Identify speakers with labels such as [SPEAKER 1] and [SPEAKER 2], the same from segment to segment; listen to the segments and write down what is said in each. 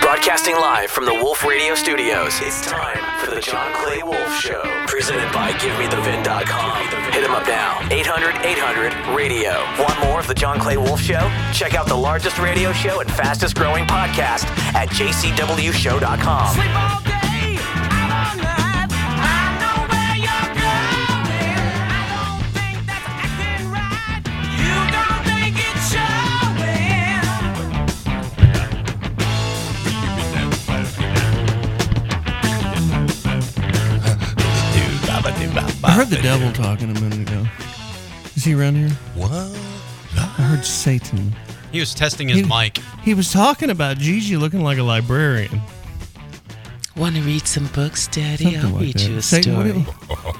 [SPEAKER 1] Broadcasting live from the Wolf Radio Studios. It's time for the John Clay Wolf Show. Presented by GiveMeTheVin.com. Hit him up now. 800 800 Radio. Want more of the John Clay Wolf Show? Check out the largest radio show and fastest growing podcast at JCWShow.com.
[SPEAKER 2] Sleep all day, out all night. I know where you're going. I don't think that's acting right. You don't think it's showing.
[SPEAKER 3] I heard the devil talking a minute ago. Is he around here?
[SPEAKER 4] What?
[SPEAKER 3] I heard Satan.
[SPEAKER 5] He was testing his
[SPEAKER 3] He-
[SPEAKER 5] mic.
[SPEAKER 3] He was talking about Gigi looking like a librarian.
[SPEAKER 6] Want to read some books, Daddy?
[SPEAKER 3] Something
[SPEAKER 6] I'll
[SPEAKER 3] like
[SPEAKER 6] read
[SPEAKER 3] that.
[SPEAKER 6] you a
[SPEAKER 3] Satan, what
[SPEAKER 6] story.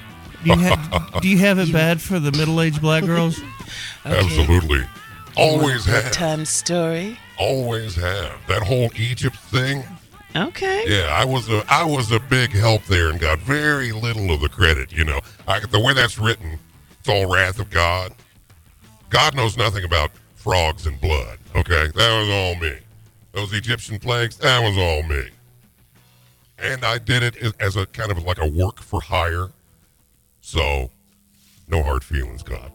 [SPEAKER 3] do you- do, you ha- do you have it bad for the middle-aged black girls?
[SPEAKER 6] Okay.
[SPEAKER 4] Absolutely. Always have.
[SPEAKER 6] Bedtime story.
[SPEAKER 4] Always have. That whole Egypt thing.
[SPEAKER 6] Okay.
[SPEAKER 4] Yeah, I was a I was a big help there and got very little of the credit. You know, I, the way that's written, it's all wrath of God. God knows nothing about frogs and blood. Okay, that was all me. Those Egyptian plagues, that was all me. And I did it as a kind of like a work for hire. So, no hard feelings, God.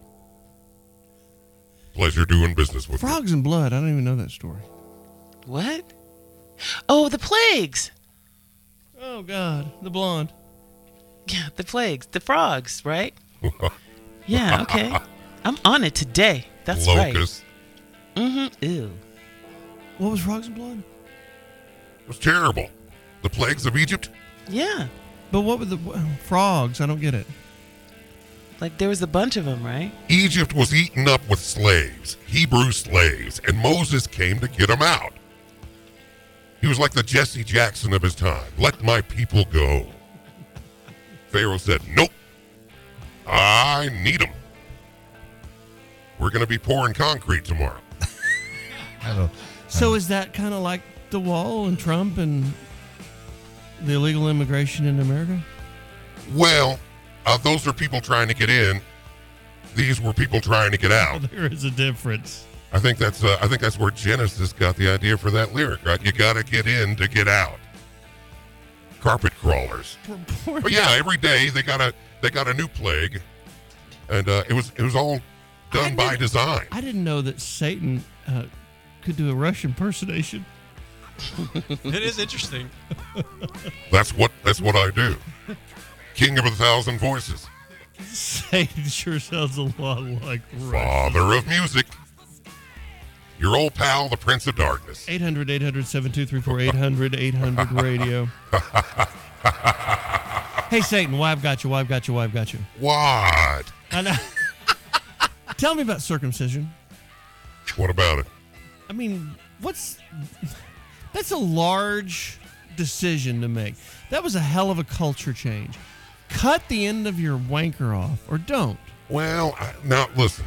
[SPEAKER 4] Pleasure doing business with you.
[SPEAKER 3] Frogs and blood. I don't even know that story.
[SPEAKER 6] What? Oh, the plagues.
[SPEAKER 3] Oh God, the blonde.
[SPEAKER 6] Yeah, the plagues. The frogs, right? yeah, okay. I'm on it today. That's
[SPEAKER 4] Locust.
[SPEAKER 6] right. Mm-hmm. Ew.
[SPEAKER 3] What was frogs and blood?
[SPEAKER 4] It was terrible. The plagues of Egypt.
[SPEAKER 6] Yeah.
[SPEAKER 3] But what were the wh- frogs? I don't get it.
[SPEAKER 6] Like there was a bunch of them, right?
[SPEAKER 4] Egypt was eaten up with slaves, Hebrew slaves, and Moses came to get them out. He was like the Jesse Jackson of his time. Let my people go. Pharaoh said, Nope. I need them. We're going to be pouring concrete tomorrow.
[SPEAKER 3] So is that kind of like the wall and Trump and the illegal immigration in America?
[SPEAKER 4] Well, uh, those are people trying to get in. These were people trying to get out.
[SPEAKER 3] There is a difference.
[SPEAKER 4] I think that's uh, I think that's where Genesis got the idea for that lyric, right? You got to get in to get out. Carpet crawlers. But yeah, every day they got a they got a new plague, and uh, it was it was all
[SPEAKER 3] I
[SPEAKER 4] done by
[SPEAKER 3] didn't-
[SPEAKER 4] design.
[SPEAKER 3] I didn't know that Satan uh, could do a Russian impersonation.
[SPEAKER 5] It is interesting.
[SPEAKER 4] That's what that's what I do. King of a thousand voices,
[SPEAKER 3] Satan sure sounds a lot like Russian.
[SPEAKER 4] father of music. Your old pal, the Prince of Darkness.
[SPEAKER 3] 800 800 7234 800 800 radio. hey, Satan, why I've got you, why I've got you, why I've got you.
[SPEAKER 4] What?
[SPEAKER 3] I know. Tell me about circumcision.
[SPEAKER 4] What about it?
[SPEAKER 3] I mean, what's that's a large decision to make. That was a hell of a culture change. Cut the end of your wanker off, or don't.
[SPEAKER 4] Well, I, now listen.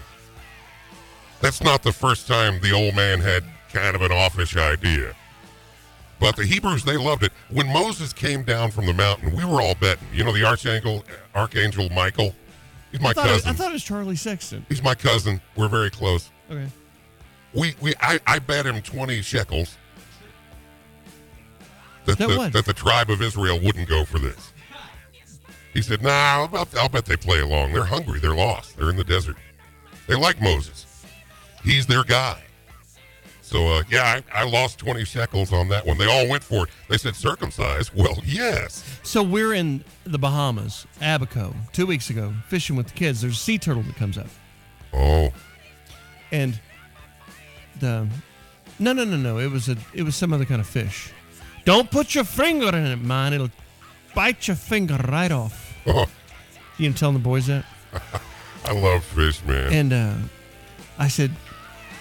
[SPEAKER 4] That's not the first time the old man had kind of an offish idea. But the Hebrews, they loved it. When Moses came down from the mountain, we were all betting. You know, the archangel, Archangel Michael. He's my
[SPEAKER 3] I thought, it, I
[SPEAKER 4] cousin.
[SPEAKER 3] thought it was Charlie Sexton.
[SPEAKER 4] he's my cousin. We're very close.
[SPEAKER 3] Okay.
[SPEAKER 4] We, we, I, I bet him twenty shekels that,
[SPEAKER 3] That
[SPEAKER 4] the,
[SPEAKER 3] what?
[SPEAKER 4] that the tribe of Israel wouldn't go for this. He said, "Nah, I'll, bet- I'll bet they play along. They're hungry. They're lost. They're in the desert. They like Moses. He's their guy." So uh, yeah, I, I lost twenty shekels on that one. They all went for it. They said circumcised. Well, yes.
[SPEAKER 3] So we're in the Bahamas, Abaco, two weeks ago, fishing with the kids. There's a sea turtle that comes up.
[SPEAKER 4] Oh,
[SPEAKER 3] and the no no no no it was a it was some other kind of fish don't put your finger in it man it'll bite your finger right off you can tell the boys that
[SPEAKER 4] I love fish, man.
[SPEAKER 3] and uh, i said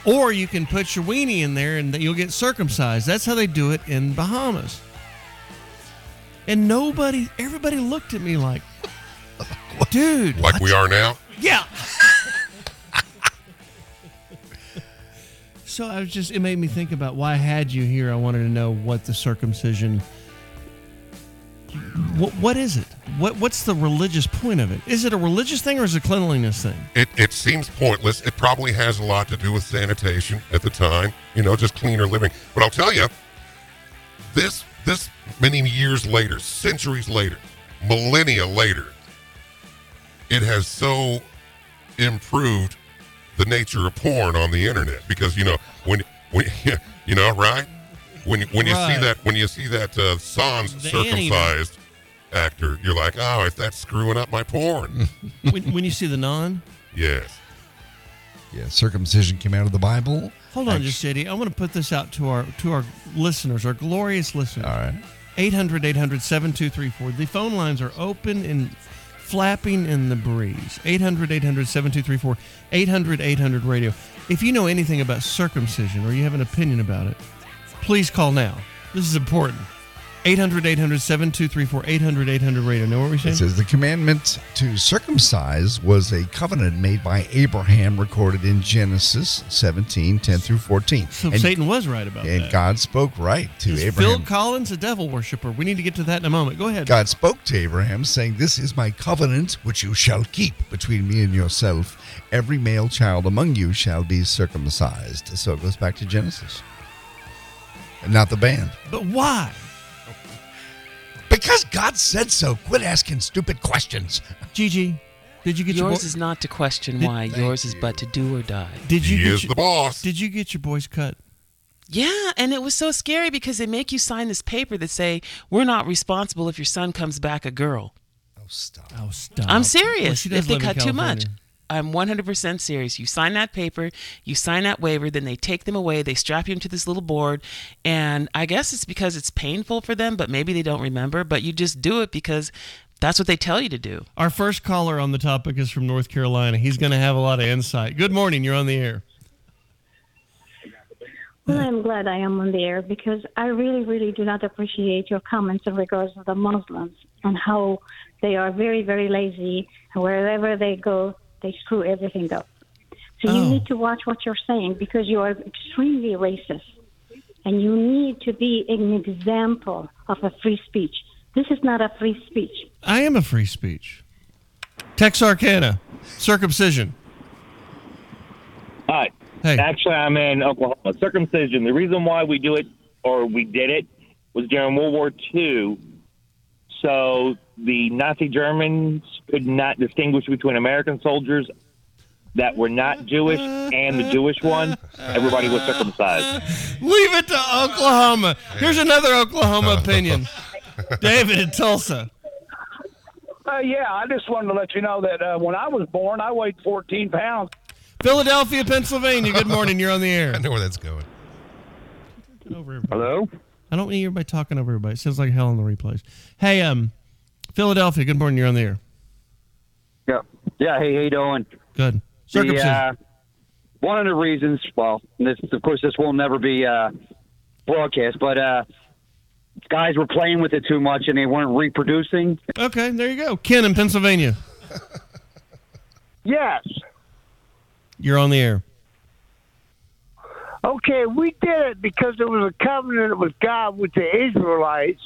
[SPEAKER 3] or you can put your weenie in there and you'll get circumcised that's how they do it in bahamas and nobody everybody looked at me like dude
[SPEAKER 4] like we are now.
[SPEAKER 3] yeah. so I was just, it made me think about why I had you here. I wanted to know what the circumcision. What, what is it? What what's the religious point of it? Is it a religious thing or is it a cleanliness thing?
[SPEAKER 4] it, it seems pointless. It probably has a lot to do with sanitation at the time, you know, just cleaner living. But I'll tell you, this this many years later, centuries later, millennia later, it has so improved the nature of porn on the internet because you know when when you know right when when you
[SPEAKER 3] Right.
[SPEAKER 4] see that when you see that uh, sans
[SPEAKER 3] The anime.
[SPEAKER 4] circumcised actor, you're like, oh, if that's screwing up my porn,
[SPEAKER 3] when, when you see the non,
[SPEAKER 4] yes.
[SPEAKER 7] Yeah, circumcision came out of the Bible.
[SPEAKER 3] hold on,
[SPEAKER 7] Actu-
[SPEAKER 3] just JD. I want to put this out to our to our listeners, our glorious listeners.
[SPEAKER 7] All right.
[SPEAKER 3] 800 800 7234. The phone lines are open and flapping in the breeze. 800 800 7234. 800 800 radio. If you know anything about circumcision or you have an opinion about it, please call now. This is important. 800 800 7234. 800 800 radio. Know what we're
[SPEAKER 7] It
[SPEAKER 3] saying?
[SPEAKER 7] says the commandment to circumcise was a covenant made by Abraham, recorded in Genesis 17, 10 through 14.
[SPEAKER 3] So
[SPEAKER 7] and,
[SPEAKER 3] Satan was right about
[SPEAKER 7] and
[SPEAKER 3] that.
[SPEAKER 7] God spoke right to
[SPEAKER 3] Is Phil
[SPEAKER 7] Abraham.
[SPEAKER 3] Collins a devil worshiper? We need to get to that in a moment. Go ahead.
[SPEAKER 7] God spoke to Abraham, saying, This is my covenant which you shall keep between me and yourself. Every male child among you shall be circumcised. So it goes back to Genesis. And not the band.
[SPEAKER 3] But why?
[SPEAKER 7] Because God said so. Quit asking stupid questions.
[SPEAKER 3] Gigi, did you get your
[SPEAKER 6] Yours
[SPEAKER 3] boy-
[SPEAKER 6] is not to question
[SPEAKER 3] Did-
[SPEAKER 6] why. Yours is but to do or die.
[SPEAKER 3] did you
[SPEAKER 4] He
[SPEAKER 3] get
[SPEAKER 4] is
[SPEAKER 3] your-
[SPEAKER 4] the boss.
[SPEAKER 3] Did you get your boys cut?
[SPEAKER 6] Yeah, and it was so scary because they make you sign this paper that say we're not responsible if your son comes back a girl.
[SPEAKER 7] Oh, stop.
[SPEAKER 3] Oh, stop.
[SPEAKER 6] I'm
[SPEAKER 3] Well,
[SPEAKER 6] serious.
[SPEAKER 3] she does
[SPEAKER 6] if they
[SPEAKER 3] live in
[SPEAKER 6] cut too much.
[SPEAKER 3] California.
[SPEAKER 6] I'm 100% serious. You sign that paper, you sign that waiver, then they take them away, they strap you to this little board, and I guess it's because it's painful for them, but maybe they don't remember, but you just do it because that's what they tell you to do.
[SPEAKER 3] Our first caller on the topic is from North Carolina. He's going to have a lot of insight. Good morning. You're on the air.
[SPEAKER 8] Well, I'm glad I am on the air because I really, really do not appreciate your comments in regards to the Muslims and how they are very, very lazy. And wherever they go, they screw everything up. So you
[SPEAKER 3] Oh.
[SPEAKER 8] need to watch what you're saying because you are extremely racist. And you need to be an example of a free speech. This is not a free speech.
[SPEAKER 3] I am a free speech. Texarkana, circumcision.
[SPEAKER 9] Hi.
[SPEAKER 3] Hey.
[SPEAKER 9] Actually, I'm in Oklahoma. Circumcision. The reason why we do it or we did it was during World War II. So the Nazi Germans could not distinguish between American soldiers that were not Jewish and the Jewish one. Everybody was circumcised.
[SPEAKER 3] Leave it to Oklahoma. Here's another Oklahoma opinion. David in Tulsa.
[SPEAKER 10] Uh, yeah, I just wanted to let you know that uh, when I was born, I weighed 14 pounds.
[SPEAKER 3] Philadelphia, Pennsylvania. Good morning. You're on the air.
[SPEAKER 7] I know where that's going.
[SPEAKER 3] Over everybody.
[SPEAKER 9] Hello?
[SPEAKER 3] I don't need everybody talking over everybody. It sounds like hell on the replays. Hey, um, Philadelphia. Good morning. You're on the air.
[SPEAKER 10] Yeah. Yeah, hey, how you doing?
[SPEAKER 3] Good. Circumcision.
[SPEAKER 10] The, uh, one of the reasons, well, this, of course, this will never be uh, broadcast, but uh, guys were playing with it too much and they weren't reproducing.
[SPEAKER 3] Okay, there you go. Oh, Ken in Pennsylvania.
[SPEAKER 10] Yes.
[SPEAKER 3] You're on the air.
[SPEAKER 10] Okay, we did it because there was a covenant with God with the Israelites.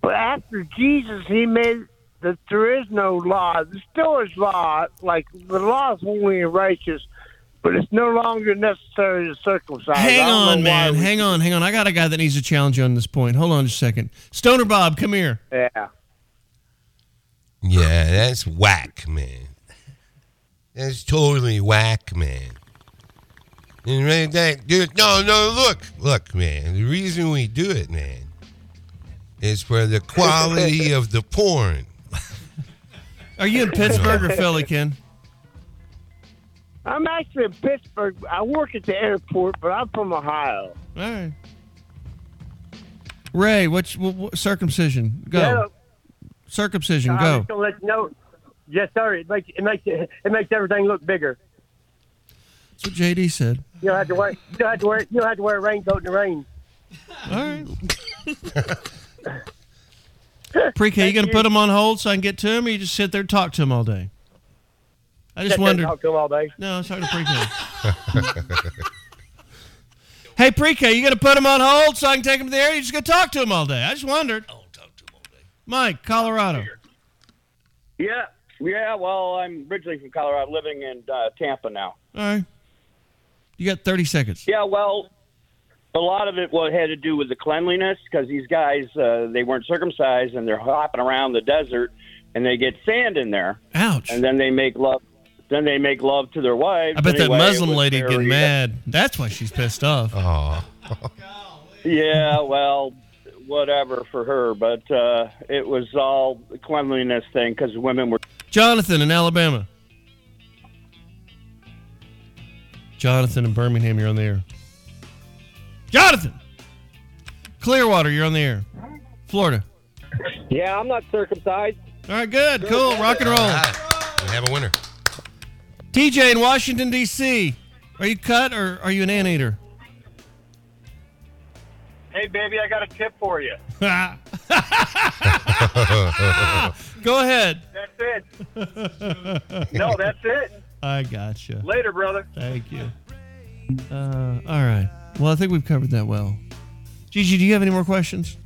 [SPEAKER 10] But after Jesus, he made that there is no law. There still is law. Like, the law is only in righteous, but it's no longer necessary to circumcise.
[SPEAKER 3] Hang
[SPEAKER 10] I don't know
[SPEAKER 3] on,
[SPEAKER 10] why
[SPEAKER 3] man.
[SPEAKER 10] we-
[SPEAKER 3] Hang on, hang on. I got a guy that needs to challenge you on this point. Hold on just a second. Stoner Bob, come here.
[SPEAKER 10] Yeah.
[SPEAKER 11] Yeah, that's whack, man. That's totally whack, man. And right that dude, no, no, look, look, man. The reason we do it, man, is for the quality of the porn.
[SPEAKER 3] Are you in Pittsburgh or Philly, Ken?
[SPEAKER 10] I'm actually in Pittsburgh. I work at the airport, but I'm from Ohio.
[SPEAKER 3] All right. Ray, what's what, what, circumcision? Go. Circumcision,
[SPEAKER 10] I'm
[SPEAKER 3] go.
[SPEAKER 10] Uh, just gonna let you know. Yes, sir. It makes it makes it makes everything look bigger.
[SPEAKER 3] That's what JD said.
[SPEAKER 10] You don't have to wear you don't have to wear you don't have to wear a raincoat in the rain.
[SPEAKER 3] All right. Pre-K, you going to put him on hold so I can get to him, or you just sit there and talk to him all day? I just
[SPEAKER 10] Just
[SPEAKER 3] wondered.
[SPEAKER 10] Talk to 'em all day.
[SPEAKER 3] No, it's hard to pre-K. hey, pre-K, you gonna put him on hold so I can take him to the air? You just gonna talk to him all day? I just wondered. I'll talk to him all day. Mike, Colorado.
[SPEAKER 10] Yeah, yeah. Well, I'm originally from Colorado, living in uh, Tampa now.
[SPEAKER 3] All right. You got 30 seconds.
[SPEAKER 10] Yeah, well, a lot of it what had to do with the cleanliness because these guys uh, they weren't circumcised and they're hopping around the desert and they get sand in there.
[SPEAKER 3] Ouch!
[SPEAKER 10] And then they make love. Then they make love to their wives.
[SPEAKER 3] I bet
[SPEAKER 10] Anyway,
[SPEAKER 3] that
[SPEAKER 10] it
[SPEAKER 3] Muslim
[SPEAKER 10] was
[SPEAKER 3] lady'd get
[SPEAKER 10] very- uh,
[SPEAKER 3] mad. That's why she's pissed off. Oh.
[SPEAKER 10] Yeah, well, whatever for her, but uh, it was all the cleanliness thing because women were.
[SPEAKER 3] Jonathan in Alabama. Jonathan in Birmingham, you're on the air. Jonathan! Clearwater, you're on the air. Florida.
[SPEAKER 12] Yeah, I'm not circumcised.
[SPEAKER 3] All right, good, cool, rock and roll.
[SPEAKER 11] We have a winner.
[SPEAKER 3] TJ in Washington, D.C. Are you cut or are you an anteater?
[SPEAKER 13] Hey, baby, I got a tip for you.
[SPEAKER 3] Go ahead.
[SPEAKER 13] That's it. no, that's it.
[SPEAKER 3] I gotcha.
[SPEAKER 13] Later, brother.
[SPEAKER 3] Thank you. Uh, all right. Well, I think we've covered that well. Gigi, do you have any more questions?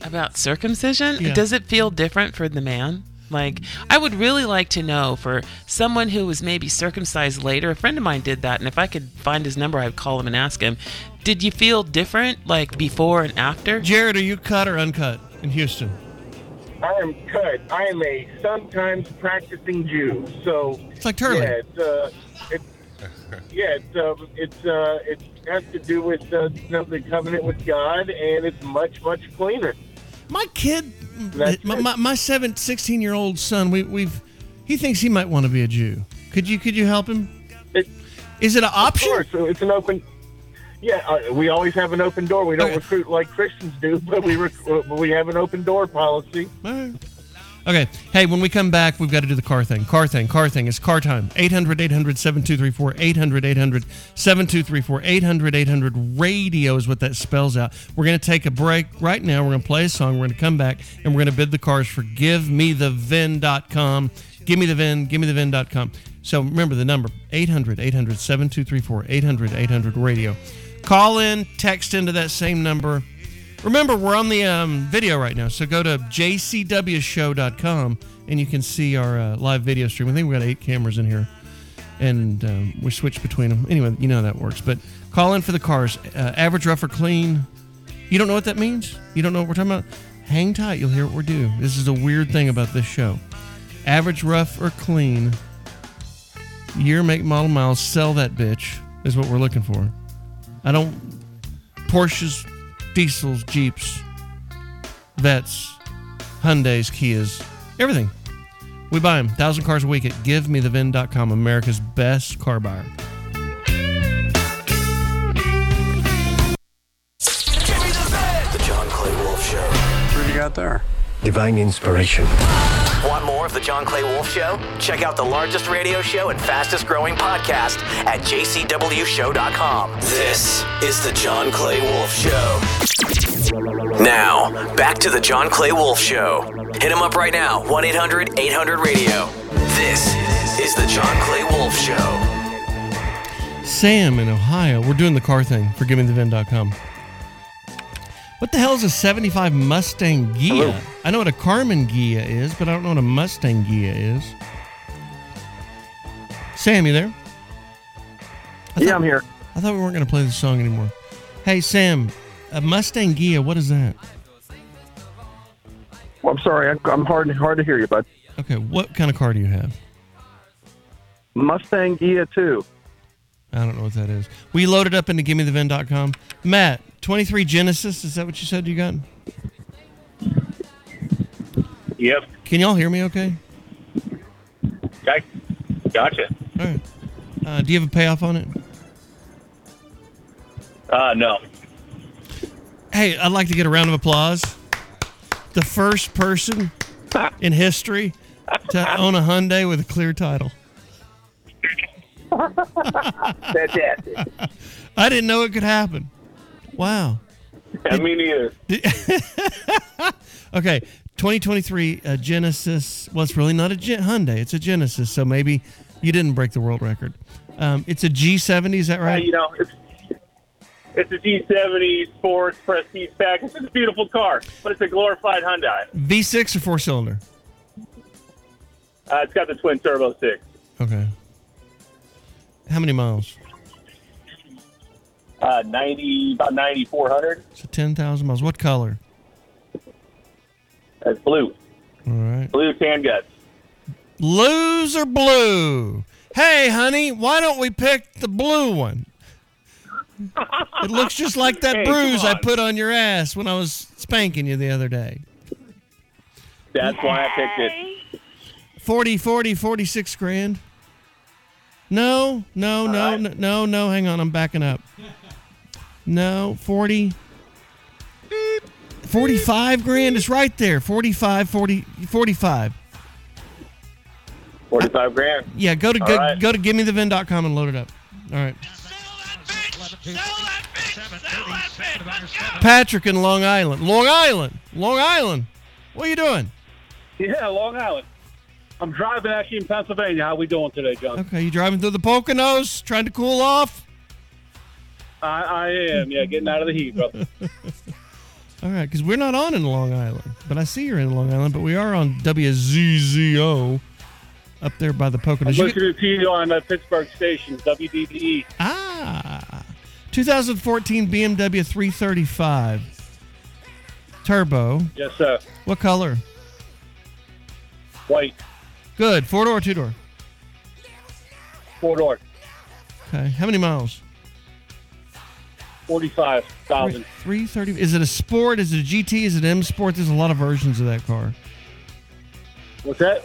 [SPEAKER 6] About circumcision?
[SPEAKER 3] Yeah.
[SPEAKER 6] Does it feel different for the man? Like, I would really like to know for someone who was maybe circumcised later. A friend of mine did that, and if I could find his number, I'd call him and ask him, Did you feel different, like before and after?
[SPEAKER 3] Jared, are you cut or uncut in Houston?
[SPEAKER 13] I am cut. I am a sometimes practicing Jew. So
[SPEAKER 3] It's like Turley.
[SPEAKER 13] Yeah, it's, uh, it's yeah, it's um, it's uh, it has to do with uh, you know, the covenant with God, and it's much much cleaner.
[SPEAKER 3] My kid, my, my, my seven, 16 year old son, we, we've he thinks he might want to be a Jew. Could you could you help him? Is it an option?
[SPEAKER 13] Of course, it's an open. Yeah, uh, we always have an open door. We don't recruit like Christians do, but we rec- uh, we have an open door policy.
[SPEAKER 3] Okay. Hey, when we come back, we've got to do the car thing. Car thing, car thing. It's car time. 800 800 7234. 800 800 7234. 800 800 radio is what that spells out. We're going to take a break right now. We're going to play a song. We're going to come back and we're going to bid the cars for give me the VIN.com. Give me the VIN. Give me the VIN.com. So remember the number 800 800 7234. 800 800 radio. Call in, text into that same number. Remember, we're on the um, video right now, so go to jcwshow.com and you can see our uh, live video stream. I think we got eight cameras in here, and um, we switch between them. Anyway, you know how that works. But call in for the cars. Uh, average rough or clean. You don't know what that means? You don't know what we're talking about? Hang tight. You'll hear what we're doing. This is a weird thing about this show. Average rough or clean. Year, make, model, miles. Sell that bitch is what we're looking for. I don't. Porsches, diesels, Jeeps, Vets, Hyundais, Kias, everything. We buy them. Thousand cars a week at GiveMeTheVin.com, America's best car buyer.
[SPEAKER 1] The John Clay Wolf Show. What
[SPEAKER 14] have you got there? Divine inspiration.
[SPEAKER 1] Want more of the John Clay Wolf Show? Check out the largest radio show and fastest growing podcast at jcwshow.com. This is the John Clay Wolf Show. Now, back to the John Clay Wolf Show. Hit him up right now, 1 800 800 radio. This is the John Clay Wolf Show.
[SPEAKER 3] Sam in Ohio, we're doing the car thing for GiveMeTheVin.com. What the hell is a 75 Mustang Gia?
[SPEAKER 15] Hello.
[SPEAKER 3] I know what a Carmen Gia is, but I don't know what a Mustang Gia is. Sam, you there? yeah, I'm here. I thought we weren't going to play this song anymore. Hey, Sam, a Mustang Gia, what is that?
[SPEAKER 13] Well, I'm sorry, I, I'm hard hard to hear you, bud.
[SPEAKER 3] Okay, what kind of car do you have?
[SPEAKER 13] Mustang Gia too.
[SPEAKER 3] I don't know what that is. We loaded up into GimmeTheVin.com. Matt, 23 Genesis, is that what you said you got?
[SPEAKER 13] Yep,
[SPEAKER 3] Can y'all hear me okay?
[SPEAKER 13] I, gotcha.
[SPEAKER 3] All right. Uh, do you have a payoff on it?
[SPEAKER 13] Uh, no.
[SPEAKER 3] Hey, I'd like to get a round of applause. The first person in history to own a Hyundai with a clear title.
[SPEAKER 13] Fantastic.
[SPEAKER 3] I didn't know it could happen. Wow.
[SPEAKER 13] Yeah, me neither.
[SPEAKER 3] Okay, 2023 uh, Genesis. Well, it's really not a Gen- Hyundai. It's a Genesis. So maybe you didn't break the world record. Um, it's a G70. Is that right?
[SPEAKER 13] Uh, You know, it's, it's a G70 Sports Prestige package. It's a beautiful car, but it's a glorified Hyundai.
[SPEAKER 3] V6 or four cylinder?
[SPEAKER 13] Uh, it's got the twin turbo six.
[SPEAKER 3] Okay. How many miles?
[SPEAKER 13] Uh,
[SPEAKER 16] Uh, 90, about 9,400.
[SPEAKER 3] So 10,000 miles. What color?
[SPEAKER 16] That's blue.
[SPEAKER 3] All right.
[SPEAKER 16] Blue tan guts.
[SPEAKER 3] Loser blue. Hey, honey, why don't we pick the blue one? It looks just like that
[SPEAKER 16] Hey, come
[SPEAKER 3] bruise I
[SPEAKER 16] on.
[SPEAKER 3] put on your ass when I was spanking you the other day.
[SPEAKER 16] That's why I picked it.
[SPEAKER 3] 40, 40, 46 grand. No, no, no, no, no, no. Hang on, I'm backing up. No, 40. 45 grand is right there. 45, 40, 45.
[SPEAKER 16] 45 grand.
[SPEAKER 3] Yeah, go to
[SPEAKER 16] All
[SPEAKER 3] go,
[SPEAKER 16] right.
[SPEAKER 3] go to givemethevin.com and load it up. All right. Patrick in Long Island. Long Island. Long Island. What are you doing?
[SPEAKER 10] Yeah, Long Island. I'm driving actually in Pennsylvania. How we doing today, John?
[SPEAKER 3] Okay, you driving through the Poconos, trying to cool off?
[SPEAKER 10] I, I am. Yeah, getting out of the heat, brother.
[SPEAKER 3] All right, because we're not on in Long Island, but I see you're in Long Island, but we are on WZZO up there by the
[SPEAKER 10] I'm
[SPEAKER 3] Poconos. You get-
[SPEAKER 10] listening to you on uh, Pittsburgh station, WDDE.
[SPEAKER 3] ah, 2014 BMW 335 Turbo.
[SPEAKER 10] Yes, sir.
[SPEAKER 3] What color?
[SPEAKER 10] White
[SPEAKER 3] Good. Four door, two door.
[SPEAKER 10] four door,
[SPEAKER 3] Okay. How many miles?
[SPEAKER 10] forty-five thousand.
[SPEAKER 3] Three thirty. Is it a sport? Is it a GT? Is it M Sport? There's a lot of versions of that car.
[SPEAKER 10] What's that?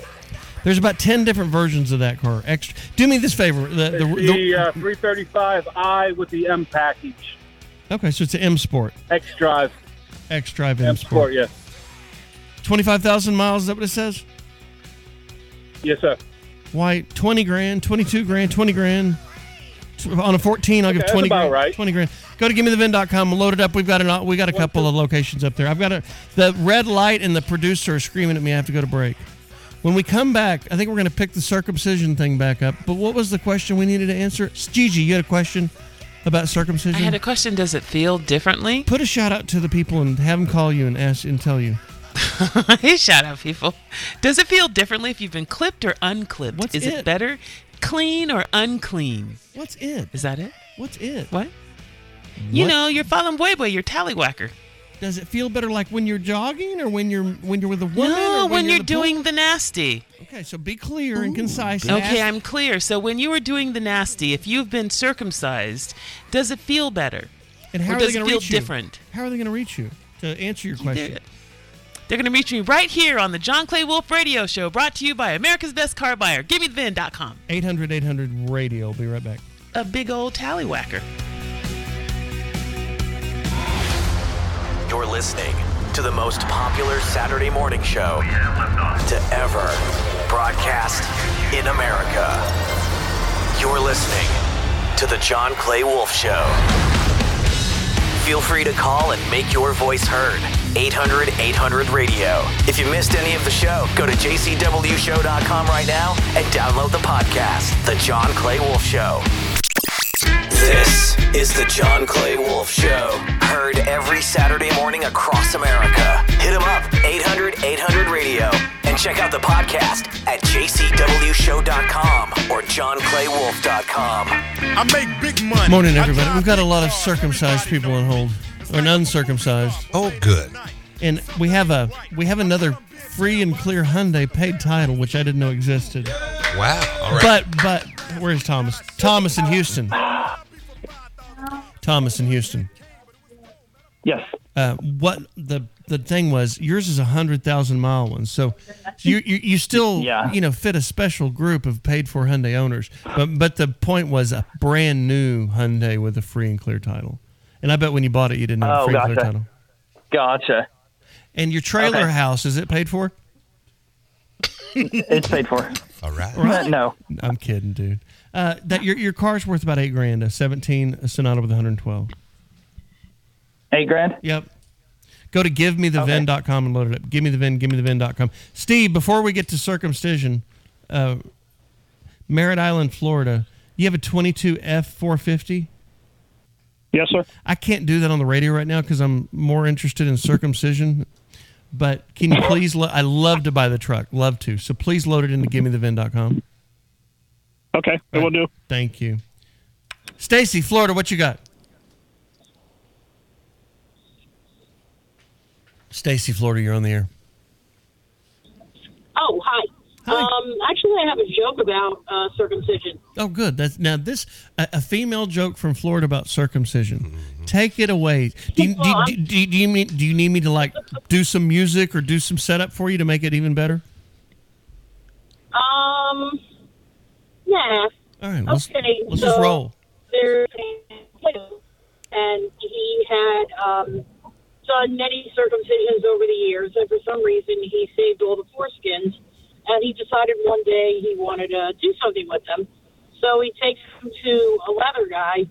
[SPEAKER 3] There's about ten different versions of that car. Extra. Do me this favor. The, the,
[SPEAKER 10] It's
[SPEAKER 3] the-
[SPEAKER 10] the uh, 335i with the M package,
[SPEAKER 3] okay, so it's an M Sport,
[SPEAKER 10] X Drive
[SPEAKER 3] X Drive M
[SPEAKER 10] M Sport.
[SPEAKER 3] Sport.
[SPEAKER 10] Yeah,
[SPEAKER 3] Twenty-five thousand miles. Is that what it says?
[SPEAKER 10] yes, sir.
[SPEAKER 3] White. Twenty grand. Twenty-two grand. Twenty grand. Tw- On a fourteen, I'll
[SPEAKER 10] Okay,
[SPEAKER 3] give
[SPEAKER 10] that's
[SPEAKER 3] twenty
[SPEAKER 10] about
[SPEAKER 3] grand.
[SPEAKER 10] right.
[SPEAKER 3] Twenty grand. Go to givemethevin.com. Load it up. We've got an, uh, we got a couple of locations up there. I've got a the red light and the producer are screaming at me. I have to go to break. When we come back, I think we're going to pick the circumcision thing back up. But what was the question we needed to answer? Gigi, you had a question about circumcision.
[SPEAKER 6] I had a question. Does it feel differently?
[SPEAKER 3] Put a shout out to the people and have them call you and ask and tell you.
[SPEAKER 6] Shout out, people. Does it feel differently if you've been clipped or unclipped? Is it?
[SPEAKER 3] it?
[SPEAKER 6] better, clean or unclean?
[SPEAKER 3] What's it?
[SPEAKER 6] Is that it?
[SPEAKER 3] What's it?
[SPEAKER 6] What? You
[SPEAKER 3] What?
[SPEAKER 6] know, you're following Weibo, you're tallywhacker.
[SPEAKER 3] Does it feel better like when you're jogging or when you're when you're with a woman?
[SPEAKER 6] No,
[SPEAKER 3] or
[SPEAKER 6] when, you're,
[SPEAKER 3] in the pool?
[SPEAKER 6] doing the nasty.
[SPEAKER 3] Okay, so be clear and concise. and
[SPEAKER 6] Okay,
[SPEAKER 3] ask-
[SPEAKER 6] I'm clear. So when you were doing the nasty, if you've been circumcised, does it feel better?
[SPEAKER 3] And how
[SPEAKER 6] or
[SPEAKER 3] are
[SPEAKER 6] does it
[SPEAKER 3] they going to
[SPEAKER 6] feel
[SPEAKER 3] reach you?
[SPEAKER 6] different?
[SPEAKER 3] How are they going to reach you to answer your question?
[SPEAKER 6] They're going to reach me right here on the John Clay Wolf Radio Show, brought to you by America's Best Car Buyer. GiveMeTheVin.com.
[SPEAKER 3] 800 800 radio. We'll be right back.
[SPEAKER 6] A big old tallywhacker.
[SPEAKER 1] You're listening to the most popular Saturday morning show to ever broadcast in America. You're listening to The John Clay Wolf Show. Feel free to call and make your voice heard. 800 800 radio. If you missed any of the show, go to jcwshow.com right now and download the podcast, The John Clay Wolf Show. This is the John Clay Wolf Show. Heard every Saturday morning across America. Hit him up, 800 800 radio. And check out the podcast at jcwshow.com or johnclaywolf.com. I make big money.
[SPEAKER 3] Morning, everybody. We've got a lot of circumcised people on hold, or an uncircumcised.
[SPEAKER 11] Oh, good.
[SPEAKER 3] And we have a we have another free and clear Hyundai paid title, which I didn't know existed.
[SPEAKER 11] Wow. All right.
[SPEAKER 3] But but where's Thomas? Thomas in Houston. Thomas in Houston.
[SPEAKER 17] Yes.
[SPEAKER 3] Uh, what the the thing was, yours is a hundred thousand mile one, so you you, you still
[SPEAKER 17] Yeah.
[SPEAKER 3] you know fit a special group of paid for Hyundai owners. But but the point was a brand new Hyundai with a free and clear title. And I bet when you bought it, you didn't have a
[SPEAKER 17] Oh,
[SPEAKER 3] free and clear
[SPEAKER 17] gotcha.
[SPEAKER 3] title.
[SPEAKER 17] Gotcha.
[SPEAKER 3] And your trailer
[SPEAKER 17] Okay.
[SPEAKER 3] house is it paid for?
[SPEAKER 17] it's paid for.
[SPEAKER 11] All right.
[SPEAKER 17] No.
[SPEAKER 3] I'm kidding, dude. Uh, that your your car's worth about eight grand. A 17 a Sonata with 112.
[SPEAKER 17] Eight grand.
[SPEAKER 3] Yep. Go to givemethevin.com and load it up. Give me the VIN, give me the VIN.com. Steve, before we get to circumcision, uh, Merritt Island, Florida, you have a 22 F450?
[SPEAKER 10] Yes, sir.
[SPEAKER 3] I can't do that on the radio right now because I'm more interested in circumcision. But can you please? Lo- I love to buy the truck, love to. So please load it into givemethevin.com.
[SPEAKER 10] Okay,
[SPEAKER 3] it will do. Thank you, Stacy, Florida. What you got? Stacy, Florida, you're on the air.
[SPEAKER 18] Oh, hi. Um, actually, I have a joke about uh, circumcision.
[SPEAKER 3] Oh, good. That's now this a, a female joke from Florida about circumcision. Take it away. Do you, do, you- do, you- do you mean do you need me to like do some music or do some setup for you to make it even better?
[SPEAKER 18] Um, yeah.
[SPEAKER 3] All right, let's-
[SPEAKER 18] okay,
[SPEAKER 3] let's
[SPEAKER 18] so
[SPEAKER 3] just roll.
[SPEAKER 18] There's a and he had um, done many circumcisions over the years, and for some reason he saved all the foreskins, and he decided one day he wanted to do something with them. So he takes them to a leather guy,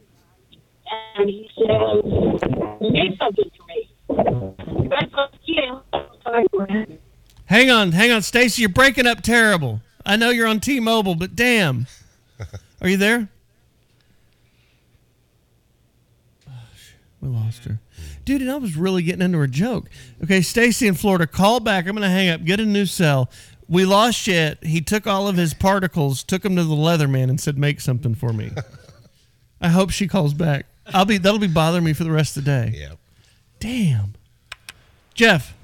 [SPEAKER 18] and he says, "Make something for me." That's up to you. Sorry, Brad.
[SPEAKER 3] Hang on, hang on, Stacy, you're breaking up terrible. I know you're on T-Mobile, but damn, are you there? We lost her. Dude, and I was really getting into her joke. Okay, Stacy in Florida, call back. I'm going to hang up, get a new cell. We lost you. He took all of his particles, took them to the Leatherman, and said, "Make something for me." I hope she calls back. I'll be that'll be bothering me for the rest of the day.
[SPEAKER 19] Yep.
[SPEAKER 3] Damn. Jeff,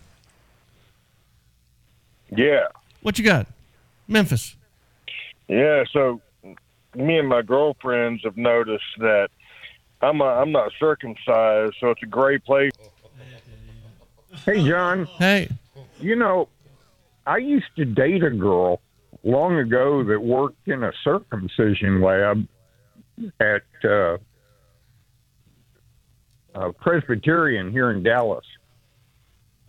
[SPEAKER 20] Yeah.
[SPEAKER 3] what you got? Memphis.
[SPEAKER 20] Yeah, so me and my girlfriends have noticed that I'm a, I'm not circumcised, so it's a great place.
[SPEAKER 21] Hey, John.
[SPEAKER 3] Hey.
[SPEAKER 21] You know, I used to date a girl long ago that worked in a circumcision lab at uh, uh, Presbyterian here in Dallas.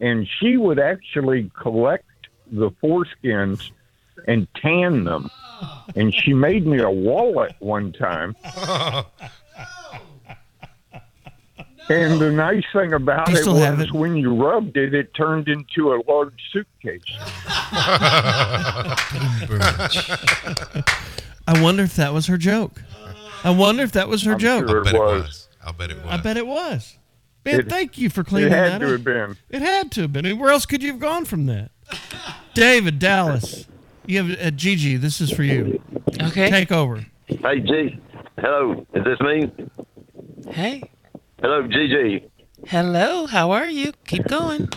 [SPEAKER 21] And she would actually collect the foreskins and tan them. And she made me a wallet one time. And the nice thing about
[SPEAKER 3] Do you
[SPEAKER 21] it
[SPEAKER 3] still
[SPEAKER 21] was
[SPEAKER 3] have
[SPEAKER 21] when you rubbed it, it turned into a large suitcase.
[SPEAKER 3] I wonder if that was her joke. I wonder if that was her joke.
[SPEAKER 21] sure it I bet it was. was.
[SPEAKER 19] I bet it was.
[SPEAKER 3] I bet it was. Man,
[SPEAKER 21] It-
[SPEAKER 3] thank you for
[SPEAKER 21] it
[SPEAKER 3] cleaning
[SPEAKER 21] had
[SPEAKER 3] that
[SPEAKER 21] to
[SPEAKER 3] up.
[SPEAKER 21] have been.
[SPEAKER 3] It had to have been. And Where else could you have gone from that? David Dallas, you have uh, Gigi. This is for you.
[SPEAKER 6] Okay.
[SPEAKER 3] Take over.
[SPEAKER 22] Hey, G. Hello. Is this me?
[SPEAKER 6] Hey.
[SPEAKER 22] Hello, GG.
[SPEAKER 6] Hello. How are you? Keep going.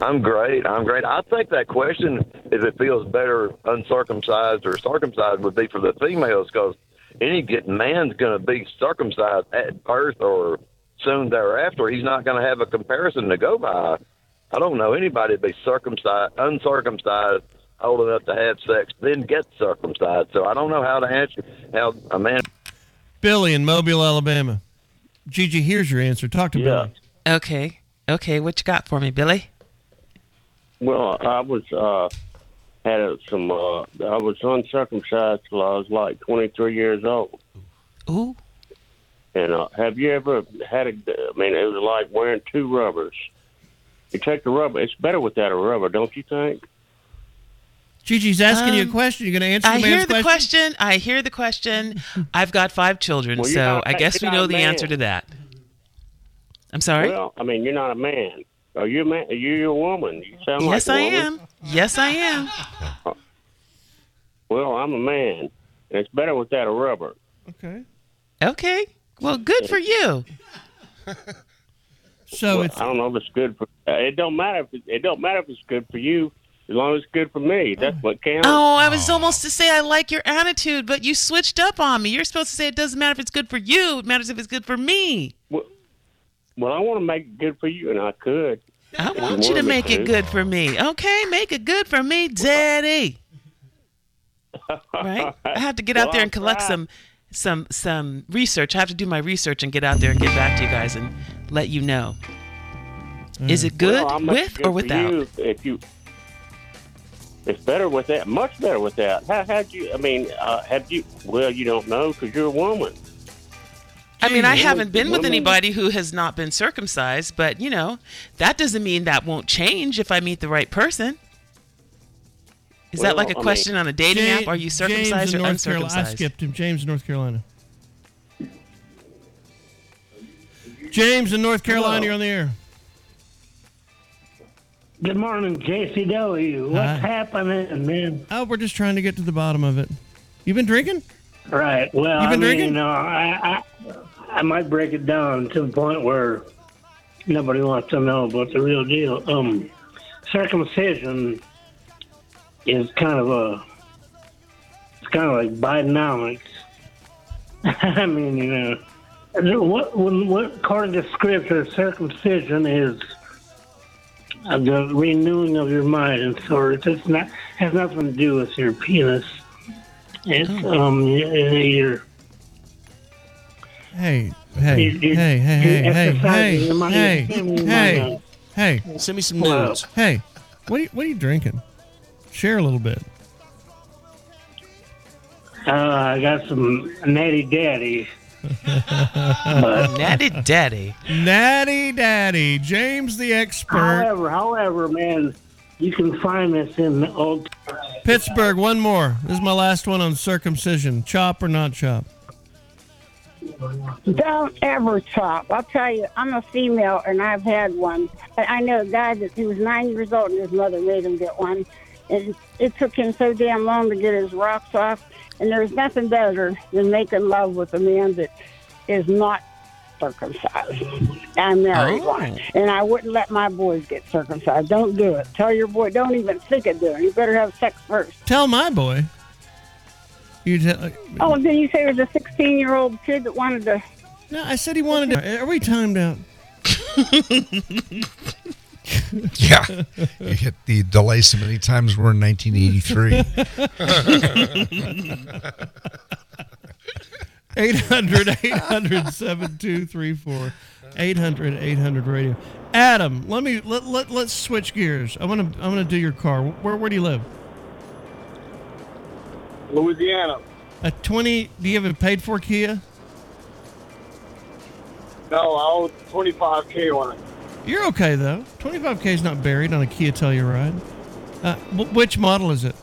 [SPEAKER 22] I'm great. I'm great. I think that question, if it feels better uncircumcised or circumcised, would be for the females because any good man's going to be circumcised at birth or soon thereafter. He's not going to have a comparison to go by. I don't know anybody that'd be circumcised, uncircumcised, old enough to have sex, then get circumcised. So I don't know how to answer how a man.
[SPEAKER 3] Billy in Mobile, Alabama. Gigi, here's your answer. Talk to Billy.
[SPEAKER 6] Okay. Okay. What you got for me, Billy?
[SPEAKER 23] Well, I was uh, had uh, some. Uh, I was uncircumcised till I was like 23 years old.
[SPEAKER 6] Ooh.
[SPEAKER 23] And uh, have you ever had a? I mean, it was like wearing two rubbers. You take the rubber. It's better without a rubber, don't you think?
[SPEAKER 3] Gigi's asking you a
[SPEAKER 6] Um,
[SPEAKER 3] question. You're going to answer
[SPEAKER 6] I
[SPEAKER 3] the
[SPEAKER 6] hear
[SPEAKER 3] man's
[SPEAKER 6] the
[SPEAKER 3] question.
[SPEAKER 6] question. I hear the question. I've got five children,
[SPEAKER 23] Well, you're
[SPEAKER 6] so
[SPEAKER 23] not-
[SPEAKER 6] I guess we
[SPEAKER 23] you're
[SPEAKER 6] know
[SPEAKER 23] not
[SPEAKER 6] the
[SPEAKER 23] a man.
[SPEAKER 6] answer to that. I'm sorry.
[SPEAKER 23] Well, I mean, you're not a man. Are you a man? Are you a woman? You sound
[SPEAKER 6] yes,
[SPEAKER 23] like
[SPEAKER 6] I
[SPEAKER 23] a woman.
[SPEAKER 6] am. Yes, I am.
[SPEAKER 23] Well, I'm a man, and it's better without a rubber.
[SPEAKER 3] Okay.
[SPEAKER 6] Okay. Well, good for you.
[SPEAKER 3] So
[SPEAKER 23] it's I don't know if it's good for. Uh, it don't matter if it, it don't matter if it's good for you as long as it's good for me. That's what counts.
[SPEAKER 6] Oh, I was almost to say I like your attitude, but you switched up on me. You're supposed to say it doesn't matter if it's good for you, it matters if it's good for me.
[SPEAKER 23] Well, I want to make it good for you, and I could.
[SPEAKER 6] I want you to make it good for me. Okay, make it good for me, Daddy. Right? I have to get out
[SPEAKER 23] Well,
[SPEAKER 6] there and
[SPEAKER 23] I'll
[SPEAKER 6] collect
[SPEAKER 23] try.
[SPEAKER 6] some some some research. I have to do my research and get out there and get back to you guys and let you know. Is it good
[SPEAKER 23] Mm. Well, I'll make it
[SPEAKER 6] with
[SPEAKER 23] good
[SPEAKER 6] or
[SPEAKER 23] for
[SPEAKER 6] without?
[SPEAKER 23] you if you, it's better with that. Much better with that. How how'd you? I mean, uh, have you? Well, you don't know because you're a woman.
[SPEAKER 6] I mean, I
[SPEAKER 23] Gee,
[SPEAKER 6] haven't been with
[SPEAKER 23] women-
[SPEAKER 6] anybody who has not been circumcised, but you know, that doesn't mean that won't change if I meet the right person. Is that
[SPEAKER 23] Well,
[SPEAKER 6] like
[SPEAKER 23] I
[SPEAKER 6] a
[SPEAKER 23] mean-
[SPEAKER 6] question on a dating
[SPEAKER 3] Ja-
[SPEAKER 6] app? Are you
[SPEAKER 3] James
[SPEAKER 6] circumcised
[SPEAKER 3] in
[SPEAKER 6] or
[SPEAKER 3] North
[SPEAKER 6] uncircumcised?
[SPEAKER 3] Carolina. I skipped him. James in North Carolina. James in North Carolina,
[SPEAKER 24] Hello.
[SPEAKER 3] you're on the air.
[SPEAKER 24] Good morning, JCW.
[SPEAKER 3] Hi.
[SPEAKER 24] What's happening, man?
[SPEAKER 3] Oh, we're just trying to get to the bottom of it. You been drinking?
[SPEAKER 24] Right. Well,
[SPEAKER 3] You been
[SPEAKER 24] I mean,
[SPEAKER 3] drinking?
[SPEAKER 24] you know, I, I I might break it down to the point where nobody wants to know about the real deal. Um, circumcision is kind of a it's kind of like Bidenomics. I mean, you know, what, when, what according to scripture, circumcision is uh, the renewing of your mind and sort. It's not has nothing to do with your penis. It's um your
[SPEAKER 3] Hey, hey, hey, hey, hey, hey, hey, hey, hey, hey.
[SPEAKER 2] Send me some nudes.
[SPEAKER 3] Hey, what are you, what are you drinking? Share a little bit.
[SPEAKER 24] Uh, I got some natty daddy.
[SPEAKER 3] Uh,
[SPEAKER 24] But-
[SPEAKER 6] Natty Daddy.
[SPEAKER 3] Natty Daddy, James the expert.
[SPEAKER 24] However, however, man, you can find this in the old.
[SPEAKER 3] Pittsburgh, one more. This is my last one on circumcision. Chop or not chop?
[SPEAKER 25] Don't ever chop. I'll tell you, I'm a female and I've had one. I I know a guy that he was nine years old and his mother made him get one. And it took him so damn long to get his rocks off. And there's nothing better than making love with a man that is not circumcised. I married
[SPEAKER 14] Oh.
[SPEAKER 25] one. And I wouldn't let my boys get circumcised. Don't do it. Tell your boy, don't even think of doing it. You better have sex first.
[SPEAKER 3] Tell my boy. You tell. uh,
[SPEAKER 25] Oh, and then you say there's a 16 year old kid that wanted to.
[SPEAKER 3] No, I said he wanted to. Are we timed out?
[SPEAKER 7] Yeah. you hit the delay so many times we're in 1983.
[SPEAKER 3] 800 800 7234 800 800 radio. Adam, let me let, let let's switch gears. I want to I want to do your car. Where where do you live?
[SPEAKER 16] Louisiana.
[SPEAKER 3] A 20 Do you have a paid for Kia?
[SPEAKER 16] No, I owe 25K on it.
[SPEAKER 3] You're okay though. 25k is not buried on a Kia Telluride. Uh, wh- which model is it?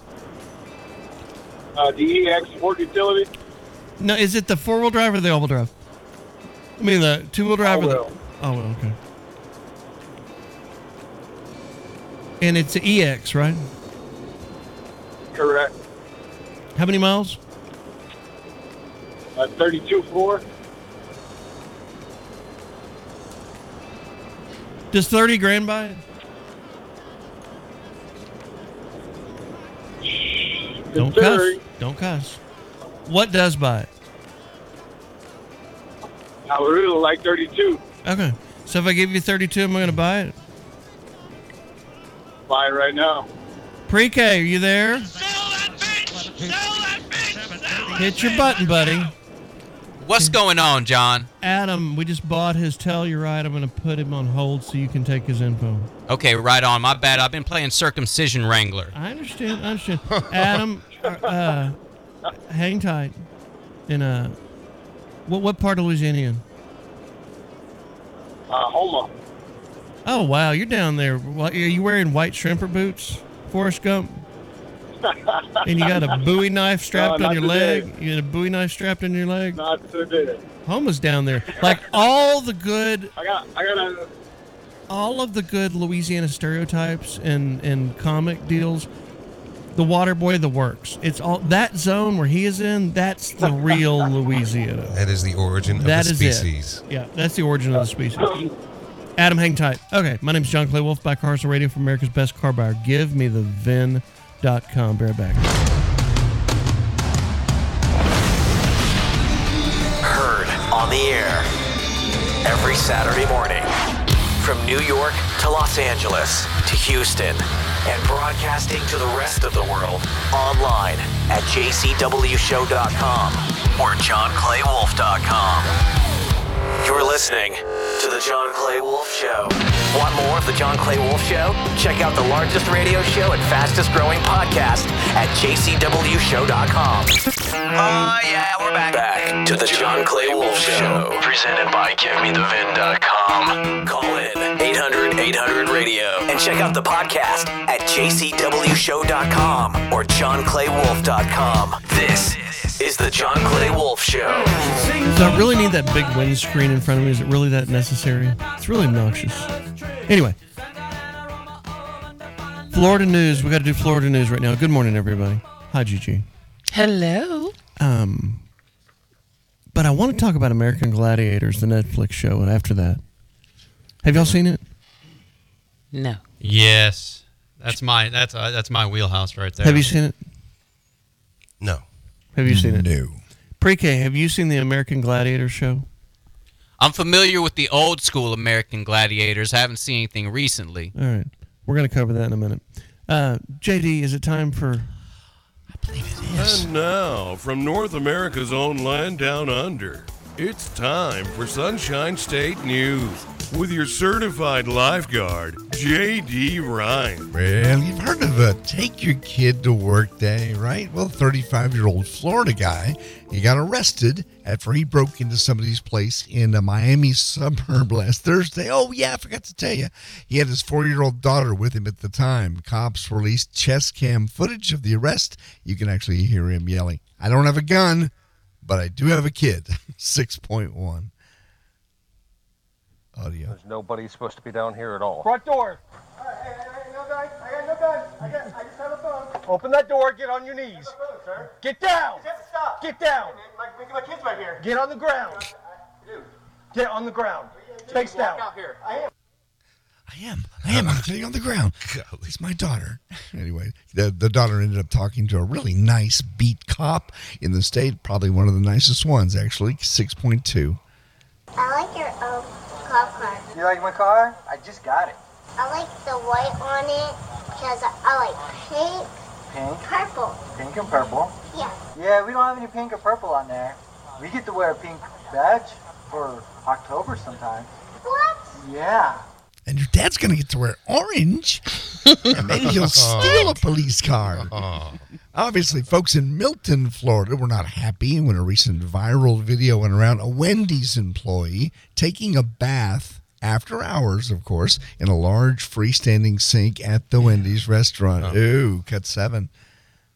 [SPEAKER 16] Uh, the EX Sport Utility.
[SPEAKER 3] No, is it the four wheel drive or the all wheel drive? I mean the two wheel drive. or the-
[SPEAKER 16] All-wheel.
[SPEAKER 3] Oh, well, okay. And it's an EX, right?
[SPEAKER 16] Correct.
[SPEAKER 3] How many miles?
[SPEAKER 16] Uh, 32 floor.
[SPEAKER 3] Does 30 grand buy it? Don't cuss.
[SPEAKER 16] Considering-
[SPEAKER 3] Don't cuss. What does buy it?
[SPEAKER 16] I would really like 32.
[SPEAKER 3] Okay. So if I give you 32, am I going to buy it?
[SPEAKER 16] Buy it right now.
[SPEAKER 3] Pre K, are you there? Hit your button, buddy. Hmm.
[SPEAKER 15] What's going on, John?
[SPEAKER 3] Adam, we just bought his Telluride. I'm going to put him on hold so you can take his info.
[SPEAKER 15] Okay, right on. My bad. I've been playing circumcision wrangler.
[SPEAKER 3] I understand. I understand. Adam, uh, hang tight. And uh, what what part of Louisiana? you in?
[SPEAKER 16] Uh, Homa.
[SPEAKER 3] Oh wow, you're down there. What, are you wearing white shrimper boots, Forrest Gump? And you got a bowie knife strapped
[SPEAKER 16] No,
[SPEAKER 3] on
[SPEAKER 16] not
[SPEAKER 3] your
[SPEAKER 16] today.
[SPEAKER 3] leg. You got a bowie knife strapped on your leg.
[SPEAKER 16] Not today.
[SPEAKER 3] Homa's down there. Like all the good,
[SPEAKER 16] I got, I got a,
[SPEAKER 3] all of the good Louisiana stereotypes and and comic deals. The water boy, the works. It's all that zone where he is in. That's the real Louisiana.
[SPEAKER 11] That is the origin of
[SPEAKER 3] That
[SPEAKER 11] the
[SPEAKER 3] is it.
[SPEAKER 11] species.
[SPEAKER 3] Yeah, that's the origin of the species. Adam, hang tight. Okay, my name is John Clay Wolf by Cars Radio for America's Best Car Buyer. Give me the VIN.com. Be right back.
[SPEAKER 1] Heard on the air every Saturday morning from New York to Los Angeles to Houston and broadcasting to the rest of the world online at jcwshow.com or johnclaywolf.com. You're listening to The John Clay Wolf Show. Want more of The John Clay Wolf Show? Check out the largest radio show and fastest growing podcast at jcwshow.com. Oh, yeah, we're back. Back to The John Clay Wolf Show. Presented by GiveMeTheVin.com. Call in 800 800 radio and check out the podcast at jcwshow.com or johnclaywolf.com. This is The John Clay Wolf Show.
[SPEAKER 3] Do I really need that big windscreen in front of me? Is it really that necessary? It's really obnoxious. Anyway, Florida news. We got to do Florida news right now. Good morning, everybody. Hi, Gigi.
[SPEAKER 6] Hello.
[SPEAKER 3] Um, but I want to talk about American Gladiators, the Netflix show, and after that. Have y'all seen it?
[SPEAKER 6] No.
[SPEAKER 15] Yes, that's my that's uh, that's my wheelhouse right there.
[SPEAKER 3] Have you seen it?
[SPEAKER 11] No.
[SPEAKER 3] Have you seen it?
[SPEAKER 7] No.
[SPEAKER 3] Pre-K, have you seen the American Gladiator show?
[SPEAKER 15] I'm familiar with the old school American Gladiators. I haven't seen anything recently.
[SPEAKER 3] All right, we're going to cover that in a minute. Uh, JD, is it time for?
[SPEAKER 2] And now, from North America's own land down under, it's time for Sunshine State News with your certified lifeguard, J.D. Ryan.
[SPEAKER 7] Well, you've heard of the take your kid to work day, right? Well, 35 year old Florida guy, he got arrested after he broke into somebody's place in a Miami suburb last Thursday. Oh, yeah, I forgot to tell you. He had his four year old daughter with him at the time. Cops released chest cam footage of the arrest. You can actually hear him yelling, I don't have a gun, but I do have a kid. 6.1 audio.
[SPEAKER 4] There's nobody supposed to be down here at all.
[SPEAKER 5] Front door.
[SPEAKER 4] Open that door. Get on your knees. Get down.
[SPEAKER 5] Stop.
[SPEAKER 4] Get down.
[SPEAKER 5] My, my kid's right here.
[SPEAKER 4] Get on the ground. Get on the ground. Face down.
[SPEAKER 5] I am.
[SPEAKER 7] I am. I am. I'm sitting on the ground. It's my daughter. Anyway, the, the daughter ended up talking to a really nice beat cop in the state, probably one of the nicest ones, actually. 6.2.
[SPEAKER 14] I like your um, cop car.
[SPEAKER 4] You like my car? I just got it.
[SPEAKER 14] I like the white on it because I like pink,
[SPEAKER 4] Pink,
[SPEAKER 14] purple.
[SPEAKER 4] pink, and purple.
[SPEAKER 14] Yeah.
[SPEAKER 4] Yeah, we don't have any pink or purple on there. We get to wear a pink badge for October sometime.
[SPEAKER 14] What?
[SPEAKER 4] Yeah.
[SPEAKER 7] And your dad's going to get to wear orange. and maybe he'll steal a police car. Obviously, folks in Milton, Florida were not happy when a recent viral video went around a Wendy's employee taking a bath after hours, of course, in a large freestanding sink at the Wendy's restaurant.
[SPEAKER 11] Uh-huh.
[SPEAKER 7] Ooh, cut seven.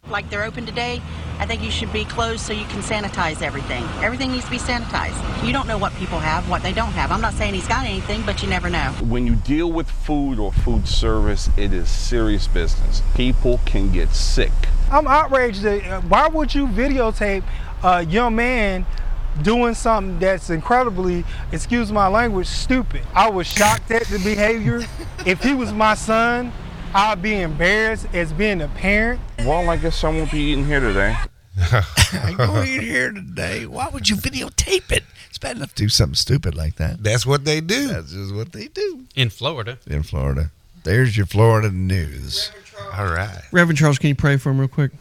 [SPEAKER 26] Like they're open today, I think you should be closed so you can sanitize everything. Everything needs to be sanitized. You don't know what people have, what they don't have. I'm not saying he's got anything, but you never know.
[SPEAKER 19] When you deal with food or food service, it is serious business. People can get sick.
[SPEAKER 27] I'm outraged. That, uh, why would you videotape a young man doing something that's incredibly, excuse my language, stupid? I was shocked at the behavior. if he was my son, I'd be embarrassed as being a parent.
[SPEAKER 19] Well, I guess I won't be eating here today.
[SPEAKER 7] I know you're here today. Why would you videotape it? It's bad enough to do something stupid like that.
[SPEAKER 11] That's what they do.
[SPEAKER 7] That's just what they do.
[SPEAKER 15] In Florida.
[SPEAKER 7] In Florida. There's your Florida news.
[SPEAKER 11] All right.
[SPEAKER 3] Reverend Charles, can you pray for him real quick?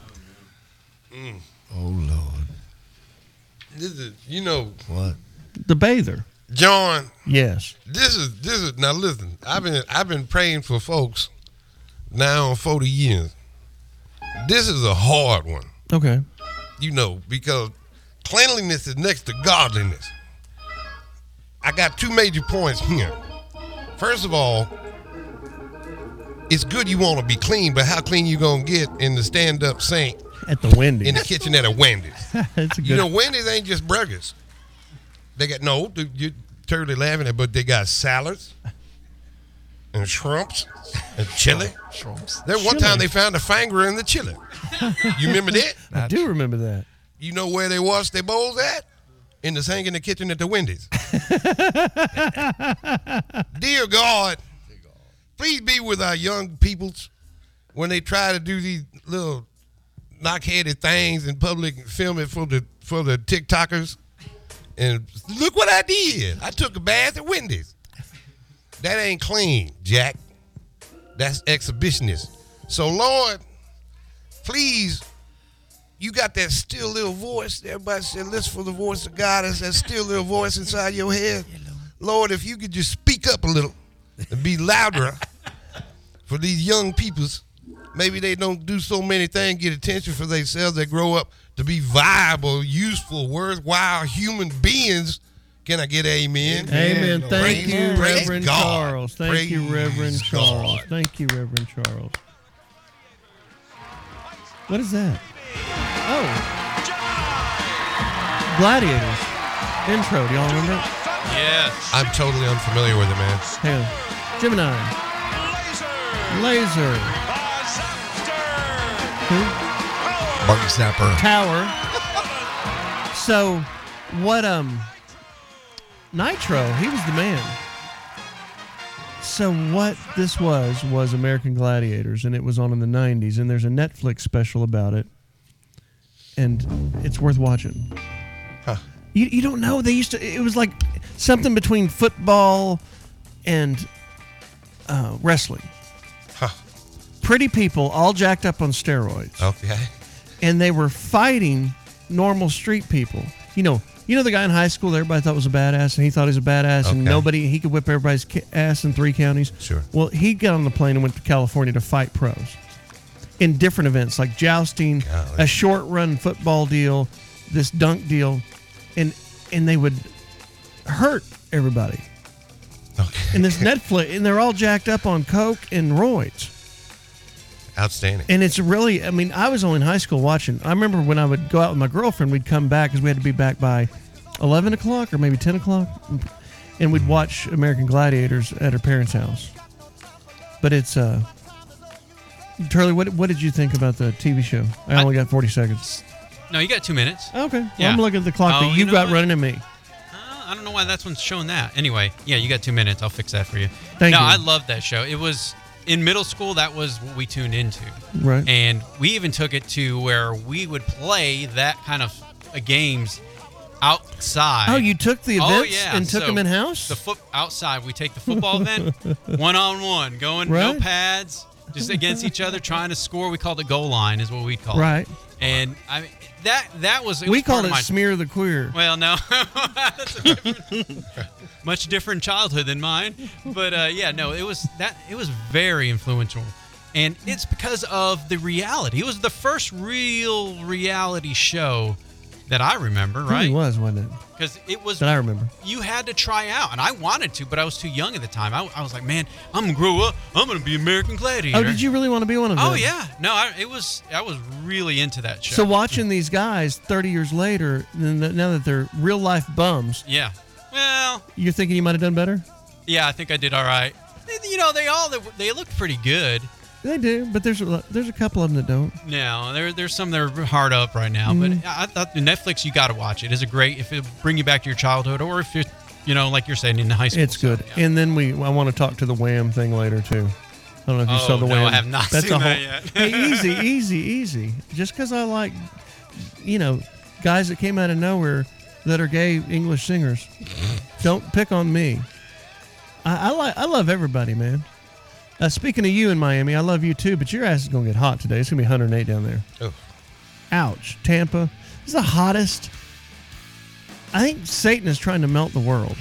[SPEAKER 2] Mm,
[SPEAKER 7] Oh, Lord.
[SPEAKER 11] This is, you know,
[SPEAKER 7] What?
[SPEAKER 3] The bather.
[SPEAKER 11] John,
[SPEAKER 3] Yes.
[SPEAKER 11] this is this is now listen. I've been I've been praying for folks now on 40 years. This is a hard one.
[SPEAKER 3] Okay.
[SPEAKER 11] you know, because cleanliness is next to godliness. I got two major points here. First of all, it's good you want to be clean, but how clean you gonna get in the stand-up sink
[SPEAKER 3] At the Wendy's.
[SPEAKER 11] in the kitchen at a Wendy's?
[SPEAKER 3] That's a good.
[SPEAKER 11] You know, Wendy's ain't just burgers. They got no, dude, you're totally laughing at, but they got salads and shrimps and chili.
[SPEAKER 7] Trumps.
[SPEAKER 11] There one time they found a finger in the chili. You remember that?
[SPEAKER 3] I do remember that.
[SPEAKER 11] You know where they wash their bowls at? In the sink in the kitchen at the Wendy's. Dear God, please be with our young peoples when they try to do these little knockheaded things in public and film it for the for the TikTokers. And look what I did. I took a bath at Wendy's. That ain't clean, Jack. That's exhibitionist. So Lord, please you got that still little voice. Everybody said, listen for the voice of God. It's that still little voice inside your head. Lord, if you could just speak up a little and be louder for these young peoples, maybe they don't do so many things, get attention for themselves. They grow up to be viable, useful, worthwhile human beings. Can I get amen?
[SPEAKER 3] Amen. Thank
[SPEAKER 11] Praise-
[SPEAKER 3] you,
[SPEAKER 11] praise
[SPEAKER 3] Reverend
[SPEAKER 11] God.
[SPEAKER 3] Charles. Thank you,
[SPEAKER 11] Praise
[SPEAKER 3] Reverend Charles.
[SPEAKER 11] God.
[SPEAKER 3] Thank you, Reverend Charles. What is that? Oh. Gladiators. Intro. Do y'all remember it?
[SPEAKER 15] Yes.
[SPEAKER 11] I'm totally unfamiliar with it, man.
[SPEAKER 3] Hang on. Gemini. Laser. Who?
[SPEAKER 7] Bug snapper.
[SPEAKER 3] Tower. So, what, um, Nitro, he was the man. So what this was was American Gladiators, and it was on in the '90s, and there's a Netflix special about it, and it's worth watching. You, you don't know they used to. It was like something between football and uh, wrestling. Pretty people, all jacked up on steroids
[SPEAKER 11] Okay.
[SPEAKER 3] and they were fighting normal street people. You know, you know the guy in high school that everybody thought was a badass, and he thought he was a badass, and
[SPEAKER 11] Okay.
[SPEAKER 3] nobody he could whip everybody's ca- ass in three counties.
[SPEAKER 11] Sure.
[SPEAKER 3] Well, he got on the plane and went to California to fight pros in different events like jousting, a short run football deal, this dunk deal, and and they would hurt everybody. Okay. And this Netflix, and they're all jacked up on coke and roids.
[SPEAKER 11] Outstanding.
[SPEAKER 3] And it's really, I mean, I was only in high school watching. I remember when I would go out with my girlfriend, we'd come back because we had to be back by 11 o'clock or maybe 10 o'clock. And we'd watch American Gladiators at her parents' house. But it's, uh, Turley, what, what did you think about the TV show? I only got 40 seconds.
[SPEAKER 28] No, you got two minutes.
[SPEAKER 3] Okay. Well,
[SPEAKER 28] Yeah.
[SPEAKER 3] I'm looking at the clock
[SPEAKER 28] Oh,
[SPEAKER 3] that
[SPEAKER 28] you
[SPEAKER 3] you've
[SPEAKER 28] know
[SPEAKER 3] got
[SPEAKER 28] what?
[SPEAKER 3] running at me.
[SPEAKER 28] I don't know why that's one's showing that. Anyway, yeah, you got two minutes. I'll fix that for you.
[SPEAKER 3] Thank
[SPEAKER 28] no,
[SPEAKER 3] you.
[SPEAKER 28] I love that show. It was in middle school. That was what we tuned into.
[SPEAKER 3] Right.
[SPEAKER 28] And we even took it to where we would play that kind of uh, games outside.
[SPEAKER 3] Oh, you took the
[SPEAKER 28] Oh,
[SPEAKER 3] events
[SPEAKER 28] yeah.
[SPEAKER 3] and took
[SPEAKER 28] So
[SPEAKER 3] them in-house?
[SPEAKER 28] The foot outside. We take the football event one on one, going no
[SPEAKER 3] Right.
[SPEAKER 28] pads, just against each other, trying to score. We called it goal line, is what we called
[SPEAKER 3] Right.
[SPEAKER 28] it. And I mean, that that was it
[SPEAKER 3] we
[SPEAKER 28] was part
[SPEAKER 3] called
[SPEAKER 28] of
[SPEAKER 3] it
[SPEAKER 28] my-
[SPEAKER 3] Smear the Queer.
[SPEAKER 28] well, no, that's a different, much different childhood than mine. But uh, yeah, no, it was that it was very influential, and it's because of the reality. It was the first real reality show that I remember,
[SPEAKER 3] It really
[SPEAKER 28] right?
[SPEAKER 3] was, wasn't it?
[SPEAKER 28] Because it was
[SPEAKER 3] That I remember.
[SPEAKER 28] You had to try out, and I wanted to, but I was too young at the time. I, I was like, man, I'm gonna grow up. I'm gonna be American Gladiator.
[SPEAKER 3] Oh, did you really want to be one of them?
[SPEAKER 28] Oh yeah, no, I, it was. I was really into that show.
[SPEAKER 3] So watching these guys 30 years later, n- n- now that they're real life bums,
[SPEAKER 28] yeah, well.
[SPEAKER 3] you're thinking you might have done better.
[SPEAKER 28] Yeah, I think I did all right. They- You know, they all they, they look pretty good.
[SPEAKER 3] They do, but there's a lo- there's a couple of them that don't.
[SPEAKER 28] Now there there's some that are hard up right now,
[SPEAKER 3] Mhm.
[SPEAKER 28] but I I thought the Netflix you got to watch it. It's a great if it bring you back to your childhood, or if you you know like you're saying in high school.
[SPEAKER 3] It's good. And then we I want to talk to the Wham thing later too. I don't know if you saw
[SPEAKER 28] Oh,
[SPEAKER 3] the
[SPEAKER 28] no,
[SPEAKER 3] Wham.
[SPEAKER 28] I have not
[SPEAKER 3] That's
[SPEAKER 28] seen
[SPEAKER 3] a whole,
[SPEAKER 28] that yet.
[SPEAKER 3] hey, easy, easy, easy. Just because I like, you know, guys that came out of nowhere that are gay English singers, don't pick on me. I, I like I love everybody, man. Uh, speaking of you in Miami, I love you too, but your ass is gonna get hot today. It's gonna be 108 down there.
[SPEAKER 11] Oh.
[SPEAKER 3] Ouch, Tampa. This is the hottest. I think Satan is trying to melt the world.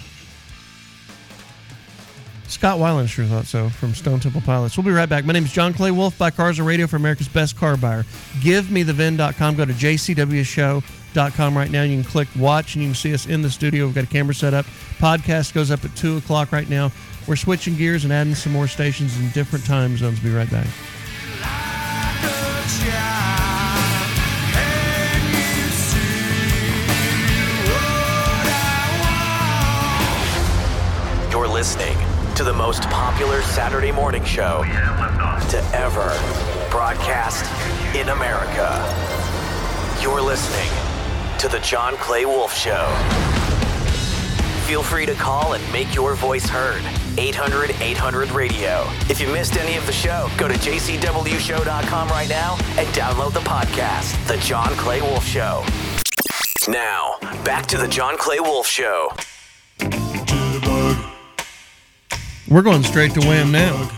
[SPEAKER 3] Scott Weiland sure thought so from Stone Temple Pilots. We'll be right back. My name is John Clay Wolf. Buy cars and radio for America's best car buyer. Give me the VIN.com. Go to jcwshow.com right now. You can click watch and you can see us in the studio. We've got a camera set up. Podcast goes up at 2 o'clock right now. We're switching gears and adding some more stations in different time zones. Be right back.
[SPEAKER 1] You're listening to the most popular Saturday morning show to ever broadcast in America. You're listening to The John Clay Wolf Show. Feel free to call and make your voice heard. 800 800 radio. If you missed any of the show, go to jcwshow.com right now and download the podcast, The John Clay Wolf Show. Now, back to The John Clay Wolf Show.
[SPEAKER 3] We're going straight to Wham now.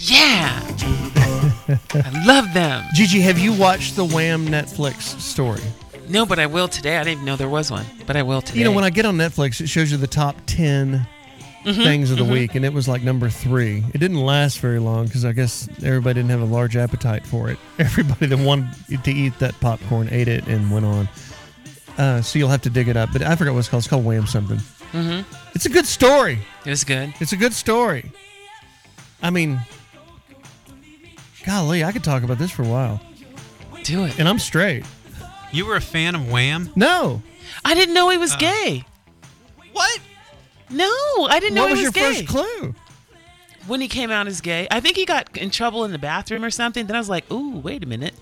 [SPEAKER 6] Yeah. Um, I love them.
[SPEAKER 3] Gigi, have you watched the Wham Netflix story?
[SPEAKER 6] No, but I will today. I didn't even know there was one, but I will today.
[SPEAKER 3] You know, when I get on Netflix, it shows you the top 10
[SPEAKER 6] Mhm,
[SPEAKER 3] things of the
[SPEAKER 6] mhm.
[SPEAKER 3] week, and it was like number three. It didn't last very long because I guess everybody didn't have a large appetite for it. Everybody that wanted to eat that popcorn ate it and went on. Uh, so you'll have to dig it up. But I forgot what it's called. It's called Wham Something.
[SPEAKER 4] Mm-hmm.
[SPEAKER 6] Mhm.
[SPEAKER 3] It's a good story.
[SPEAKER 6] It's good.
[SPEAKER 3] It's a good story. I mean, golly, I could talk about this for a while.
[SPEAKER 6] Do it.
[SPEAKER 3] And I'm straight.
[SPEAKER 28] You were a fan of Wham?
[SPEAKER 3] No.
[SPEAKER 6] I didn't know he was
[SPEAKER 28] Uh,
[SPEAKER 6] gay. What? No, I didn't know
[SPEAKER 3] What
[SPEAKER 6] he
[SPEAKER 3] was
[SPEAKER 6] was
[SPEAKER 3] your
[SPEAKER 6] gay.
[SPEAKER 3] first clue?
[SPEAKER 6] When he came out as gay, I think he got in trouble in the bathroom or something. Then I was like, "Ooh, wait a minute."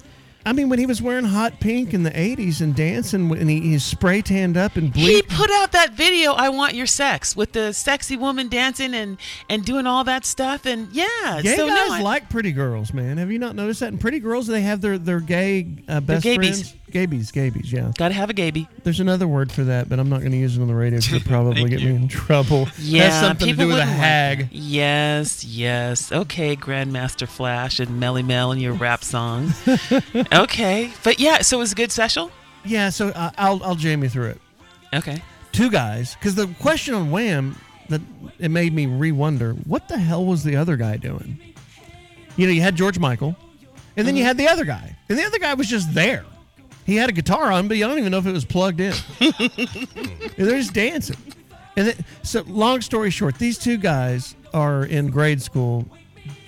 [SPEAKER 3] I mean, when he was wearing hot pink in the '80s and dancing, and he, he spray tanned up and
[SPEAKER 6] He
[SPEAKER 3] bleached.
[SPEAKER 6] put out that video, "I Want Your Sex," with the sexy woman dancing and and doing all that stuff. And yeah,
[SPEAKER 3] Gay
[SPEAKER 6] so
[SPEAKER 3] guys
[SPEAKER 6] no, I-
[SPEAKER 3] like pretty girls, man. Have you not noticed that? And pretty girls, they have their their gay uh, best
[SPEAKER 6] They're gaybies.
[SPEAKER 3] friends. Gabies, gabies, yeah.
[SPEAKER 6] Gotta have a gaby.
[SPEAKER 3] There's another word for that, but I'm not going to use it on the radio because it'll probably get me in trouble.
[SPEAKER 6] yeah,
[SPEAKER 3] That's something to
[SPEAKER 6] people
[SPEAKER 3] do with a
[SPEAKER 6] wouldn't like
[SPEAKER 3] hag.
[SPEAKER 6] that. Yes, yes. Okay, Grandmaster Flash and Melly Mel and your rap song. okay, but yeah, so it was a good session.
[SPEAKER 3] Yeah, so uh, I'll I'll jam you through it.
[SPEAKER 6] Okay.
[SPEAKER 3] Two guys, because the question on Wham that it made me re wonder what the hell was the other guy doing. You know, you had George Michael, and
[SPEAKER 6] Mm-hmm.
[SPEAKER 3] then you had the other guy, and the other guy was just there. He had a guitar on, but I don't even know if it was plugged in. And they're just dancing. And then, so, long story short, these two guys are in grade school.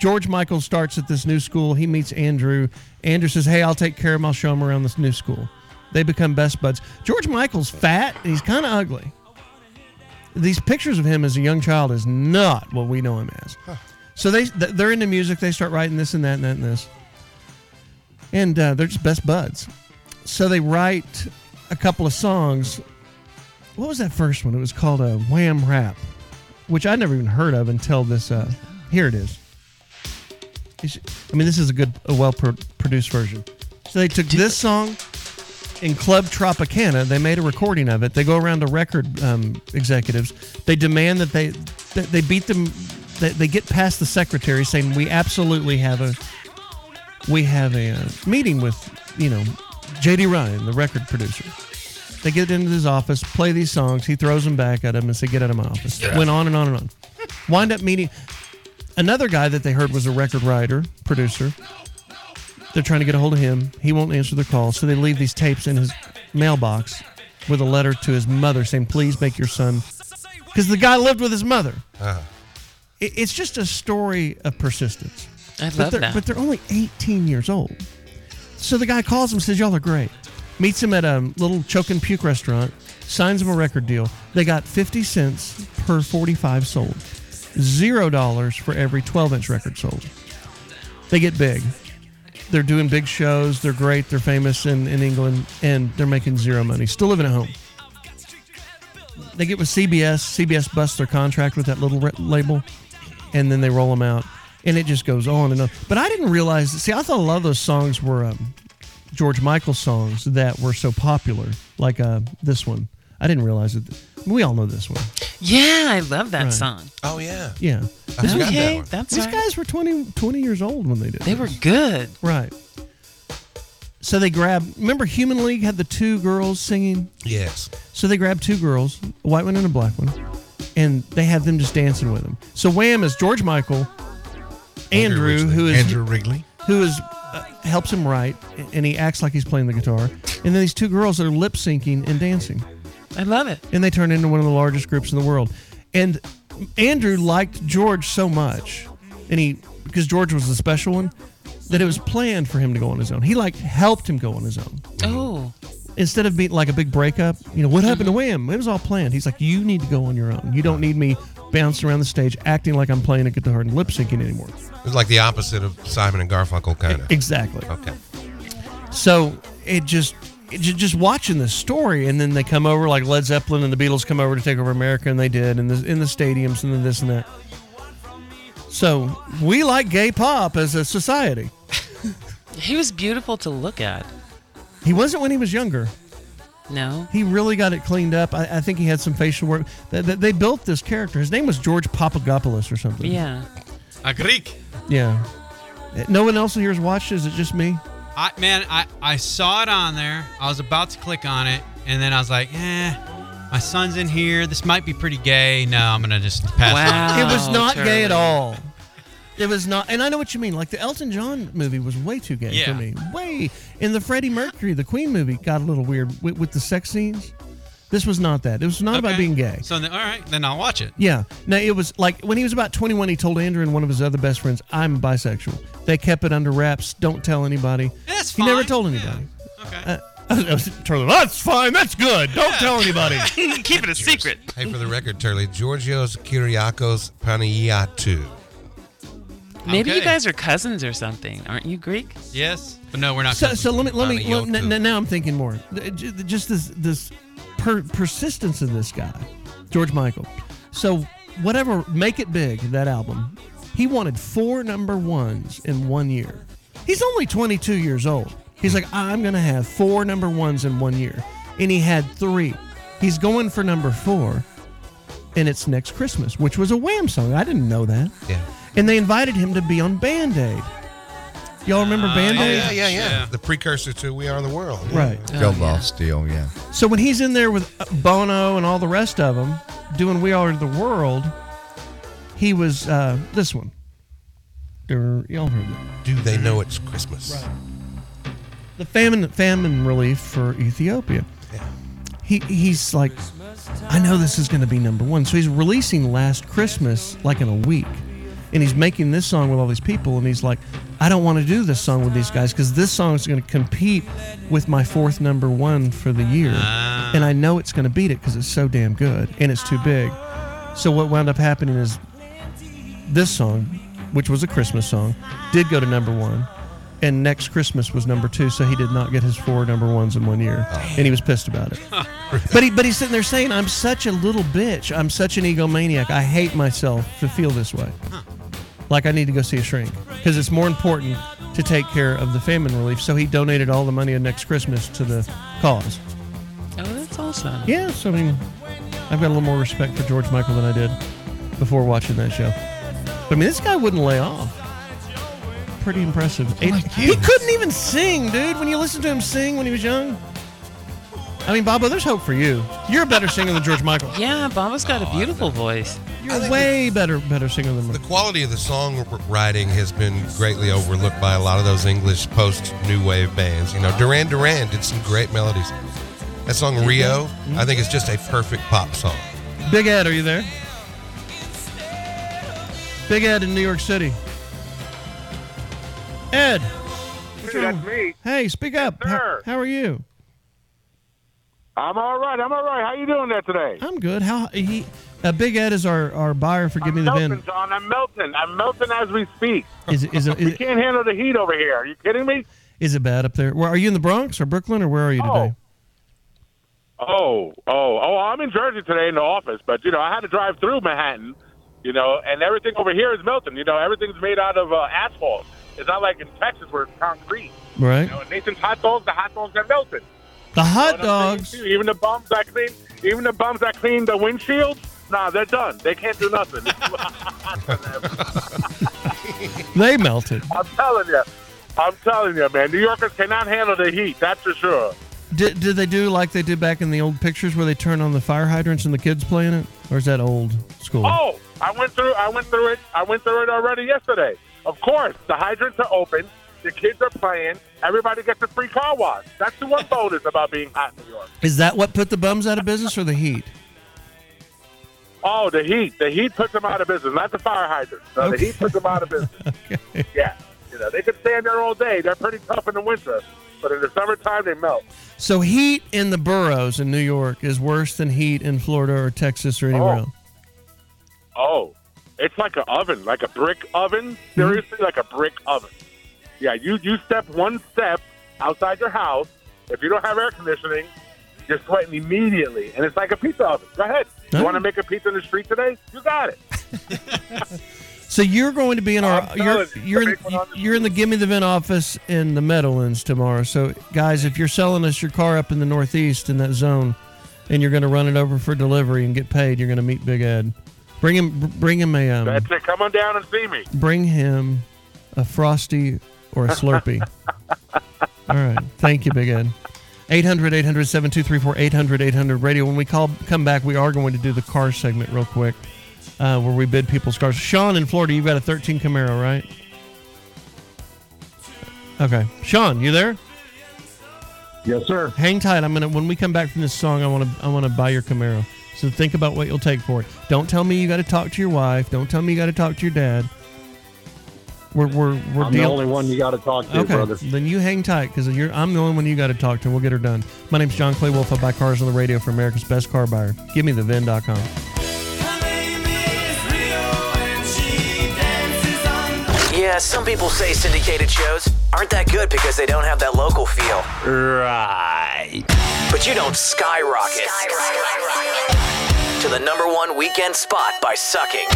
[SPEAKER 3] George Michael starts at this new school. He meets Andrew. Andrew says, Hey, I'll take care of him. I'll show him around this new school. They become best buds. George Michael's fat and he's kind of ugly. These pictures of him as a young child is not what we know him as. So they th- they're into music. They start writing this and that and that and this, and uh, they're just best buds. So they write a couple of songs. What was that first one? It was called a Wham Rap, which I never even heard of until this. Uh, here it is. It's- I mean, this is a good, a well pro- produced version. So they took this song in Club Tropicana. They made a recording of it. They go around to record um, executives. They demand that they that they beat them. That they get past the secretary saying we absolutely have a we have a uh, meeting with you know J.D. Ryan, the record producer. They get into his office, play these songs. He throws them back at him and say, "Get out of my office."
[SPEAKER 29] Yeah.
[SPEAKER 3] Went on and on and on. Wind up meeting another guy that they heard was a record writer producer. They're trying to get a hold of him. He won't answer their call, so they leave these tapes in his mailbox with a letter to his mother saying, "Please make your son," because the guy lived with his mother. It- It's just a story of persistence.
[SPEAKER 6] I
[SPEAKER 3] but
[SPEAKER 6] love
[SPEAKER 3] they're,
[SPEAKER 6] that.
[SPEAKER 3] But they're only 18 years old. So the guy calls him, says, "Y'all are great." Meets him at a little choke and puke restaurant, signs him a record deal. They got 50 cents per 45 sold, zero dollars for every 12-inch record sold. They get big. They're doing big shows. They're great. They're famous in, in England, and they're making zero money. Still living at home they get with CBS. CBS busts their contract with that little re- label, and then they roll them out, and it just goes on and on. But I didn't realize. See, I thought a lot of those songs were um, George Michael songs that were so popular, like uh, this one. I didn't realize it. We all know this one.
[SPEAKER 6] Yeah, I love that
[SPEAKER 3] Right.
[SPEAKER 6] song.
[SPEAKER 11] Oh yeah.
[SPEAKER 3] Yeah.
[SPEAKER 6] I
[SPEAKER 3] This
[SPEAKER 6] forgot
[SPEAKER 3] was-
[SPEAKER 6] that one. that's
[SPEAKER 3] these
[SPEAKER 6] right.
[SPEAKER 3] guys were 20, 20 years old when they did. They
[SPEAKER 6] were good.
[SPEAKER 3] Right. So they grab. Remember, Human League had the two girls singing.
[SPEAKER 11] Yes.
[SPEAKER 3] So they grabbed two girls, a white one and a black one, and they had them just dancing with them. So Wham is George Michael, Andrew, who is
[SPEAKER 7] Andrew Wrigley,
[SPEAKER 3] who is uh, helps him write, a- and he acts like he's playing the guitar. And then these two girls are lip syncing and dancing.
[SPEAKER 6] I love it.
[SPEAKER 3] And they turn into one of the largest groups in the world. And Andrew liked George so much, and he because George was the special one, that it was planned for him to go on his own. He like helped him go on his own
[SPEAKER 6] Oh,
[SPEAKER 3] instead of being like a big breakup, you know, what happened to Wham? It was all planned. He's like, you need to go on your own. You don't need me bouncing around the stage acting like I'm playing a guitar and lip syncing anymore.
[SPEAKER 11] It's like the opposite of Simon and Garfunkel, kind of.
[SPEAKER 3] Exactly.
[SPEAKER 11] Okay.
[SPEAKER 3] So it just. it ju- Just watching this story, and then they come over like Led Zeppelin and the Beatles come over to take over America, and they did, and the, in the stadiums, and then this and that. So we like gay pop as a society.
[SPEAKER 6] he was beautiful to look at.
[SPEAKER 3] He wasn't when he was younger.
[SPEAKER 6] No.
[SPEAKER 3] He really got it cleaned up. I, I think he had some facial work. They, they, they built this character. His name was George Papagopoulos or something.
[SPEAKER 6] Yeah.
[SPEAKER 28] A Greek.
[SPEAKER 3] Yeah. No one else here has watched. it? Is it just me?
[SPEAKER 28] I man, I, I saw it on there. I was about to click on it, and then I was like, eh, my son's in here. This might be pretty gay. No, I'm gonna just pass. on.
[SPEAKER 3] It was not gay at all. It was not, and I know what you mean. Like the Elton John movie was way too gay
[SPEAKER 28] Yeah.
[SPEAKER 3] for me. Way. And the Freddie Mercury, the Queen movie, got a little weird with, with the sex scenes. This was not that. It was not about
[SPEAKER 28] Okay.
[SPEAKER 3] being gay.
[SPEAKER 28] So then, all right, then I'll watch it.
[SPEAKER 3] Yeah. No, it was like when he was about 21, he told Andrew and one of his other best friends, I'm bisexual. They kept it under wraps. Don't tell anybody. That's fine. He never told anybody. Okay. Uh, I was- I was- Turtle, that's fine. That's good. Don't tell anybody.
[SPEAKER 6] Keep it a secret.
[SPEAKER 11] Hey, for the record, Turley, Georgios Kyriakos Panayiotou.
[SPEAKER 6] Maybe you
[SPEAKER 28] Okay.
[SPEAKER 6] guys are cousins or something. Aren't you Greek?
[SPEAKER 28] Yes, but no, we're not.
[SPEAKER 3] So,
[SPEAKER 28] cousins.
[SPEAKER 3] so let me let
[SPEAKER 28] I'm
[SPEAKER 3] me
[SPEAKER 28] a
[SPEAKER 3] let,
[SPEAKER 28] Yolku.
[SPEAKER 3] n- n- now I'm thinking more. Th- j- Just this this per- persistence in this guy, George Michael. So whatever, make it big that album. He wanted four number ones in one year. He's only 22 years old. He's like, I'm gonna have four number ones in one year, and he had three. He's going for number four, and it's next Christmas, which was a Wham song. I didn't know that.
[SPEAKER 11] Yeah.
[SPEAKER 3] And they invited him to be on Band Aid. Y'all remember
[SPEAKER 6] Ah,
[SPEAKER 3] Band Aid?
[SPEAKER 11] Uh, Oh, yeah, yeah, yeah, The precursor to We Are the World.
[SPEAKER 3] Right.
[SPEAKER 7] Go boss deal, yeah.
[SPEAKER 3] So when he's in there with Bono and all the rest of them doing "We Are the World," he was uh, this one. Er, Y'all heard that?
[SPEAKER 11] Do they know it's Christmas?
[SPEAKER 3] The famine famine relief for Ethiopia. He he's like, I know this is going to be number one. So he's releasing "Last Christmas" like in a week, and he's making this song with all these people, and he's like, I don't want to do this song with these guys because this song is going to compete with my fourth number one for the year, and I know it's going to beat it because it's so damn good and it's too big. So what wound up happening is this song, which was a Christmas song, did go to number one. And next Christmas was number two, so he did not get his four number ones in one year, and he was pissed about it. but he, but he's sitting there saying, "I'm such a little bitch. I'm such an egomaniac. I hate myself to feel this way. Like I need to go see a shrink because it's more important to take care of the famine relief." So he donated all the money of next Christmas to the cause.
[SPEAKER 6] Oh, that's awesome.
[SPEAKER 3] Yeah, so I mean, I've got a little more respect for George Michael than I did before watching that show. But I mean, this guy wouldn't lay off. Pretty impressive. Eight- he couldn't even sing, dude. When you listen to him sing when he was young, I mean, Bobo, there's hope for you. You're a better singer than George Michael.
[SPEAKER 6] Yeah, Bobo's
[SPEAKER 28] Oh,
[SPEAKER 6] got a beautiful voice.
[SPEAKER 3] You're way better, better singer than
[SPEAKER 11] The quality of the songwriting has been greatly overlooked by a lot of those English post new wave bands. You know, Duran Duran did some great melodies. That song
[SPEAKER 3] Mm-hmm.
[SPEAKER 11] Rio, I think, is just a perfect pop song.
[SPEAKER 3] Big Ed. Are you there? Big Ed in New York City. Ed. what's
[SPEAKER 29] that's
[SPEAKER 3] wrong?
[SPEAKER 29] me.
[SPEAKER 3] Hey, speak up. How-
[SPEAKER 29] sir.
[SPEAKER 3] how are you?
[SPEAKER 29] I'm all right. I'm all right. How you doing there today?
[SPEAKER 3] I'm good. How he? Uh, Big Ed is our, our buyer for Give Me the
[SPEAKER 29] melting,
[SPEAKER 3] Vin.
[SPEAKER 29] John. I'm melting. I'm melting as we speak.
[SPEAKER 3] Is it is it,
[SPEAKER 29] we
[SPEAKER 3] is, it,
[SPEAKER 29] can't handle the heat over here. Are you kidding me?
[SPEAKER 3] is it bad up there? Where are you in the Bronx or Brooklyn or where are you today?
[SPEAKER 29] Oh, oh, oh! I'm in Jersey today in the office, but you know I had to drive through Manhattan, you know, and everything over here is melting. You know, everything's made out of uh, asphalt. It's not like in Texas where it's concrete.
[SPEAKER 3] Right.
[SPEAKER 29] You know, Nathan's hot dogs. The hot dogs are melted.
[SPEAKER 3] The hot
[SPEAKER 29] You know what I'm
[SPEAKER 3] dogs.
[SPEAKER 29] saying, too? Even the bums that clean, even the bums that clean the windshield. Nah, they're done. They can't do nothing.
[SPEAKER 3] They melted.
[SPEAKER 29] I'm telling you. I'm telling you, man. New Yorkers cannot handle the heat. That's for sure.
[SPEAKER 3] Did, did they do like they did back in the old pictures where they turn on the fire hydrants and the kids playing it, or is that old school?
[SPEAKER 29] Oh, I went through. I went through it. I went through it already yesterday. Of course, the hydrants are open. The kids are playing. Everybody gets a free car wash. That's the one bonus about being hot in New York.
[SPEAKER 3] Is that what put the bums out of business or the heat?
[SPEAKER 29] Oh, the heat. The heat puts them out of business. Not the fire hydrants. No, The heat puts them out of business. Yeah. You know, they can stand there all day. They're pretty tough in the winter, but in the summertime they melt.
[SPEAKER 3] So heat in the boroughs in New York is worse than heat in Florida or Texas or anywhere else.
[SPEAKER 29] Oh, it's like an oven, like a brick oven. Seriously, like a brick oven. Yeah, you you step one step outside your house. If you don't have air conditioning, you're sweating immediately, and it's like a pizza oven. Go ahead. You want to make a pizza in the street today? You got it.
[SPEAKER 3] So you're going to be in our
[SPEAKER 29] I'm
[SPEAKER 3] you're
[SPEAKER 29] telling you,
[SPEAKER 3] you're in,
[SPEAKER 29] the big one on the
[SPEAKER 3] you're in the Gimme the Vent office in the Meadowlands tomorrow. So guys, if you're selling us your car up in the Northeast in that zone, and you're going to run it over for delivery and get paid, you're going to meet Big Ed. Bring him bring him a um,
[SPEAKER 29] That's it. Come on down and see me.
[SPEAKER 3] bring him a frosty or a Slurpee. All right, thank you, Big Ed. 800 800 7234 800 800 radio. When we call come back, we are going to do the car segment real quick, uh, where we bid people's cars. Sean in Florida, you've got a 13 Camaro, right? Okay, Sean, you there?
[SPEAKER 30] Yes, sir.
[SPEAKER 3] Hang tight. I'm gonna when we come back from this song, I want to I want to buy your Camaro. So think about what you'll take for it. Don't tell me you got to talk to your wife. Don't tell me you got to talk to your dad. We're we're we're
[SPEAKER 30] I'm the
[SPEAKER 3] deal-
[SPEAKER 30] only one you got to talk to,
[SPEAKER 3] okay,
[SPEAKER 30] brother.
[SPEAKER 3] then you hang tight because you're. I'm the only one you got to talk to. We'll get her done. My name's John Clay Wolf. I buy cars on the radio for America's best car buyer. Give me the VIN.com.
[SPEAKER 1] If Yeah, some people say syndicated shows aren't that good because they don't have that local feel.
[SPEAKER 31] Right.
[SPEAKER 1] But you don't skyrocket, to the number one weekend spot by sucking.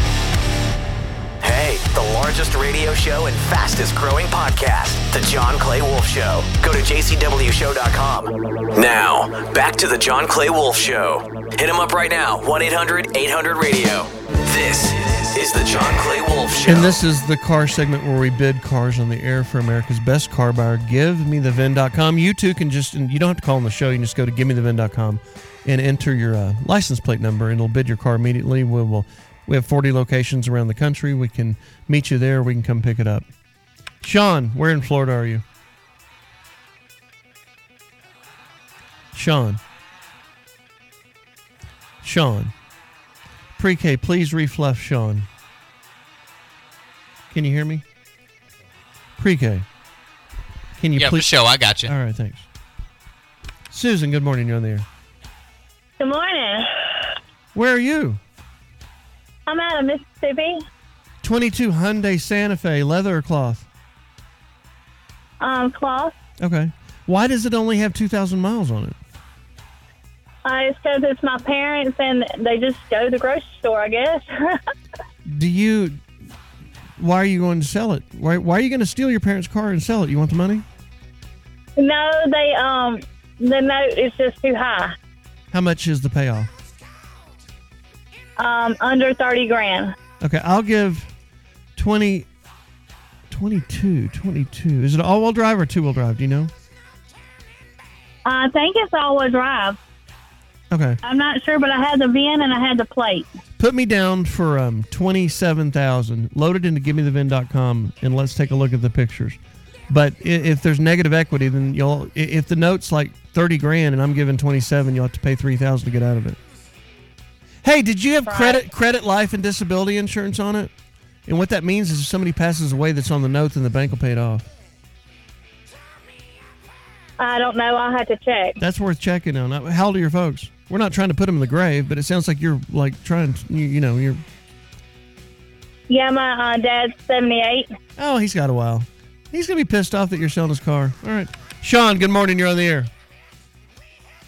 [SPEAKER 1] Hey, the largest radio show and fastest growing podcast, The John Clay Wolf Show. Go to jcwshow.com. Now, back to The John Clay Wolf Show. Hit him up right now, 1 800 800 radio. This is The John Clay Wolf Show.
[SPEAKER 3] And this is the car segment where we bid cars on the air for America's best car buyer. Give me the VIN.com. You too can just, and you don't have to call on the show. You can just go to give me the VIN.com and enter your uh, license plate number, and it'll bid your car immediately. We will. We have 40 locations around the country. We can meet you there. We can come pick it up. Sean, where in Florida are you? Sean. Sean. Pre K, please refluff Sean. Can you hear me? Pre K. Can you
[SPEAKER 15] Yeah, for
[SPEAKER 3] please?
[SPEAKER 15] sure. I got you.
[SPEAKER 3] All right, thanks. Susan, good morning. You're on the air.
[SPEAKER 17] Good morning.
[SPEAKER 3] Where are you?
[SPEAKER 17] I'm out of Mississippi.
[SPEAKER 3] 22 Hyundai Santa Fe, leather or cloth?
[SPEAKER 17] Um, cloth.
[SPEAKER 3] Okay. Why does it only have 2,000 miles on it?
[SPEAKER 17] I said it's my parents, and they just go to the grocery store, I guess.
[SPEAKER 3] Do you? Why are you going to sell it? Why, why are you going to steal your parents' car and sell it? You want the money?
[SPEAKER 17] no, they um, the note is just too high.
[SPEAKER 3] How much is the payoff?
[SPEAKER 17] Um, under thirty grand.
[SPEAKER 3] Okay, I'll give 20, 22, 22. Is it all wheel drive or two wheel drive? Do you know?
[SPEAKER 17] I think it's all-wheel drive.
[SPEAKER 3] Okay.
[SPEAKER 17] I'm not sure, but I had the VIN and I had the plate.
[SPEAKER 3] Put me down for um, 27,000. Load it into givemethevin.com and let's take a look at the pictures. But i- if there's negative equity, then you'll, i- if the note's like 30 grand and I'm giving 27, you'll have to pay 3,000 to get out of it. Hey, did you have credit, credit life and disability insurance on it? And what that means is if somebody passes away that's on the note, then the bank will pay it off.
[SPEAKER 17] I don't know. I'll have to check.
[SPEAKER 3] That's worth checking on. How old are your folks? We're not trying to put them in the grave, but it sounds like you're like trying. To, you, you know, you're.
[SPEAKER 17] Yeah, my uh, dad's seventy-eight.
[SPEAKER 3] Oh, he's got a while. He's gonna be pissed off that you're selling his car. All right, Sean. Good morning. You're on the air.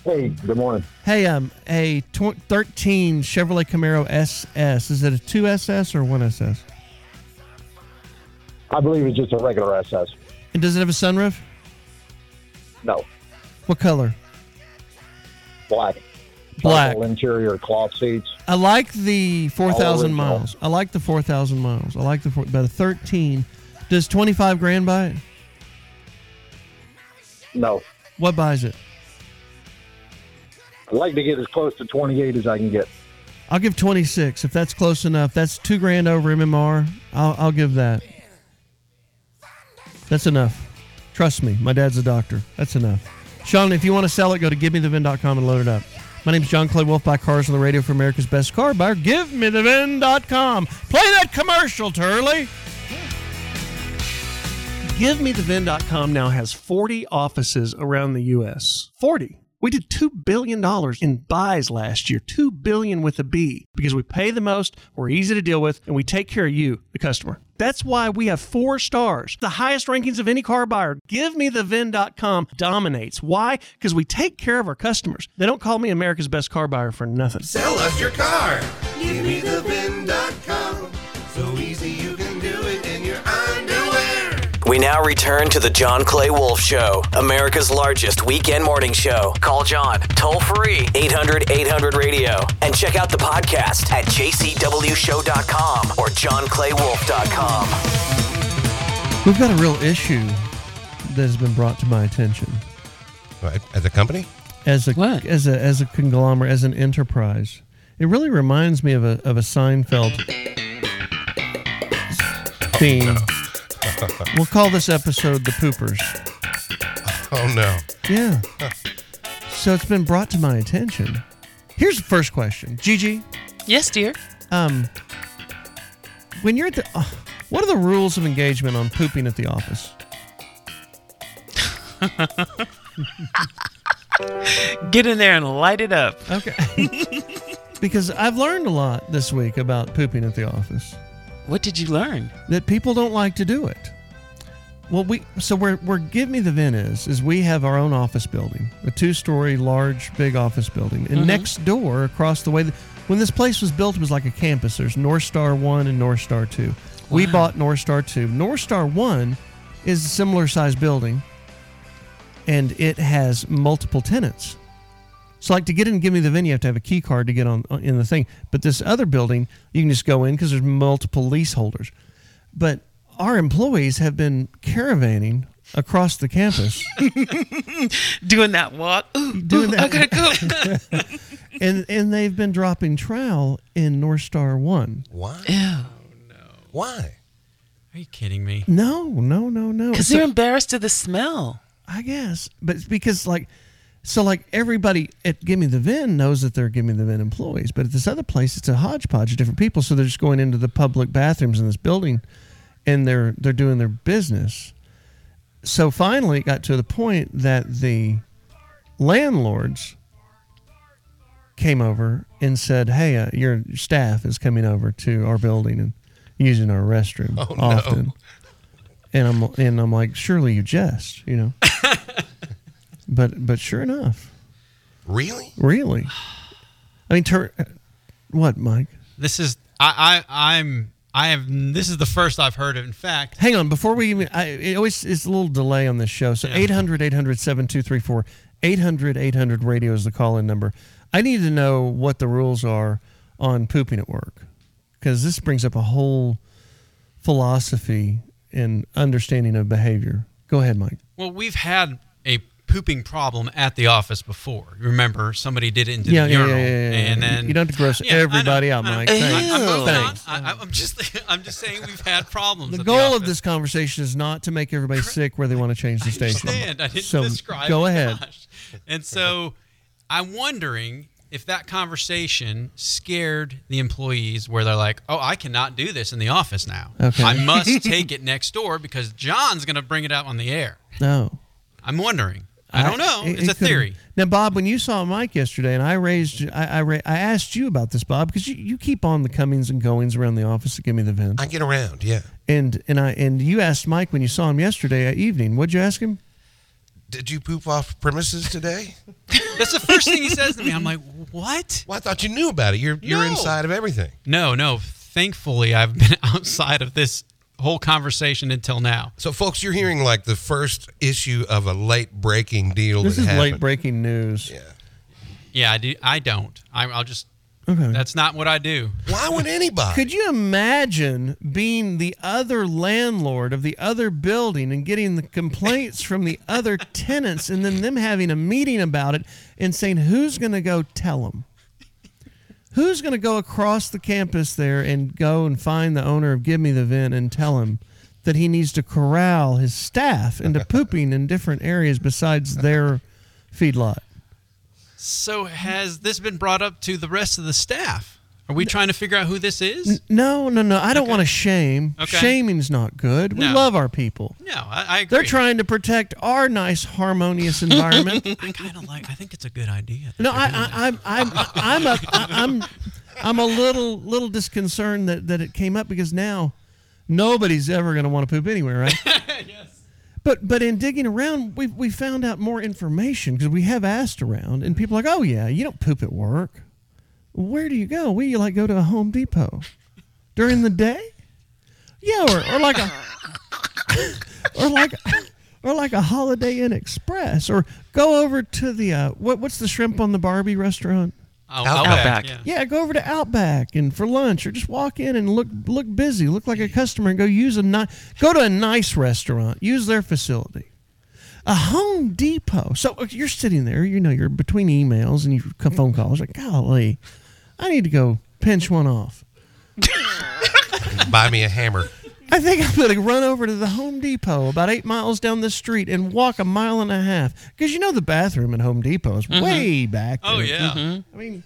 [SPEAKER 30] Hey, good morning.
[SPEAKER 3] Hey, um, a tw- 13 Chevrolet Camaro SS. Is it a 2SS or 1SS?
[SPEAKER 30] I believe it's just a regular SS.
[SPEAKER 3] And does it have a sunroof?
[SPEAKER 30] No,
[SPEAKER 3] What color?
[SPEAKER 30] black.
[SPEAKER 3] Black.
[SPEAKER 30] Charcoal interior, cloth seats.
[SPEAKER 3] I like the four thousand
[SPEAKER 30] original.
[SPEAKER 3] miles. I like the four thousand miles. I like the four, but a thirteen. Does twenty five grand buy it?
[SPEAKER 30] No,
[SPEAKER 3] What buys it?
[SPEAKER 30] I'd like to get as close to 28 as I can get.
[SPEAKER 3] I'll give 26 if that's close enough. That's two grand over MMR. I'll, I'll give that. That's enough. Trust me, my dad's a doctor. That's enough. Sean, if you want to sell it, go to givemethevin.com and load it up. My name's John Clay Wolf. Buy cars on the radio for America's best car buyer. GiveMeTheVin.com. Play that commercial, Turley. GiveMeTheVin.com now has 40 offices around the U.S. 40. We did $2 billion in buys last year. $2 billion with a B because we pay the most, we're easy to deal with, and we take care of you, the customer. That's why we have four stars, the highest rankings of any car buyer. GiveMeTheVin.com dominates. Why? Because we take care of our customers. They don't call me America's best car buyer for nothing.
[SPEAKER 1] Sell us your car.
[SPEAKER 31] Give me the VIN.com. So easy you can do it in your underwear.
[SPEAKER 1] We now return to the John Clay Wolf Show, America's largest weekend morning show. Call John toll free 800 800 radio and check out the podcast at jcwshow.com or johnclaywolf.com.
[SPEAKER 3] We've got a real issue that has been brought to my attention.
[SPEAKER 11] Right, at the company?
[SPEAKER 3] as a as a as a conglomerate as an enterprise. It really reminds me of a of a Seinfeld theme. We'll call this episode the poopers.
[SPEAKER 11] Oh no.
[SPEAKER 3] Yeah. So it's been brought to my attention. Here's the first question, Gigi.
[SPEAKER 6] Yes, dear.
[SPEAKER 3] Um, when you're at the, uh, what are the rules of engagement on pooping at the office?
[SPEAKER 6] Get in there and light it up.
[SPEAKER 3] Okay. because I've learned a lot this week about pooping at the office.
[SPEAKER 6] What did you learn?
[SPEAKER 3] That people don't like to do it. Well, we so where where Give Me the Vent is is we have our own office building, a two story large big office building, and
[SPEAKER 6] Mhm.
[SPEAKER 3] next door across the way, when this place was built, it was like a campus. There's North Star One and North Star Two. We bought North Star Two. North Star One is a similar size building, and it has multiple tenants. So, like to get in and give me the VIN, you have to have a key card to get on on- in the thing. But this other building, you can just go in because there's multiple leaseholders. But our employees have been caravanning across the campus,
[SPEAKER 6] Doing that walk. Ooh,
[SPEAKER 3] Doing
[SPEAKER 6] ooh,
[SPEAKER 3] that-
[SPEAKER 6] I gotta go.
[SPEAKER 3] and and they've been dropping trowel in North Star One.
[SPEAKER 11] Why?
[SPEAKER 6] Why?
[SPEAKER 28] Are you kidding me?
[SPEAKER 3] No, no, no, no.
[SPEAKER 6] Because
[SPEAKER 3] So-
[SPEAKER 6] they're embarrassed of the smell.
[SPEAKER 3] I guess, but it's because like, so like everybody at Gimme the Vin knows that they're Gimme the Vin employees, but at this other place, it's a hodgepodge of different people. So they're just going into the public bathrooms in this building, and they're they're doing their business. So finally, it got to the point that the landlords came over and said, "Hey, uh, your staff is coming over to our building and using our restroom
[SPEAKER 11] Oh, no.
[SPEAKER 3] often." And I'm and I'm like, "Surely you jest, you know." but but sure enough,
[SPEAKER 11] really,
[SPEAKER 3] really, I mean, tur what, Mike?
[SPEAKER 28] This is I I I'm I have this is the first I've heard of. In fact,
[SPEAKER 3] Hang on, before we even, I, it always it's a little delay on this show. So 800 800 7234 800 800 radio is the call in number. I need to know what the rules are on pooping at work because this brings up a whole philosophy and understanding of behavior. Go ahead, Mike.
[SPEAKER 28] well, we've had a pooping problem at the office before. Remember, somebody did it into
[SPEAKER 3] Yeah,
[SPEAKER 28] the
[SPEAKER 3] yeah,
[SPEAKER 28] urinal,
[SPEAKER 3] yeah, yeah, yeah.
[SPEAKER 28] and then
[SPEAKER 3] You don't have to gross everybody out, Mike. Thanks.
[SPEAKER 28] I'm, I'm
[SPEAKER 3] Thanks.
[SPEAKER 28] not- I, I'm just I'm just saying we've had problems.
[SPEAKER 3] The
[SPEAKER 28] at
[SPEAKER 3] goal
[SPEAKER 28] office.
[SPEAKER 3] of this conversation is not to make everybody sick where they want to change the station.
[SPEAKER 28] understand. I didn't
[SPEAKER 3] so
[SPEAKER 28] describe.
[SPEAKER 3] Go
[SPEAKER 28] it.
[SPEAKER 3] ahead.
[SPEAKER 28] Gosh. And so, I'm wondering if that conversation scared the employees, where they're like, "Oh, I cannot do this in the office now.
[SPEAKER 3] Okay.
[SPEAKER 28] I must take it next door because John's going to bring it out on the air."
[SPEAKER 3] No.
[SPEAKER 28] I'm wondering. I don't know.
[SPEAKER 3] it-
[SPEAKER 28] it's
[SPEAKER 3] it
[SPEAKER 28] a
[SPEAKER 3] could've-
[SPEAKER 28] theory.
[SPEAKER 3] Now, Bob, when you saw Mike yesterday, and I raised, I I, ra- I asked you about this, Bob, because you, you keep on the comings and goings around the office to give me the vent.
[SPEAKER 11] I get around, yeah.
[SPEAKER 3] And and I and you asked Mike when you saw him yesterday evening. What'd you ask him?
[SPEAKER 11] Did you poop off premises today?
[SPEAKER 28] That's the first thing he says to me. I'm like, "What?"
[SPEAKER 11] Well, I thought you knew about it. You're you're inside of everything.
[SPEAKER 28] No, no. Thankfully, I've been outside of this whole conversation until now.
[SPEAKER 11] So, folks, you're hearing like the first issue of a late breaking deal
[SPEAKER 3] This
[SPEAKER 11] that
[SPEAKER 3] is
[SPEAKER 11] happened.
[SPEAKER 3] late breaking news. Yeah.
[SPEAKER 28] Yeah, I do. I don't. I, I'll just.
[SPEAKER 3] Okay.
[SPEAKER 28] That's not what I do.
[SPEAKER 11] Why would anybody?
[SPEAKER 3] Could you imagine being the other landlord of the other building and getting the complaints from the other tenants and then them having a meeting about it and saying, who's going to go tell them? Who's going to go across the campus there and go and find the owner of Give Me the Vent and tell him that he needs to corral his staff into pooping in different areas besides their feedlot?
[SPEAKER 28] So has this been brought up to the rest of the staff? Are we trying to figure out who this is?
[SPEAKER 3] N- No, no, no. I don't want to shame.
[SPEAKER 28] Okay.
[SPEAKER 3] Shaming's not good. We
[SPEAKER 28] No.
[SPEAKER 3] love our people.
[SPEAKER 28] No, I, I agree.
[SPEAKER 3] They're trying to protect our nice, harmonious environment.
[SPEAKER 28] I kind of like. I think it's a good idea.
[SPEAKER 3] no, I, I, I'm, I'm, I'm, a, I- I'm, I'm a little, little disconcerted that that it came up because now nobody's ever going to want to poop anywhere, right? yes. But but in digging around, we we found out more information because we have asked around, and people are like, oh yeah, you don't poop at work. Where do you go? We like go to a Home Depot during the day. Yeah, or, or like a or like or like a Holiday Inn Express, or go over to the uh, what what's the shrimp on the Barbie restaurant?
[SPEAKER 28] Out- Outback, Outback.
[SPEAKER 3] Yeah.
[SPEAKER 28] yeah.
[SPEAKER 3] go over to Outback and for lunch, or just walk in and look look busy, look like a customer, and go use a ni- go to a nice restaurant, use their facility. A Home Depot. So uh, you're sitting there, you know, you're between emails and you c- phone calls. Like, golly, I need to go pinch one off.
[SPEAKER 11] Buy me a hammer.
[SPEAKER 3] I think I'm going to run over to the Home Depot about eight miles down the street and walk a mile and a half. Because you know the bathroom at Home Depot is
[SPEAKER 28] Mhm.
[SPEAKER 3] way back there. Mm-hmm.
[SPEAKER 28] Oh yeah.
[SPEAKER 3] I mean,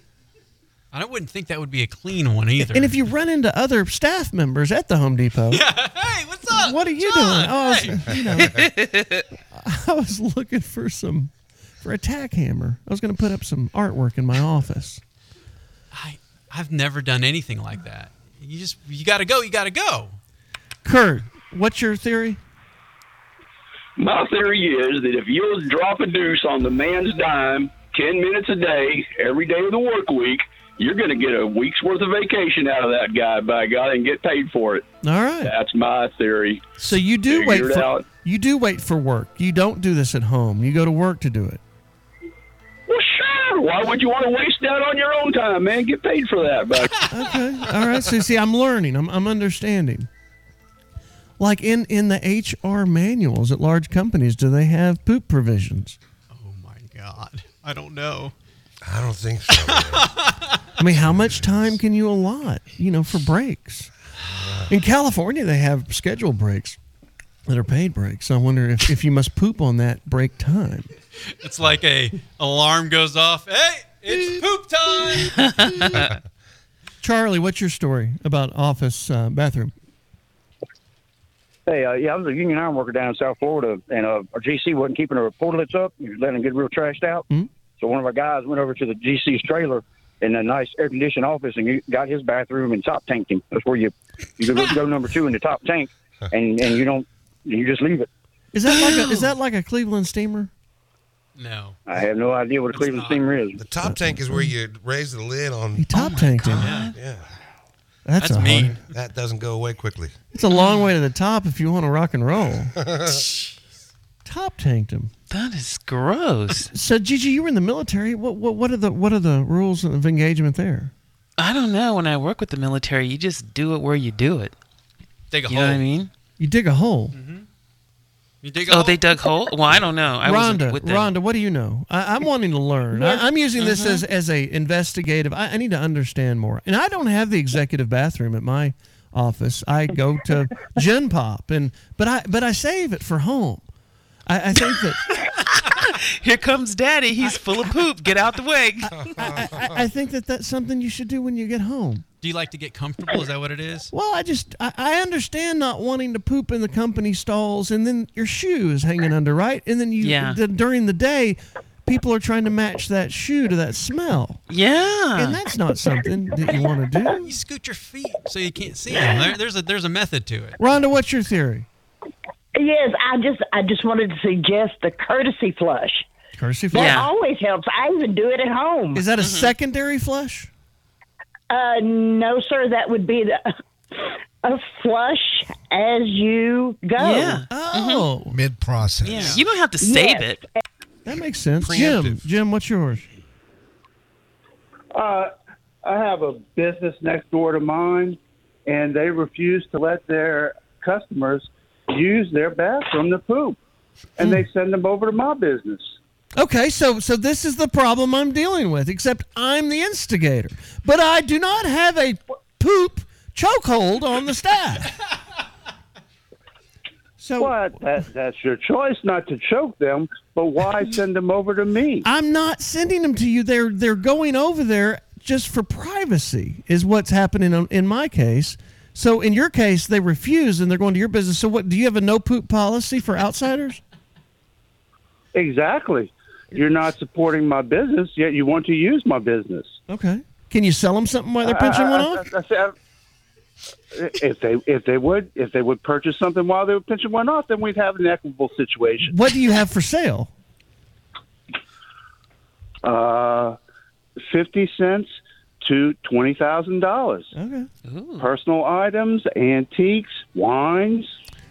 [SPEAKER 28] I don't- wouldn't think that would be a clean one either.
[SPEAKER 3] And if you run into other staff members at the Home Depot,
[SPEAKER 28] hey, what's up?
[SPEAKER 3] What are you doing? Oh, I was, you know, I was looking for some for a tack hammer. I was going to put up some artwork in my office.
[SPEAKER 28] I've never done anything like that. you just you got to go. You got to go.
[SPEAKER 3] Kurt, what's your theory?
[SPEAKER 32] My theory is that if you'll drop a deuce on the man's dime 10 minutes a day, every day of the work week, you're going to get a week's worth of vacation out of that guy, by God, and get paid for it.
[SPEAKER 3] All right.
[SPEAKER 32] That's my theory.
[SPEAKER 3] So you do wait
[SPEAKER 32] Figured
[SPEAKER 3] for
[SPEAKER 32] out.
[SPEAKER 3] you do wait for work. You don't do this at home. You go to work to do it.
[SPEAKER 32] Well, sure. Why would you want to waste that on your own time, man? Get paid for that, but
[SPEAKER 3] Okay. All right. So see, I'm learning. I'm I'm understanding. Like in in the HR manuals at large companies, do they have poop provisions?
[SPEAKER 28] God, I don't know.
[SPEAKER 11] I don't think so.
[SPEAKER 3] I mean, how much time can you allot, you know, for breaks? In California, they have scheduled breaks that are paid breaks. I wonder if, if you must poop on that break time.
[SPEAKER 28] It's like a alarm goes off. Hey, it's poop time.
[SPEAKER 3] Charlie, what's your story about office uh, bathroom?
[SPEAKER 10] Hey, uh, yeah, I was a union iron worker down in South Florida, and uh, our GC wasn't keeping our portlets up. He was letting them get real trashed out. So one of our guys went over to the GC's trailer in a nice air-conditioned office and you got his bathroom and top tanked him. That's where you you go, go number two in the top tank, and and you don't you just leave it.
[SPEAKER 3] Is that like a, is that like a Cleveland steamer?
[SPEAKER 28] No.
[SPEAKER 10] I have no idea what a Cleveland steamer is.
[SPEAKER 11] Oh. The top tank is where you raise the lid on.
[SPEAKER 3] top tanked him.
[SPEAKER 11] Yeah.
[SPEAKER 3] That's That's a mean. hard-
[SPEAKER 11] That doesn't go away quickly.
[SPEAKER 3] It's a long way to the top if you want to rock and roll. Top tanked him. Uh,
[SPEAKER 6] That is gross.
[SPEAKER 3] So, Gigi, you were in the military. What what what are the what are the rules of engagement there?
[SPEAKER 6] I don't know. When I work with the military, you just do it where you do it.
[SPEAKER 28] Dig a
[SPEAKER 6] you know what I
[SPEAKER 28] hole.
[SPEAKER 6] mean?
[SPEAKER 3] You dig a hole.
[SPEAKER 6] Mm-hmm.
[SPEAKER 28] You dig a
[SPEAKER 6] oh,
[SPEAKER 28] hole?
[SPEAKER 6] they dug hole. Well, I don't know. I
[SPEAKER 3] Rhonda,
[SPEAKER 6] wasn't with them.
[SPEAKER 3] Rhonda, what do you know? I, I'm wanting to learn. I, I'm using this
[SPEAKER 6] Uh-huh.
[SPEAKER 3] as as a investigative. I, I need to understand more. And I don't have the executive bathroom at my office. I go to Gen Pop, and but I but I save it for home. I, I think that
[SPEAKER 6] here comes Daddy. He's full of poop. Get out the way.
[SPEAKER 3] I, I, I think that that's something you should do when you get home.
[SPEAKER 28] Do you like to get comfortable? Is that what it is?
[SPEAKER 3] Well, I just I, I understand not wanting to poop in the company stalls, and then your shoe is hanging under, right? And then you
[SPEAKER 6] Yeah.
[SPEAKER 3] d- during the day, people are trying to match that shoe to that smell.
[SPEAKER 6] Yeah,
[SPEAKER 3] and that's not something that you want to do.
[SPEAKER 28] You scoot your feet so you can't see them. There- there's a there's a method to it.
[SPEAKER 3] Rhonda, what's your theory?
[SPEAKER 18] Yes, I just I just wanted to suggest the courtesy flush.
[SPEAKER 3] Courtesy
[SPEAKER 18] That always helps. I even do it at home.
[SPEAKER 3] Is that a secondary flush?
[SPEAKER 18] Uh, no, sir. That would be the, a flush as you go.
[SPEAKER 6] Yeah. Mm-hmm.
[SPEAKER 3] Oh,
[SPEAKER 7] mid process.
[SPEAKER 6] Yeah, you don't have to save
[SPEAKER 18] Yes.
[SPEAKER 6] it.
[SPEAKER 3] That makes sense. Jim, Jim, what's yours?
[SPEAKER 13] Uh, I have a business next door to mine, and they refuse to let their customers use their bathroom to poop, and they send them over to my business.
[SPEAKER 3] Okay, so so this is the problem I'm dealing with. Except I'm the instigator, but I do not have a poop chokehold on the staff. So
[SPEAKER 13] what? That, that's your choice not to choke them, but why send them over to me?
[SPEAKER 3] I'm not sending them to you. They're they're going over there just for privacy is what's happening in, in my case. So in your case, they refuse and they're going to your business. So what? Do you have a no poop policy for outsiders?
[SPEAKER 13] Exactly. You're not supporting my business, yet you want to use my business.
[SPEAKER 3] Okay. Can you sell them something
[SPEAKER 13] Uh,
[SPEAKER 3] while they're pinching one off?
[SPEAKER 13] If they if they would if they would purchase something while they were pinching one off, then we'd have an equitable situation.
[SPEAKER 3] What do you have for sale?
[SPEAKER 13] Uh, fifty cents to twenty thousand dollars.
[SPEAKER 3] Okay.
[SPEAKER 13] Personal items, antiques, wines.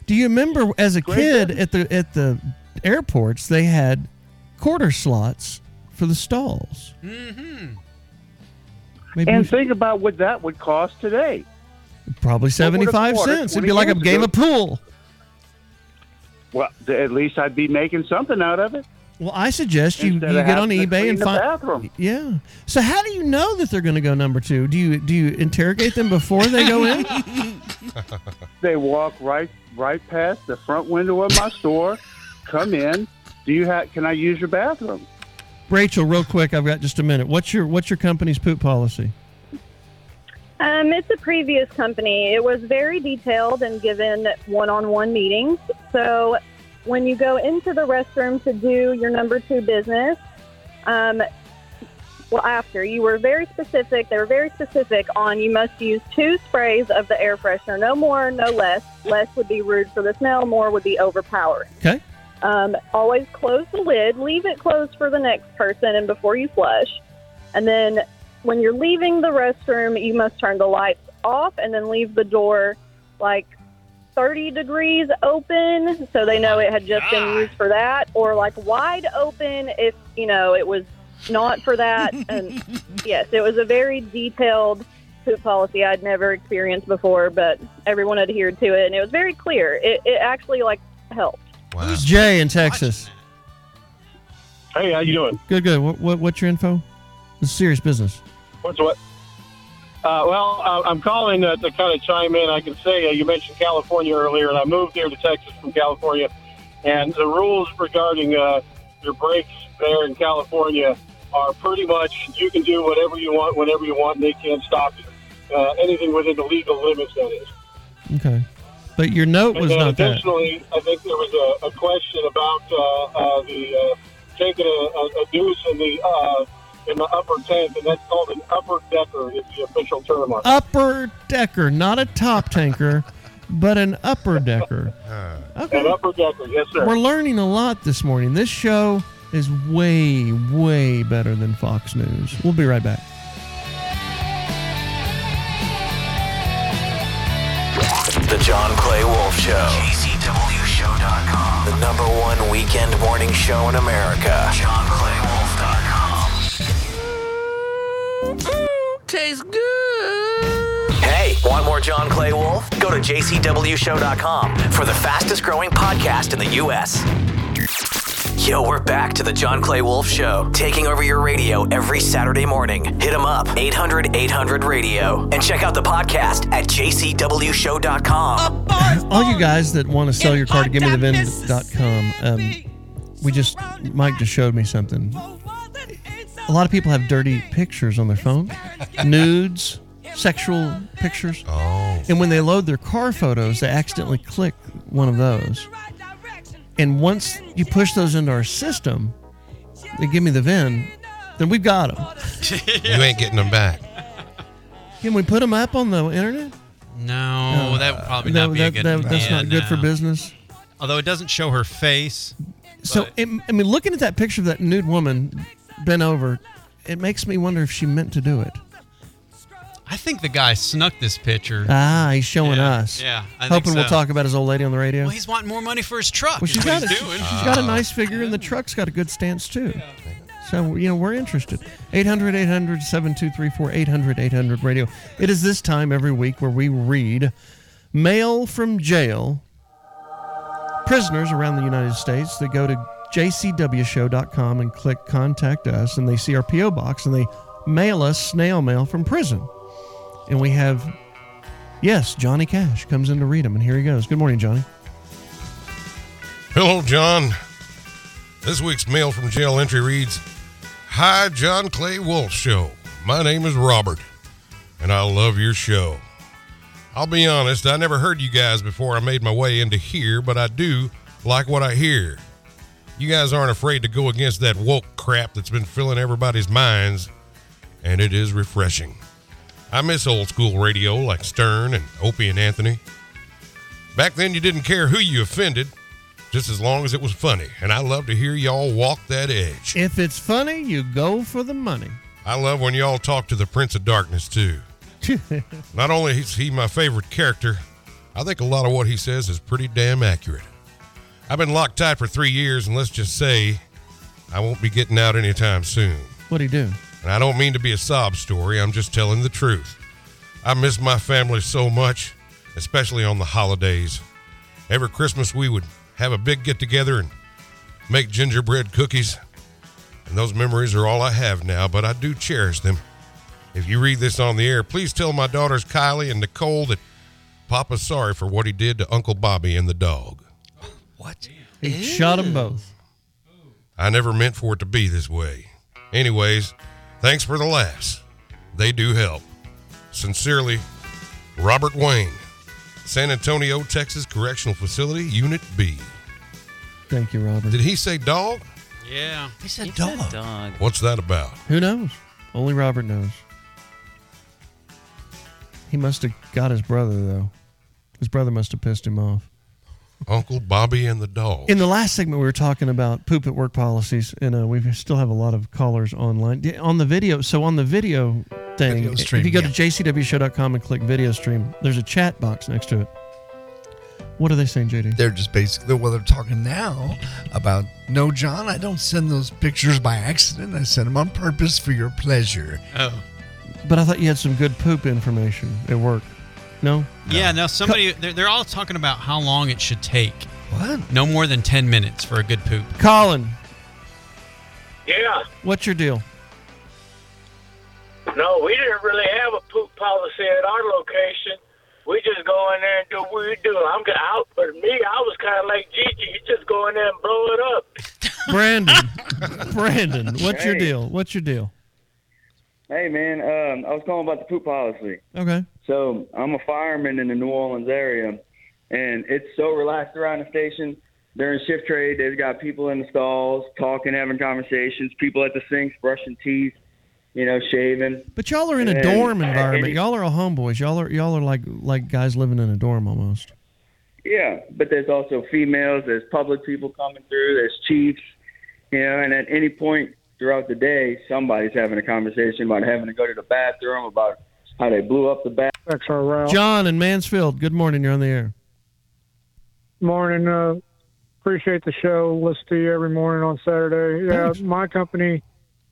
[SPEAKER 3] Do you remember as a kid at the at the airports they had quarter slots for the stalls?
[SPEAKER 13] Mm-hmm.
[SPEAKER 3] Maybe
[SPEAKER 13] and
[SPEAKER 3] we-
[SPEAKER 13] think about what that would cost today.
[SPEAKER 3] Probably seventy five
[SPEAKER 13] quarter
[SPEAKER 3] cents. It'd
[SPEAKER 13] 20
[SPEAKER 3] be like a
[SPEAKER 13] years
[SPEAKER 3] game
[SPEAKER 13] ago.
[SPEAKER 3] of pool.
[SPEAKER 13] Well, th- at least I'd be making something out of it.
[SPEAKER 3] Well, I suggest you, you
[SPEAKER 13] Instead of
[SPEAKER 3] get on
[SPEAKER 13] having to
[SPEAKER 3] eBay
[SPEAKER 13] clean
[SPEAKER 3] and
[SPEAKER 13] the
[SPEAKER 3] find.
[SPEAKER 13] bathroom.
[SPEAKER 3] Yeah. So how do you know that they're going to go number two? Do you do you interrogate them before they go in?
[SPEAKER 13] They walk right right past the front window of my store, come in. Do you have? Can I use your bathroom?
[SPEAKER 3] Rachel, real quick, I've got just a minute. What's your what's your company's poop policy?
[SPEAKER 33] Um, it's a previous company. It was very detailed and given one on one meetings. So when you go into the restroom to do your number two business, um, Well, after you were very specific, they were very specific on you must use two sprays of the air freshener, no more, no less. Less would be rude for the smell, more would be overpowering.
[SPEAKER 3] Okay.
[SPEAKER 33] Um, always close the lid, leave it closed for the next person and before you flush. And then when you're leaving the restroom, you must turn the lights off and then leave the door like 30 degrees open so they know it had just been used for that or like wide open if, you know, it was not for that. and yes, it was a very detailed poop policy I'd never experienced before, but everyone adhered to it and it was very clear. It, it actually like helped.
[SPEAKER 3] Jay in Texas.
[SPEAKER 13] Hey, how you doing?
[SPEAKER 3] Good, good. What, what what's your info? This is serious business.
[SPEAKER 13] What's what? Uh, well, uh, I'm calling uh, to kind of chime in. I can say uh, you mentioned California earlier, and I moved here to Texas from California. And the rules regarding uh, your breaks there in California are pretty much you can do whatever you want, whenever you want, and they can't stop you. Uh, anything within the legal limits, that is.
[SPEAKER 3] Okay. But your note was
[SPEAKER 13] and then
[SPEAKER 3] not that.
[SPEAKER 13] additionally, I think there was a, a question about uh, uh, the uh, taking a, a, a deuce in the uh, in the upper tank, and that's called an upper decker, is the official term on it.
[SPEAKER 3] Upper decker, not a top tanker, but an upper decker.
[SPEAKER 15] Uh,
[SPEAKER 13] An upper decker, yes, sir.
[SPEAKER 3] We're learning a lot this morning. This show is way, way better than Fox News. We'll be right back.
[SPEAKER 1] The John Clay Wolf Show. KCWShow.com. The number one weekend morning show in America. JohnClayWolf.com.
[SPEAKER 15] Tastes good.
[SPEAKER 1] Hey, want more John Clay Wolf? Go to JCWShow.com for the fastest growing podcast in the U.S. Yo, we're back to the John Clay Wolf Show, taking over your radio every Saturday morning. Hit them up, 800 800 radio, and check out the podcast at jcwshow.com.
[SPEAKER 3] All you guys that want to sell your car to givemethevin.com, um, we just, Mike just showed me something. A lot of people have dirty pictures on their phone, nudes, sexual pictures.
[SPEAKER 2] Oh.
[SPEAKER 3] And when they load their car photos, they accidentally click one of those. And once you push those into our system, they give me the VIN, then we've got them.
[SPEAKER 2] You ain't getting them back.
[SPEAKER 3] Can we put them up on the internet?
[SPEAKER 28] No, Oh, that would probably
[SPEAKER 3] No,
[SPEAKER 28] not be a
[SPEAKER 3] that-
[SPEAKER 28] good
[SPEAKER 3] that- That's
[SPEAKER 28] idea,
[SPEAKER 3] not good for
[SPEAKER 28] no.
[SPEAKER 3] business.
[SPEAKER 28] Although it doesn't show her face.
[SPEAKER 3] So, it, I mean, looking at that picture of that nude woman bent over, it makes me wonder if she meant to do it.
[SPEAKER 28] I think the guy snuck this picture.
[SPEAKER 3] Ah, he's showing
[SPEAKER 28] Yeah,
[SPEAKER 3] us.
[SPEAKER 28] yeah, I think
[SPEAKER 3] Hoping we'll
[SPEAKER 28] so.
[SPEAKER 3] talk about his old lady on the radio.
[SPEAKER 28] Well, he's wanting more money for his truck.
[SPEAKER 3] Well,
[SPEAKER 28] is
[SPEAKER 3] she's got
[SPEAKER 28] what he's
[SPEAKER 3] a,
[SPEAKER 28] doing. Uh, Ah.
[SPEAKER 3] she's got a nice figure, and the truck's got a good stance, too. So, you know, we're interested. 800 800 7234 800 800 radio. It is this time every week where we read mail from jail, prisoners around the United States that go to jcwshow.com and click contact us, and they see our P.O. box and they mail us snail mail from prison. And we have, yes, Johnny Cash comes in to read them, and here he goes. Good morning, Johnny.
[SPEAKER 2] Hello, John. This week's mail from jail entry reads Hi, John Clay Wolf Show. My name is Robert, and I love your show. I'll be honest, I never heard you guys before I made my way into here, but I do like what I hear. You guys aren't afraid to go against that woke crap that's been filling everybody's minds, and it is refreshing. I miss old school radio like Stern and Opie and Anthony. Back then, you didn't care who you offended, just as long as it was funny, and I love to hear y'all walk that edge.
[SPEAKER 3] If it's funny, you go for the money.
[SPEAKER 2] I love when y'all talk to the Prince of Darkness, too. Not only is he my favorite character, I think a lot of what he says is pretty damn accurate. I've been locked tight for three years, and let's just say I won't be getting out anytime soon.
[SPEAKER 3] What'd he do?
[SPEAKER 2] And I don't mean to be a sob story, I'm just telling the truth. I miss my family so much, especially on the holidays. Every Christmas, we would have a big get together and make gingerbread cookies. And those memories are all I have now, but I do cherish them. If you read this on the air, please tell my daughters Kylie and Nicole that Papa's sorry for what he did to Uncle Bobby and the dog.
[SPEAKER 3] He shot them both.
[SPEAKER 2] I never meant for it to be this way. Anyways, thanks for the laughs. They do help. Sincerely, Robert Wayne, San Antonio, Texas Correctional Facility, Unit B.
[SPEAKER 3] Thank you, Robert.
[SPEAKER 2] Did he say dog?
[SPEAKER 28] Yeah. He said
[SPEAKER 2] What's that about?
[SPEAKER 3] Who knows? Only Robert knows. He must have got his brother though. His brother must have pissed him off.
[SPEAKER 2] Uncle Bobby and the dog.
[SPEAKER 3] In the last segment, we were talking about poop at work policies, and uh, we still have a lot of callers online Yeah, on the video. So on the video thing,
[SPEAKER 7] Video stream,
[SPEAKER 3] if you go
[SPEAKER 7] yeah.
[SPEAKER 3] to jcwshow.com and click video stream, there's a chat box next to it. What are they saying, JD?
[SPEAKER 7] They're just basically, well, they're talking now about no, John, I don't send those pictures by accident. I send them on purpose for your pleasure.
[SPEAKER 28] Oh.
[SPEAKER 3] But I thought you had some good poop information at work. No,
[SPEAKER 28] Yeah, no, somebody, they're, they're all talking about how long it should take.
[SPEAKER 7] What?
[SPEAKER 28] No more than 10 minutes for a good poop.
[SPEAKER 3] Colin,
[SPEAKER 30] Yeah.
[SPEAKER 3] what's your deal?
[SPEAKER 30] No, we didn't really have a poop policy at our location. We just go in there and do what we do. I'm gonna out, but me, I was kind of like Gigi. You just go in there and blow it up.
[SPEAKER 3] Brandon, Brandon, what's your
[SPEAKER 16] Hey.
[SPEAKER 3] deal? What's your deal?
[SPEAKER 16] Hey man, um, I was calling about the poop policy.
[SPEAKER 3] Okay.
[SPEAKER 16] So I'm a fireman in the New Orleans area, and it's so relaxed around the station during shift trade. They've got people in the stalls talking, having conversations. People at the sinks brushing teeth, you know, shaving.
[SPEAKER 3] But y'all are in a
[SPEAKER 16] And-
[SPEAKER 3] dorm
[SPEAKER 16] and-
[SPEAKER 3] environment. Y'all are all homeboys. Y'all are y'all are like like guys living in a dorm almost.
[SPEAKER 16] Yeah, but there's also females. There's public people coming through. There's chiefs, you know. And at any point throughout the day, somebody's having a conversation about having to go to the bathroom, about how they blew up the bathroom.
[SPEAKER 3] John in Mansfield. Good morning. You're on the air.
[SPEAKER 34] Morning. Uh, appreciate the show. Listen to you every morning on Saturday. Yeah, my company,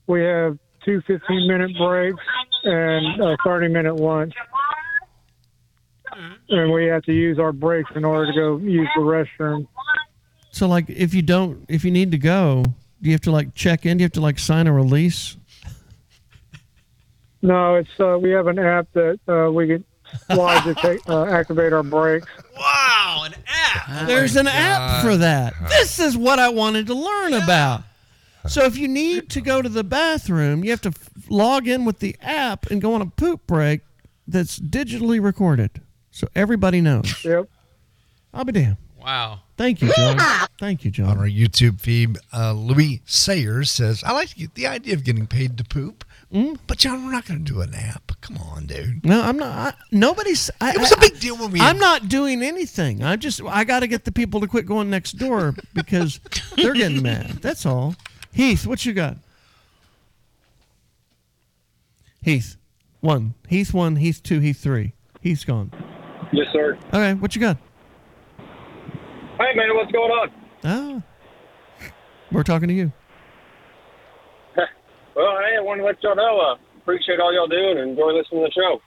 [SPEAKER 34] we have two 15 minute breaks and a 30 minute lunch. And we have to use our breaks in order to go use the restroom.
[SPEAKER 3] So like, if you don't, if you need to go, do you have to like check in? Do you have to like sign a release?
[SPEAKER 34] No, it's uh, we have an app that uh, we can slide to take, uh, activate our breaks.
[SPEAKER 3] There's an
[SPEAKER 34] Oh
[SPEAKER 11] Oh
[SPEAKER 34] my
[SPEAKER 3] app
[SPEAKER 34] God.
[SPEAKER 3] for that. This is what I wanted to learn about. So if you need to go to the bathroom, you have to f- log in with the app and go on a poop break that's digitally recorded, so everybody knows.
[SPEAKER 34] Yep.
[SPEAKER 3] I'll be damned.
[SPEAKER 28] Wow.
[SPEAKER 3] Thank you, John. Thank you, John.
[SPEAKER 7] On our YouTube feed, uh, Louis Sayers says, I like to get the idea of getting paid to poop,
[SPEAKER 3] Mm.
[SPEAKER 7] but John, we're not going to do an app. Come on, dude.
[SPEAKER 3] No, I'm not. I, nobody's. I, it was a
[SPEAKER 7] big deal when we.
[SPEAKER 3] I'm not doing anything. I just. I got to get the people to quit going next door because they're getting mad. That's all. Heath, what you got? Heath, one. Heath one. Heath two. Heath three. Heath's gone.
[SPEAKER 20] Yes, sir.
[SPEAKER 3] Okay, what you got?
[SPEAKER 20] Hey, man, what's going on?
[SPEAKER 3] Ah, we're talking to you.
[SPEAKER 20] Well, hey, I want to let y'all know. Uh, appreciate all y'all doing and enjoy listening to the show.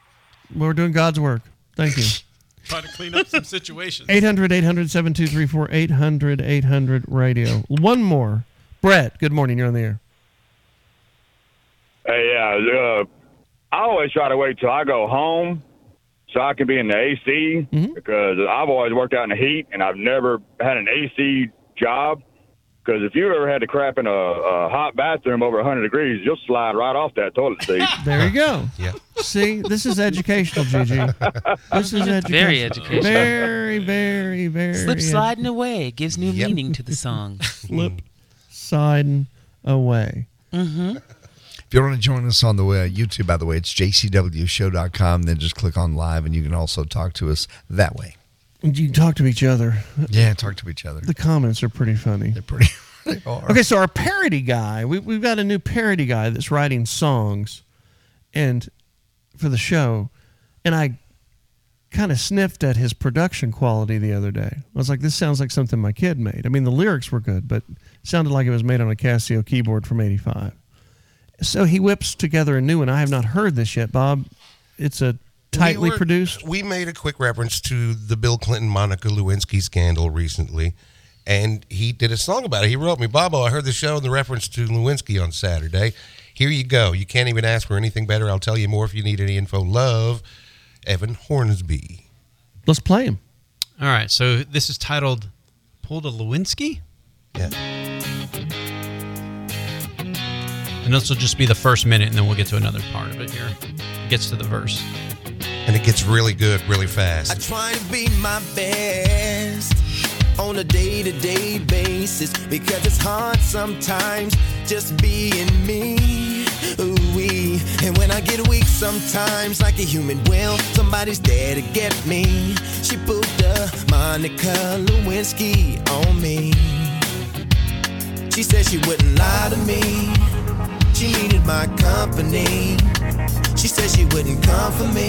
[SPEAKER 3] We're doing God's work. Thank you.
[SPEAKER 28] Try to clean up some situations.
[SPEAKER 3] 800 800 7234 800 800 radio. One more. Brett, good morning. You're on the air.
[SPEAKER 20] Hey, yeah. Uh, I always try to wait till I go home so I can be in the AC because I've always worked out in the heat and I've never had an AC job. Because if you ever had to crap in a, a hot bathroom over 100 degrees, you'll slide right off that toilet seat.
[SPEAKER 3] There you go. Yeah. See, this is educational, Gigi. This is educational.
[SPEAKER 6] Very educational.
[SPEAKER 3] Very, very, very.
[SPEAKER 6] Slip sliding away gives new meaning to the song.
[SPEAKER 3] Slip sliding away.
[SPEAKER 6] Mm-hmm.
[SPEAKER 7] If you want to join us on the way, uh, YouTube, by the way, it's jcwshow.com. Then just click on live, and you can also talk to us that way.
[SPEAKER 3] And You can talk to each other.
[SPEAKER 7] Yeah, talk to each other.
[SPEAKER 3] The comments are pretty funny. They're
[SPEAKER 7] pretty. They are.
[SPEAKER 3] Okay, so our parody guy, we, we've got a new parody guy that's writing songs, and for the show, and I kind of sniffed at his production quality the other day. I was like, this sounds like something my kid made. I mean, the lyrics were good, but it sounded like it was made on a Casio keyboard from '85. So he whips together a new one. I have not heard this yet, Bob. It's a
[SPEAKER 11] We
[SPEAKER 3] tightly
[SPEAKER 11] were-
[SPEAKER 3] produced.
[SPEAKER 11] We made a quick reference to the Bill Clinton Monica Lewinsky scandal recently, and he did a song about it. He wrote me, Bobo, I heard the show and the reference to Lewinsky on Saturday. Here you go. You can't even ask for anything better. I'll tell you more if you need any info. Love, Evan Hornsby.
[SPEAKER 3] Let's play him.
[SPEAKER 28] All right, so this is titled Pulled a Lewinsky?
[SPEAKER 11] Yeah.
[SPEAKER 28] And this will just be the first minute, and then we'll get to another part of it here. Gets to the verse.
[SPEAKER 11] And it gets really good really fast.
[SPEAKER 31] I try to be my best on a day to day basis because it's hard sometimes just being me. ooh wee. And when I get weak sometimes, like a human will, somebody's there to get me. She put the Monica Lewinsky on me. She said she wouldn't lie to me. She needed my company. She said she wouldn't come for me.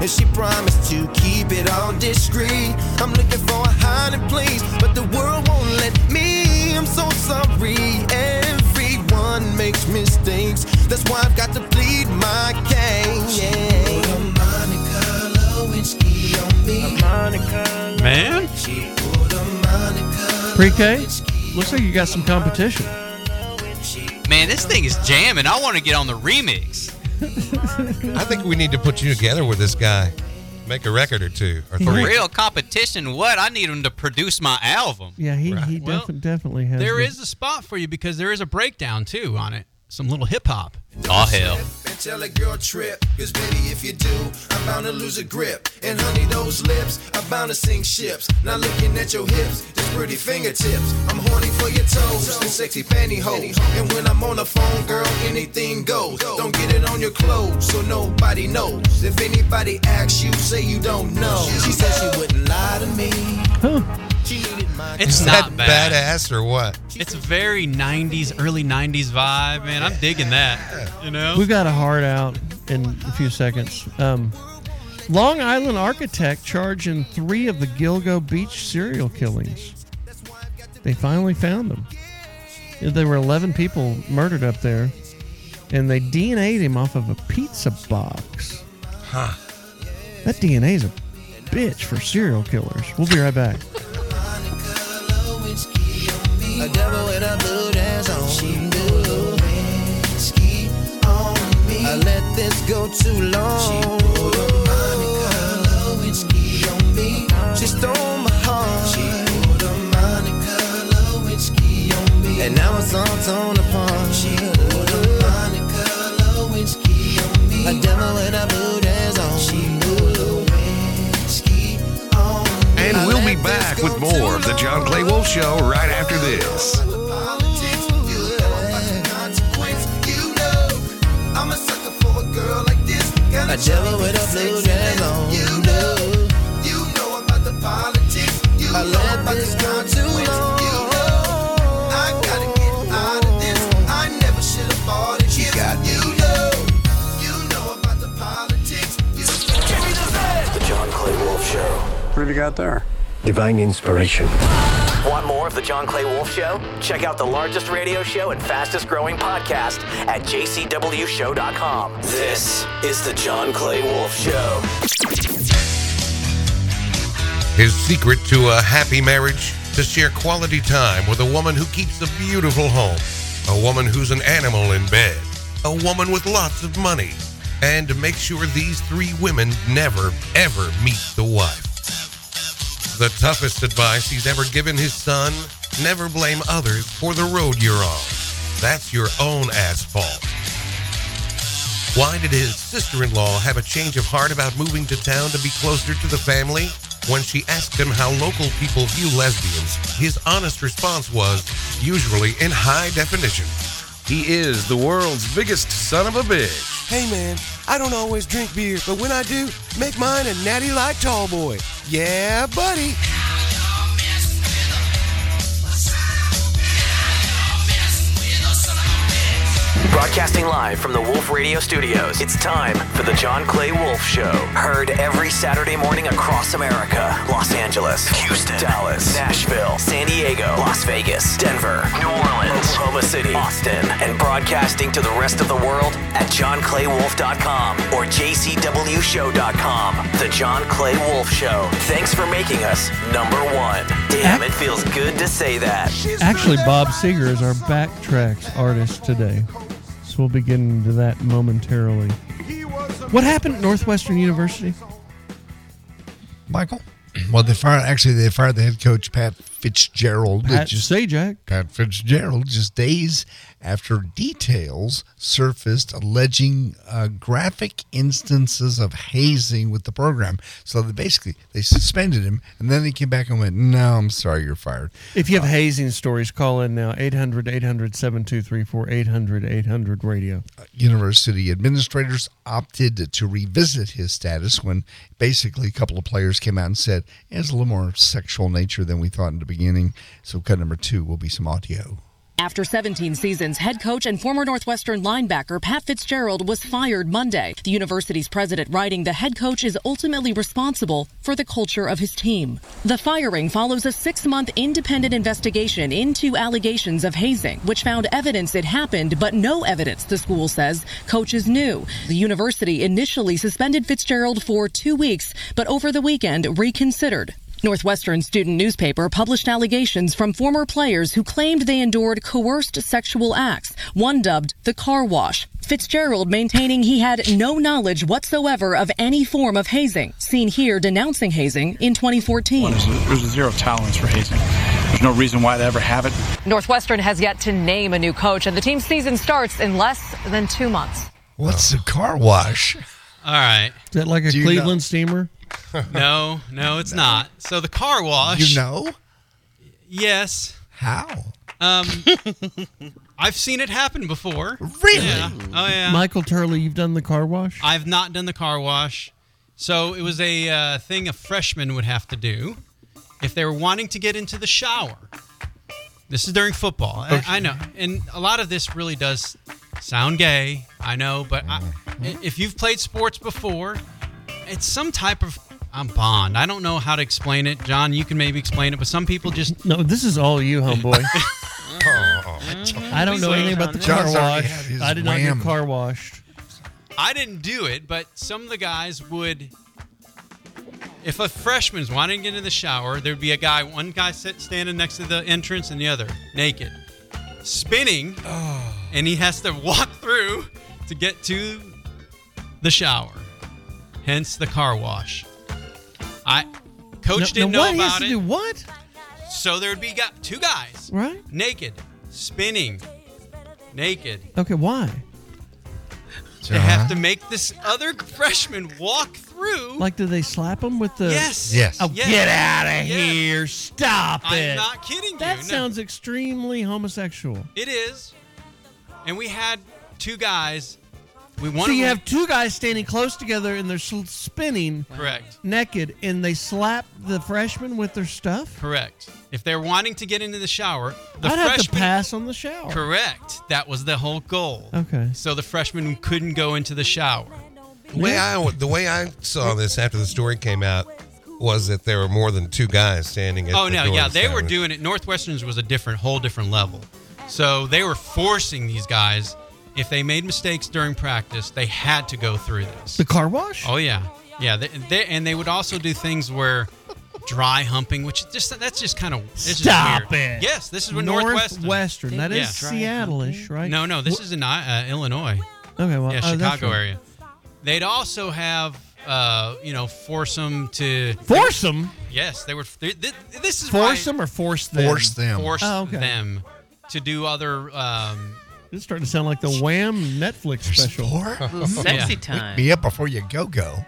[SPEAKER 31] And she promised to keep it all discreet. I'm looking for a hiding place, but the world won't let me. I'm so sorry. Everyone makes mistakes. That's why I've got to plead my case. Yeah. A Monica Lewinsky on me.
[SPEAKER 28] Man?
[SPEAKER 31] She pulled a Monica
[SPEAKER 3] Pre-K? Looks like you got some competition.
[SPEAKER 28] Man, this thing is jamming. I want to get on the remix.
[SPEAKER 11] I think we need to put you together with this guy. Make a record or two or three.
[SPEAKER 28] Real competition. What? I need him to produce my album.
[SPEAKER 3] Yeah, he, he defi- definitely has.
[SPEAKER 28] There
[SPEAKER 3] the-
[SPEAKER 28] is a spot for you because there is a breakdown too on it. Some little hip hop. Oh hell.
[SPEAKER 31] and tell a girl trip. Cause baby, if you do, I'm bound to lose a grip. And honey, those lips are bound to sink ships. Not looking at your hips, just pretty fingertips. I'm horny for your toes, and sexy pantyhose. And when I'm on the phone, girl, anything goes. Don't get it on your clothes, so nobody knows. If anybody asks you, say you don't know. She said she wouldn't lie to me. She needed my
[SPEAKER 28] It's
[SPEAKER 11] Is
[SPEAKER 28] not
[SPEAKER 11] that
[SPEAKER 28] bad.
[SPEAKER 11] badass or what?
[SPEAKER 28] It's a very 90s, early 90s vibe, man. I'm digging that. You know?
[SPEAKER 3] We've got a heart out in a few seconds. Um, Long Island architect charged in three of the Gilgo Beach serial killings. They finally found them. There were 11 people murdered up there, and they DNA'd him off of a pizza box.
[SPEAKER 11] Huh.
[SPEAKER 3] That DNA's a bitch for serial killers. We'll be right back.
[SPEAKER 31] A devil with a blue dress on. She blew ski on me. I let this go too long. She pulled a Monica Lewinsky on me. She stole my heart. She pulled a Monica Lewinsky on me. And now it's all torn apart. She pulled a Monica Lewinsky on me. A devil with a blue dress on. She blew ski on me.
[SPEAKER 29] And we'll be back with more of the John Clay Wolf Show right after this.
[SPEAKER 31] politics. You know I'm about the consequence. You know I'm a sucker for a girl like this. Got a devil with a blue dress on. You know, you know about the politics. You I know about the consequence. You know I gotta get out of this. I never should have bought it. You know, you know about the politics. You give me the
[SPEAKER 1] The John Clay Wolf Show.
[SPEAKER 29] What have you got there? Divine inspiration.
[SPEAKER 1] Want more of The John Clay Wolf Show? Check out the largest radio show and fastest growing podcast at jcwshow.com. This is The John Clay Wolf Show.
[SPEAKER 11] His secret to a happy marriage to share quality time with a woman who keeps a beautiful home, a woman who's an animal in bed, a woman with lots of money, and to make sure these three women never, ever meet the wife. The toughest advice he's ever given his son never blame others for the road you're on. That's your own ass fault. Why did his sister in law have a change of heart about moving to town to be closer to the family? When she asked him how local people view lesbians, his honest response was usually in high definition.
[SPEAKER 29] He is the world's biggest son of a bitch.
[SPEAKER 31] Hey man, I don't always drink beer, but when I do, make mine a natty light tall boy. Yeah, buddy.
[SPEAKER 1] Broadcasting live from the Wolf Radio Studios, it's time for The John Clay Wolf Show. Heard every Saturday morning across America Los Angeles, Houston, Dallas, Nashville, San Diego, Las Vegas, Denver, New Orleans, Oklahoma City, Austin, and broadcasting to the rest of the world at johnclaywolf.com or jcwshow.com. The John Clay Wolf Show. Thanks for making us number one. Damn, it feels good to say that.
[SPEAKER 3] Actually, Bob Seger is our backtracks artist today. So we'll be getting into that momentarily. What happened at Northwestern University?
[SPEAKER 7] Michael? Well, they fired. Actually, they fired the head coach Pat Fitzgerald.
[SPEAKER 3] Pat
[SPEAKER 7] just, Pat Fitzgerald, just days after details surfaced alleging uh, graphic instances of hazing with the program. So they basically they suspended him, and then they came back and went, "No, I'm sorry, you're fired."
[SPEAKER 3] If you have hazing stories, call in now 800 800 7234 800 800 radio.
[SPEAKER 7] University administrators opted to revisit his status when basically a couple of players came out and said it's a little more sexual nature than we thought in the beginning. So cut number two will be some audio.
[SPEAKER 17] After 17 seasons, head coach and former Northwestern linebacker Pat Fitzgerald was fired Monday. The university's president writing the head coach is ultimately responsible for the culture of his team. The firing follows a six month independent investigation into allegations of hazing, which found evidence it happened, but no evidence, the school says, coaches knew. The university initially suspended Fitzgerald for two weeks, but over the weekend reconsidered. Northwestern student newspaper published allegations from former players who claimed they endured coerced sexual acts, one dubbed the car wash. Fitzgerald maintaining he had no knowledge whatsoever of any form of hazing, seen here denouncing hazing in 2014.
[SPEAKER 25] There's a zero tolerance for hazing. There's no reason why to ever have it.
[SPEAKER 17] Northwestern has yet to name a new coach, and the team's season starts in less than two months.
[SPEAKER 7] What's
[SPEAKER 3] Oh.
[SPEAKER 7] a car wash?
[SPEAKER 28] All right.
[SPEAKER 3] Is that like a
[SPEAKER 28] Do you
[SPEAKER 3] Cleveland
[SPEAKER 28] know- Oh,
[SPEAKER 3] steamer?
[SPEAKER 28] No, no, it's not. So the car wash.
[SPEAKER 7] You know?
[SPEAKER 28] Yes.
[SPEAKER 7] How?
[SPEAKER 28] Um, I've seen it happen before.
[SPEAKER 7] Really?
[SPEAKER 28] Yeah. Oh yeah.
[SPEAKER 3] Michael Turley, you've done the car wash?
[SPEAKER 28] I've not done the car wash. So it was a uh, thing a freshman would have to do if they were wanting to get into the shower. This is during football. I- I, know. And a lot of this really does sound gay. I know. But I, i- if you've played sports before, it's some type of um, bond. I don't know how to explain it. John, you can maybe explain it, but some people just
[SPEAKER 3] No, Oh, this is all you, homeboy. I don't
[SPEAKER 28] Mm-hmm.
[SPEAKER 3] know anything about the car wash. I did not get car washed.
[SPEAKER 28] I didn't do it, but some of the guys would. If a freshman's wanting to get in the shower, there'd be a guy, one guy sit, standing next to the entrance and the other naked, spinning,
[SPEAKER 3] Oh.
[SPEAKER 28] and he has to walk through to get to the shower. Hence the car wash. I coach
[SPEAKER 3] No-
[SPEAKER 28] didn't
[SPEAKER 3] no, what?
[SPEAKER 28] know
[SPEAKER 3] He has
[SPEAKER 28] about
[SPEAKER 3] to
[SPEAKER 28] it.
[SPEAKER 3] do what?
[SPEAKER 28] So there'd be gu two guys,
[SPEAKER 3] Right.
[SPEAKER 28] naked, spinning, naked.
[SPEAKER 3] Okay, why?
[SPEAKER 28] They have to make this other freshman walk through.
[SPEAKER 3] Like, do they slap him with the?
[SPEAKER 28] Yes.
[SPEAKER 7] Yes.
[SPEAKER 3] Oh,
[SPEAKER 28] Yes.
[SPEAKER 3] get out of
[SPEAKER 28] Yes.
[SPEAKER 3] here! Stop
[SPEAKER 28] I'm
[SPEAKER 3] it!
[SPEAKER 28] not kidding
[SPEAKER 3] That
[SPEAKER 28] you, no.
[SPEAKER 3] sounds extremely homosexual.
[SPEAKER 28] It is. And we had two guys. We
[SPEAKER 3] so
[SPEAKER 28] wanted
[SPEAKER 3] you have two guys standing close together and they're sl- spinning,
[SPEAKER 28] Correct.
[SPEAKER 3] naked, and they slap the freshman with their stuff.
[SPEAKER 28] correct. If they're wanting to get into the shower, the
[SPEAKER 3] I'd have to
[SPEAKER 28] freshman
[SPEAKER 3] pass on the shower.
[SPEAKER 28] correct. That was the whole goal.
[SPEAKER 3] Okay.
[SPEAKER 28] So the freshman couldn't go into the shower.
[SPEAKER 11] The way I the way I saw this after the story came out was that there were more than two guys standing. At
[SPEAKER 28] Oh
[SPEAKER 11] the
[SPEAKER 28] no,
[SPEAKER 11] door
[SPEAKER 28] yeah,
[SPEAKER 11] of the
[SPEAKER 28] they were
[SPEAKER 11] establishment.
[SPEAKER 28] doing it. Northwestern's was a different, whole different level. So they were forcing these guys. If they made mistakes during practice, they had to go through this.
[SPEAKER 3] The car wash.
[SPEAKER 28] Oh yeah, yeah. They, they, and they would also do things where dry humping, which is just that's just kind of
[SPEAKER 3] Stop
[SPEAKER 28] just weird.
[SPEAKER 3] it.
[SPEAKER 28] Yes, this is what
[SPEAKER 3] Northwestern.
[SPEAKER 28] Northwestern.
[SPEAKER 3] That is
[SPEAKER 28] Yeah.
[SPEAKER 3] Seattle-ish, right?
[SPEAKER 28] No, no, this is in uh, Illinois.
[SPEAKER 3] Okay, well,
[SPEAKER 28] yeah,
[SPEAKER 3] oh, that's
[SPEAKER 28] Chicago
[SPEAKER 3] right.
[SPEAKER 28] area. They'd also have, uh, you know, foursome to
[SPEAKER 3] Foursome?
[SPEAKER 28] Yes, they were. They, th this is
[SPEAKER 3] Force
[SPEAKER 28] why-
[SPEAKER 3] them or force them?
[SPEAKER 28] Force
[SPEAKER 3] Oh, okay.
[SPEAKER 28] them to do other. Um,
[SPEAKER 3] It's starting to sound like the Wham Netflix special.
[SPEAKER 28] Little sexy Yeah. time.
[SPEAKER 7] Wake me up before you go go.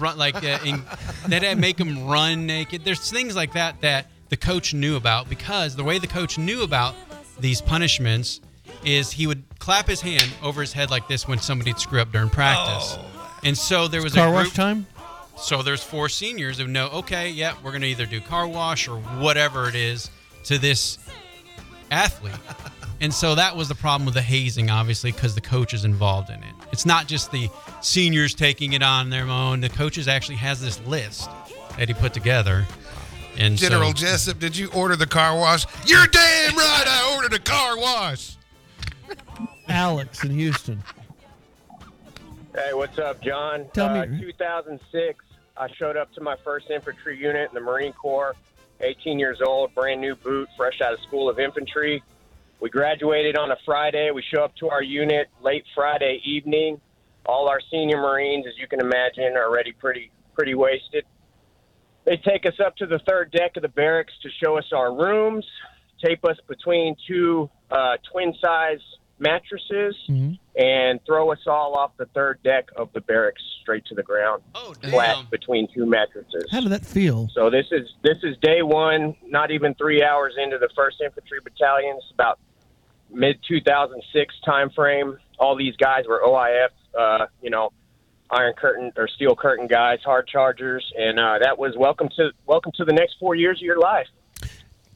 [SPEAKER 28] run like uh, in, that make them run naked. There's things like that that the coach knew about because the way the coach knew about these punishments is he would clap his hand over his head like this when somebody'd screw up during practice. And so there was
[SPEAKER 3] car
[SPEAKER 28] a
[SPEAKER 3] wash
[SPEAKER 28] group,
[SPEAKER 3] time?
[SPEAKER 28] So there's four seniors who know, okay, yeah, we're gonna either do car wash or whatever it is to this athlete. And so that was the problem with the hazing, obviously, because the coach is involved in it. It's not just the seniors taking it on their own. The coaches actually has this list that he put together. And so-
[SPEAKER 4] General Jessup, did you order the car wash? You're damn right. I ordered a car wash.
[SPEAKER 3] Alex in Houston.
[SPEAKER 14] Hey, what's up, John?
[SPEAKER 3] Tell
[SPEAKER 14] uh,
[SPEAKER 3] me-
[SPEAKER 14] 2006, I showed up to my first infantry unit in the Marine Corps, 18 years old, brand new boot, fresh out of school of infantry. We graduated on a Friday. We show up to our unit late Friday evening. All our senior Marines, as you can imagine, are already pretty pretty wasted. They They take us up to the third deck of the barracks to show us our rooms, tape us between two uh, twin size mattresses,
[SPEAKER 11] Mm-hmm.
[SPEAKER 14] and throw us all off the third deck of the barracks straight to the ground. Oh, Flat between two mattresses.
[SPEAKER 3] How did that feel?
[SPEAKER 14] So this is this is day one. Not even three hours into the First Infantry Battalion. It's about mid 2006 time frame. All these guys were OIF, uh, you know, Iron Curtain or Steel Curtain guys, hard chargers, and uh, that was welcome to welcome to the next four years of your life.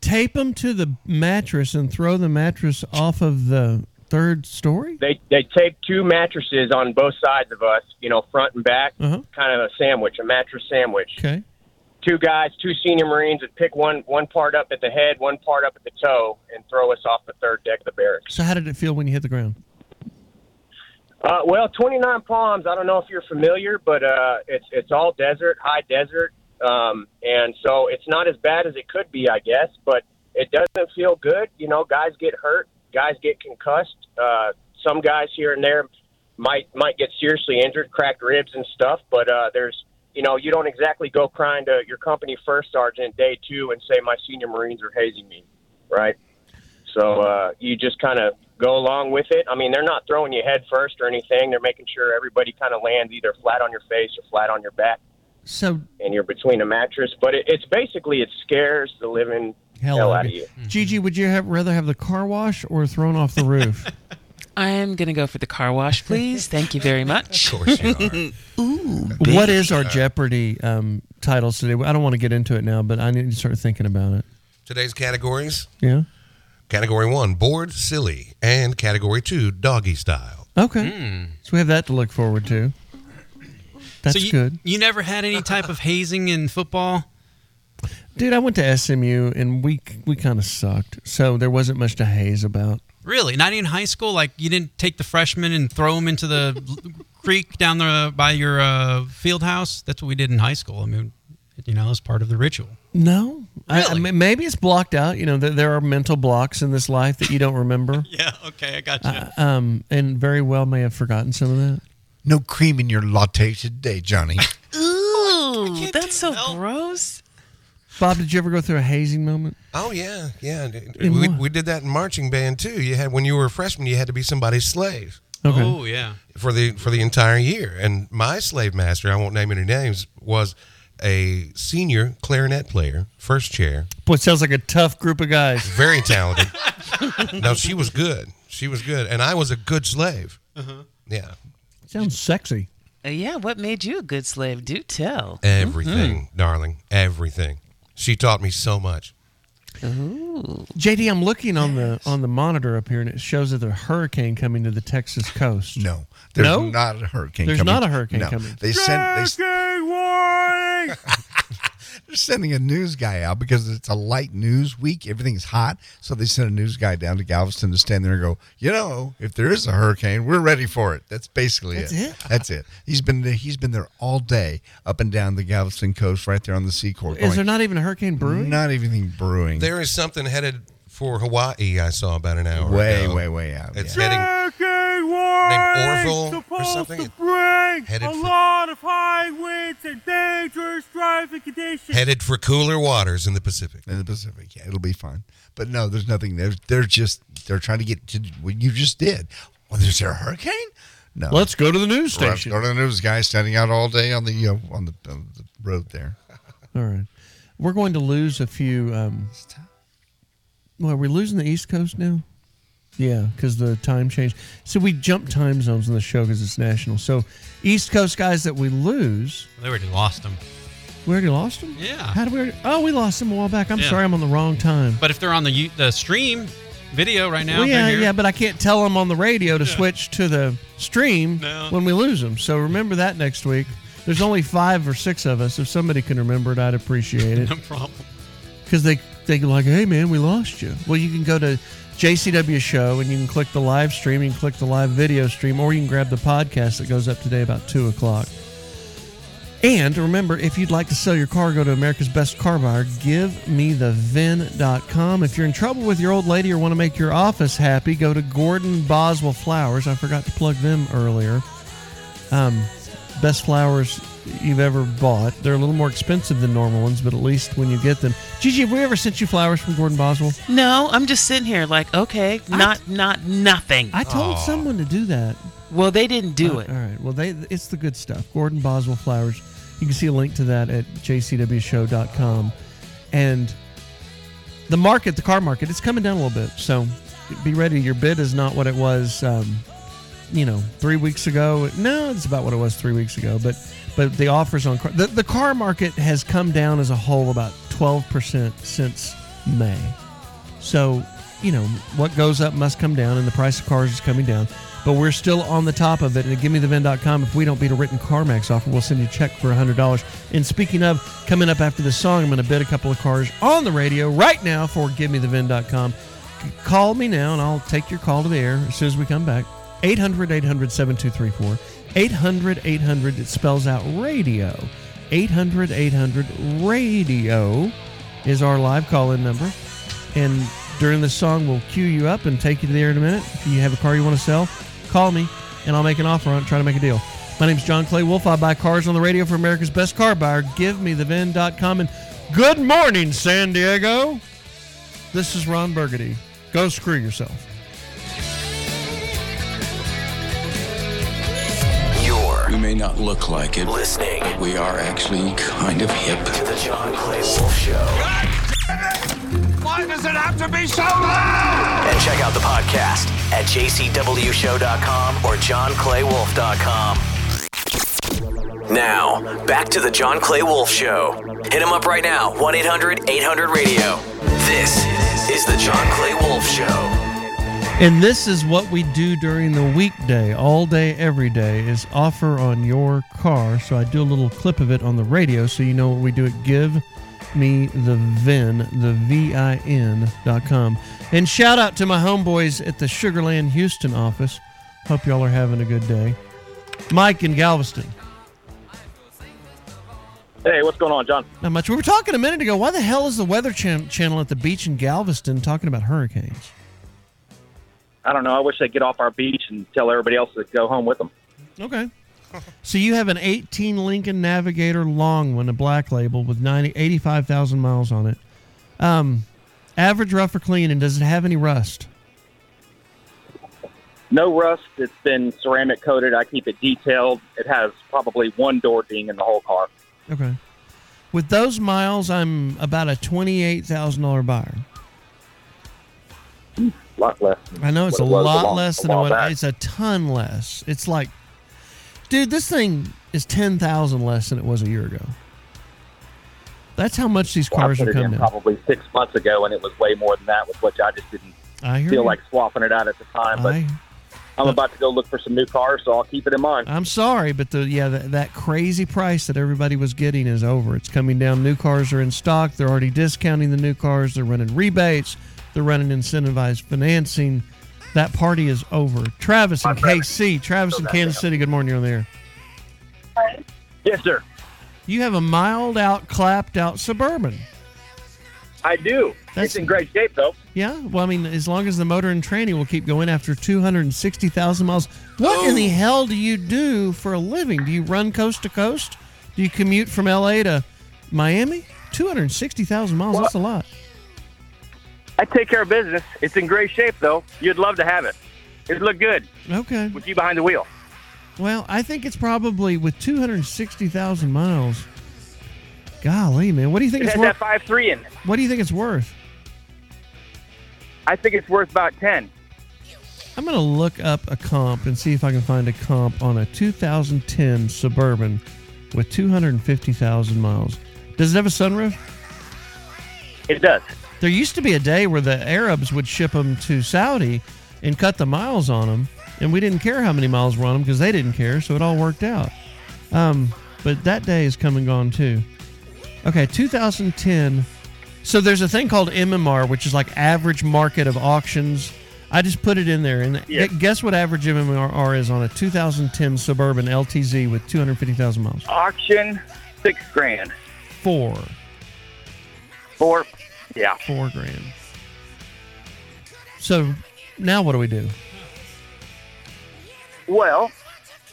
[SPEAKER 3] Tape them to the mattress and throw the mattress off of the third story.
[SPEAKER 14] They they taped two mattresses on both sides of us, you know, front and back,
[SPEAKER 3] Uh-huh.
[SPEAKER 14] kind of a sandwich, a mattress sandwich.
[SPEAKER 3] Okay.
[SPEAKER 14] Two guys, two senior Marines, would pick one one part up at the head, one part up at the toe, and throw us off the third deck of the barracks.
[SPEAKER 3] So how did it feel when you hit the ground?
[SPEAKER 14] Uh, well, 29 Palms. I don't know if you're familiar, but uh, it's it's all desert, high desert, um, and so it's not as bad as it could be, I guess. But it doesn't feel good. You know, guys get hurt, guys get concussed. Uh, some guys here and there might might get seriously injured, cracked ribs and stuff. But uh, there's you know, you don't exactly go crying to your company first sergeant day two and say my senior Marines are hazing me, right? So uh, you just kind of go along with it. I mean, they're not throwing you head first or anything. They're making sure everybody kind of lands either flat on your face or flat on your back,
[SPEAKER 3] So
[SPEAKER 14] and you're between a mattress. But it, it's basically it scares the living hell,
[SPEAKER 3] Hell,
[SPEAKER 14] out
[SPEAKER 3] out
[SPEAKER 14] of you.
[SPEAKER 3] Gigi, would you have rather have the car wash or thrown off the roof?
[SPEAKER 6] I'm going to go for the car wash, please. Thank you very much. Of course you are. Ooh.
[SPEAKER 3] what
[SPEAKER 6] baby.
[SPEAKER 3] is our Jeopardy um, titles today? I don't want to get into it now, but I need to start thinking about it.
[SPEAKER 11] Today's categories
[SPEAKER 3] Yeah.
[SPEAKER 11] category one, bored, silly, and category two, doggy style.
[SPEAKER 3] Okay.
[SPEAKER 28] Hmm.
[SPEAKER 3] So we have that to look forward to. That's
[SPEAKER 28] so you,
[SPEAKER 3] good.
[SPEAKER 28] You never had any type of hazing in football?
[SPEAKER 3] Dude, I went to SMU and we we kind of sucked. So there wasn't much to haze about.
[SPEAKER 28] Really? Not even high school? Like you didn't take the freshmen and throw them into the l- creek down the by your uh, field house? That's what we did in high school. I mean, you know, it's part of the ritual.
[SPEAKER 3] No. I- I, mean, maybe it's blocked out. You know, there, there are mental blocks in this life that you don't remember.
[SPEAKER 28] Yeah, okay, I gotcha.
[SPEAKER 3] I- um, and very well may have forgotten some of that.
[SPEAKER 7] No cream in your latte today, Johnny.
[SPEAKER 6] Ooh, that's so gross.
[SPEAKER 3] Bob, did you ever go through a hazing moment?
[SPEAKER 11] Oh yeah, yeah.
[SPEAKER 3] In
[SPEAKER 11] We,
[SPEAKER 3] what?
[SPEAKER 11] we did that in marching band too. You had when you were a freshman, you had to be somebody's slave.
[SPEAKER 3] Okay.
[SPEAKER 28] Oh yeah.
[SPEAKER 11] for the for the entire year. And my slave master, I won't name any names, was a senior clarinet player, first chair,
[SPEAKER 3] Boy, it sounds like a tough group of guys.
[SPEAKER 11] very talented. no, she was good. She was good, and I was a good slave. Yeah,
[SPEAKER 3] Sounds sexy.
[SPEAKER 6] Uh, yeah, what made you a good slave? Do tell.
[SPEAKER 11] everything, darling, everything. She taught me so much.
[SPEAKER 3] JD, I'm looking on the on the monitor up here, and it shows that there's a hurricane coming to the Texas coast. No,
[SPEAKER 7] There's
[SPEAKER 3] no,
[SPEAKER 7] not a hurricane.
[SPEAKER 3] There's
[SPEAKER 7] coming.
[SPEAKER 3] not a hurricane
[SPEAKER 7] No.
[SPEAKER 3] coming.
[SPEAKER 7] They sent. They, s- they're sending a news guy out because it's a light news week. Everything's hot, so they sent a news guy down to Galveston to stand there and go, you know, if there is a hurricane, we're ready for it. That's basically
[SPEAKER 3] That's
[SPEAKER 7] it.
[SPEAKER 3] it?
[SPEAKER 7] That's it. He's been there, he's been there all day, up and down the Galveston coast, right there on the Seacourt.
[SPEAKER 3] Is there not even a hurricane brewing?
[SPEAKER 7] Not even brewing.
[SPEAKER 11] There is something headed for Hawaii. I saw about an hour.
[SPEAKER 7] Way,
[SPEAKER 11] ago.
[SPEAKER 7] way, way out,
[SPEAKER 11] It's
[SPEAKER 7] yeah.
[SPEAKER 11] heading named Orville or something. It- headed for-
[SPEAKER 30] lot of high winds and dangerous driving conditions.
[SPEAKER 11] headed for cooler waters in the Pacific.
[SPEAKER 7] In the Pacific, yeah, it'll be fine. But no, there's nothing. They're they're just they're trying to get to what you just did. Well, there's a hurricane. No,
[SPEAKER 3] Let's go to the news
[SPEAKER 7] Let's
[SPEAKER 3] station.
[SPEAKER 7] go to the news guy standing out all day on the you know, on the on the road there.
[SPEAKER 3] All right, we're going to lose a few. Um, well, are we losing the East Coast now? Yeah, because the time change. So we jump time zones in the show because it's national. So East Coast guys that we lose,
[SPEAKER 28] They already lost them.
[SPEAKER 3] we already lost them.
[SPEAKER 28] Yeah.
[SPEAKER 3] How do we? already- Oh, we lost them a while back. I'm
[SPEAKER 28] Yeah.
[SPEAKER 3] sorry, I'm on the wrong time.
[SPEAKER 28] But if they're on the you- the stream video right now,
[SPEAKER 3] Well, yeah,
[SPEAKER 28] they're here.
[SPEAKER 3] yeah, but I can't tell them on the radio to switch to the stream
[SPEAKER 28] No.
[SPEAKER 3] when we lose them. So remember that next week. There's only five or six of us. If somebody can remember it, I'd appreciate it.
[SPEAKER 28] no problem.
[SPEAKER 3] Because they they go like, "Hey man, we lost you." Well, you can go to JCW Show and you can click the live stream, you can click the live video stream, or you can grab the podcast that goes up today about two o'clock. And remember, if you'd like to sell your car, go to America's Best Car Buyer, givemethevin.com. If you're in trouble with your old lady or want to make your office happy, go to Gordon Boswell Flowers. I forgot to plug them earlier. Um, best flowers you've ever bought. They're a little more expensive than normal ones, but at least when you get them. Gigi, have we ever sent you flowers from Gordon Boswell?
[SPEAKER 6] Mm-hmm. No, I'm just sitting here like, okay, not not nothing.
[SPEAKER 3] I told someone to do that.
[SPEAKER 6] Well, they didn't do
[SPEAKER 3] Uh,
[SPEAKER 6] it.
[SPEAKER 3] All right. Well, they it's the good stuff. Gordon Boswell flowers. You can see a link to that at jcwshow.com. And the market, the car market, it's coming down a little bit. So be ready. Your bid is not what it was, um, you know, three weeks ago. No, it's about what it was three weeks ago. But but the offers on car, the, the car market has come down as a whole about 12% since May. So, you know, what goes up must come down, and the price of cars is coming down. But we're still on the top of it. And at givemethevin.com, if we don't beat a written CarMax offer, we'll send you a check for $100. And speaking of, coming up after this song, I'm going to bid a couple of cars on the radio right now for givemethevin.com. C- Call me now, and I'll take your call to the air as soon as we come back. 800 800 7234. 800 800, it spells out radio. 800 800 radio is our live call in number. And during the song, we'll cue you up and take you there in a minute. If you have a car you want to sell, call me and I'll make an offer on it, try to make a deal. My name's John Clay Wolf. I buy cars on the radio for America's best car buyer. Give me the VIN.com. And good morning, San Diego. This is Ron Burgundy. Go screw yourself.
[SPEAKER 1] You're.
[SPEAKER 25] We may not look like it.
[SPEAKER 1] Listening.
[SPEAKER 25] We are actually kind of hip.
[SPEAKER 1] To the John Clay Wolf Show.
[SPEAKER 29] Why does it have to be so loud?
[SPEAKER 1] And check out the podcast at jcwshow.com or johnclaywolf.com. Now, back to the John Clay Wolf Show. Hit him up right now, 1 800 800 radio. This is the John Clay Wolf Show.
[SPEAKER 3] And this is what we do during the weekday, all day, every day, is offer on your car. So I do a little clip of it on the radio so you know what we do at Give Me the VIN, the V-I-N dot com. And shout out to my homeboys at the Sugarland Houston office. Hope y'all are having a good day. Mike in Galveston.
[SPEAKER 32] Hey, what's going on, John?
[SPEAKER 3] Not much. We were talking a minute ago. Why the hell is the Weather Chan- Channel at the beach in Galveston talking about hurricanes?
[SPEAKER 32] I don't know. I wish they'd get off our beach and tell everybody else to go home with them.
[SPEAKER 3] Okay. So you have an 18 Lincoln Navigator long one, a black label with 90, 85,000 miles on it. Um, average rough or clean, and does it have any rust?
[SPEAKER 32] No rust. It's been ceramic coated. I keep it detailed. It has probably one door ding in the whole car.
[SPEAKER 3] Okay. With those miles, I'm about a $28,000 buyer.
[SPEAKER 32] Lot less.
[SPEAKER 3] I know it's a
[SPEAKER 32] What it was
[SPEAKER 3] lot
[SPEAKER 32] long-
[SPEAKER 3] less than
[SPEAKER 32] while
[SPEAKER 3] what
[SPEAKER 32] back.
[SPEAKER 3] it's a ton less. It's like, dude, this thing is 10,000 less than it was a year ago. That's how much these
[SPEAKER 32] Well, I
[SPEAKER 3] cars
[SPEAKER 32] put
[SPEAKER 3] have
[SPEAKER 32] it
[SPEAKER 3] come
[SPEAKER 32] in
[SPEAKER 3] down.
[SPEAKER 32] probably six months ago, and it was way more than that. With which I just didn't
[SPEAKER 3] I hear
[SPEAKER 32] feel
[SPEAKER 3] you.
[SPEAKER 32] like swapping it out at the time. But
[SPEAKER 3] I-
[SPEAKER 32] I'm about to go look for some new cars, so I'll keep it in mind.
[SPEAKER 3] I'm sorry, but the yeah that, that crazy price that everybody was getting is over. It's coming down. New cars are in stock. They're already discounting the new cars. They're running rebates. They're running incentivized financing. That party is over. Travis in KC. Travis in Kansas City. Good morning. You're on the air.
[SPEAKER 10] Yes, sir.
[SPEAKER 3] You have a mild out, clapped out suburban.
[SPEAKER 10] I do. it's in great shape, though.
[SPEAKER 3] Yeah. Well, I mean, as long as the motor and tranny will keep going after 260,000 miles. What in
[SPEAKER 10] Oh.
[SPEAKER 3] the hell do you do for a living? Do you run coast to coast? Do you commute from LA to Miami? 260,000 miles. That's a lot.
[SPEAKER 10] I take care of business. It's in great shape, though. You'd love to have it. It'd look good
[SPEAKER 3] Okay.
[SPEAKER 10] with you behind the wheel.
[SPEAKER 3] Well, I think it's probably with 260,000 miles. Golly, man. What do you think
[SPEAKER 10] it
[SPEAKER 3] it's
[SPEAKER 10] has
[SPEAKER 3] worth?
[SPEAKER 10] that five three in it.
[SPEAKER 3] What do you think it's worth?
[SPEAKER 10] I think it's worth about ten.
[SPEAKER 3] I'm going to look up a comp and see if I can find a comp on a 2010 Suburban with 250,000 miles. Does it have a sunroof?
[SPEAKER 10] It does.
[SPEAKER 3] There used to be a day where the Arabs would ship them to Saudi and cut the miles on them, and we didn't care how many miles were on them because they didn't care, so it all worked out. Um, but that day is come and gone too. Okay, 2010. So there's a thing called MMR, which is like average market of auctions. I just put it in there, and
[SPEAKER 10] Yeah.
[SPEAKER 3] gu- guess what average MMR is on a 2010 Suburban LTZ with 250,000 miles?
[SPEAKER 10] Auction six grand.
[SPEAKER 3] Four,
[SPEAKER 10] Four. Yeah.
[SPEAKER 3] four grand. So now what do we do?
[SPEAKER 10] Well,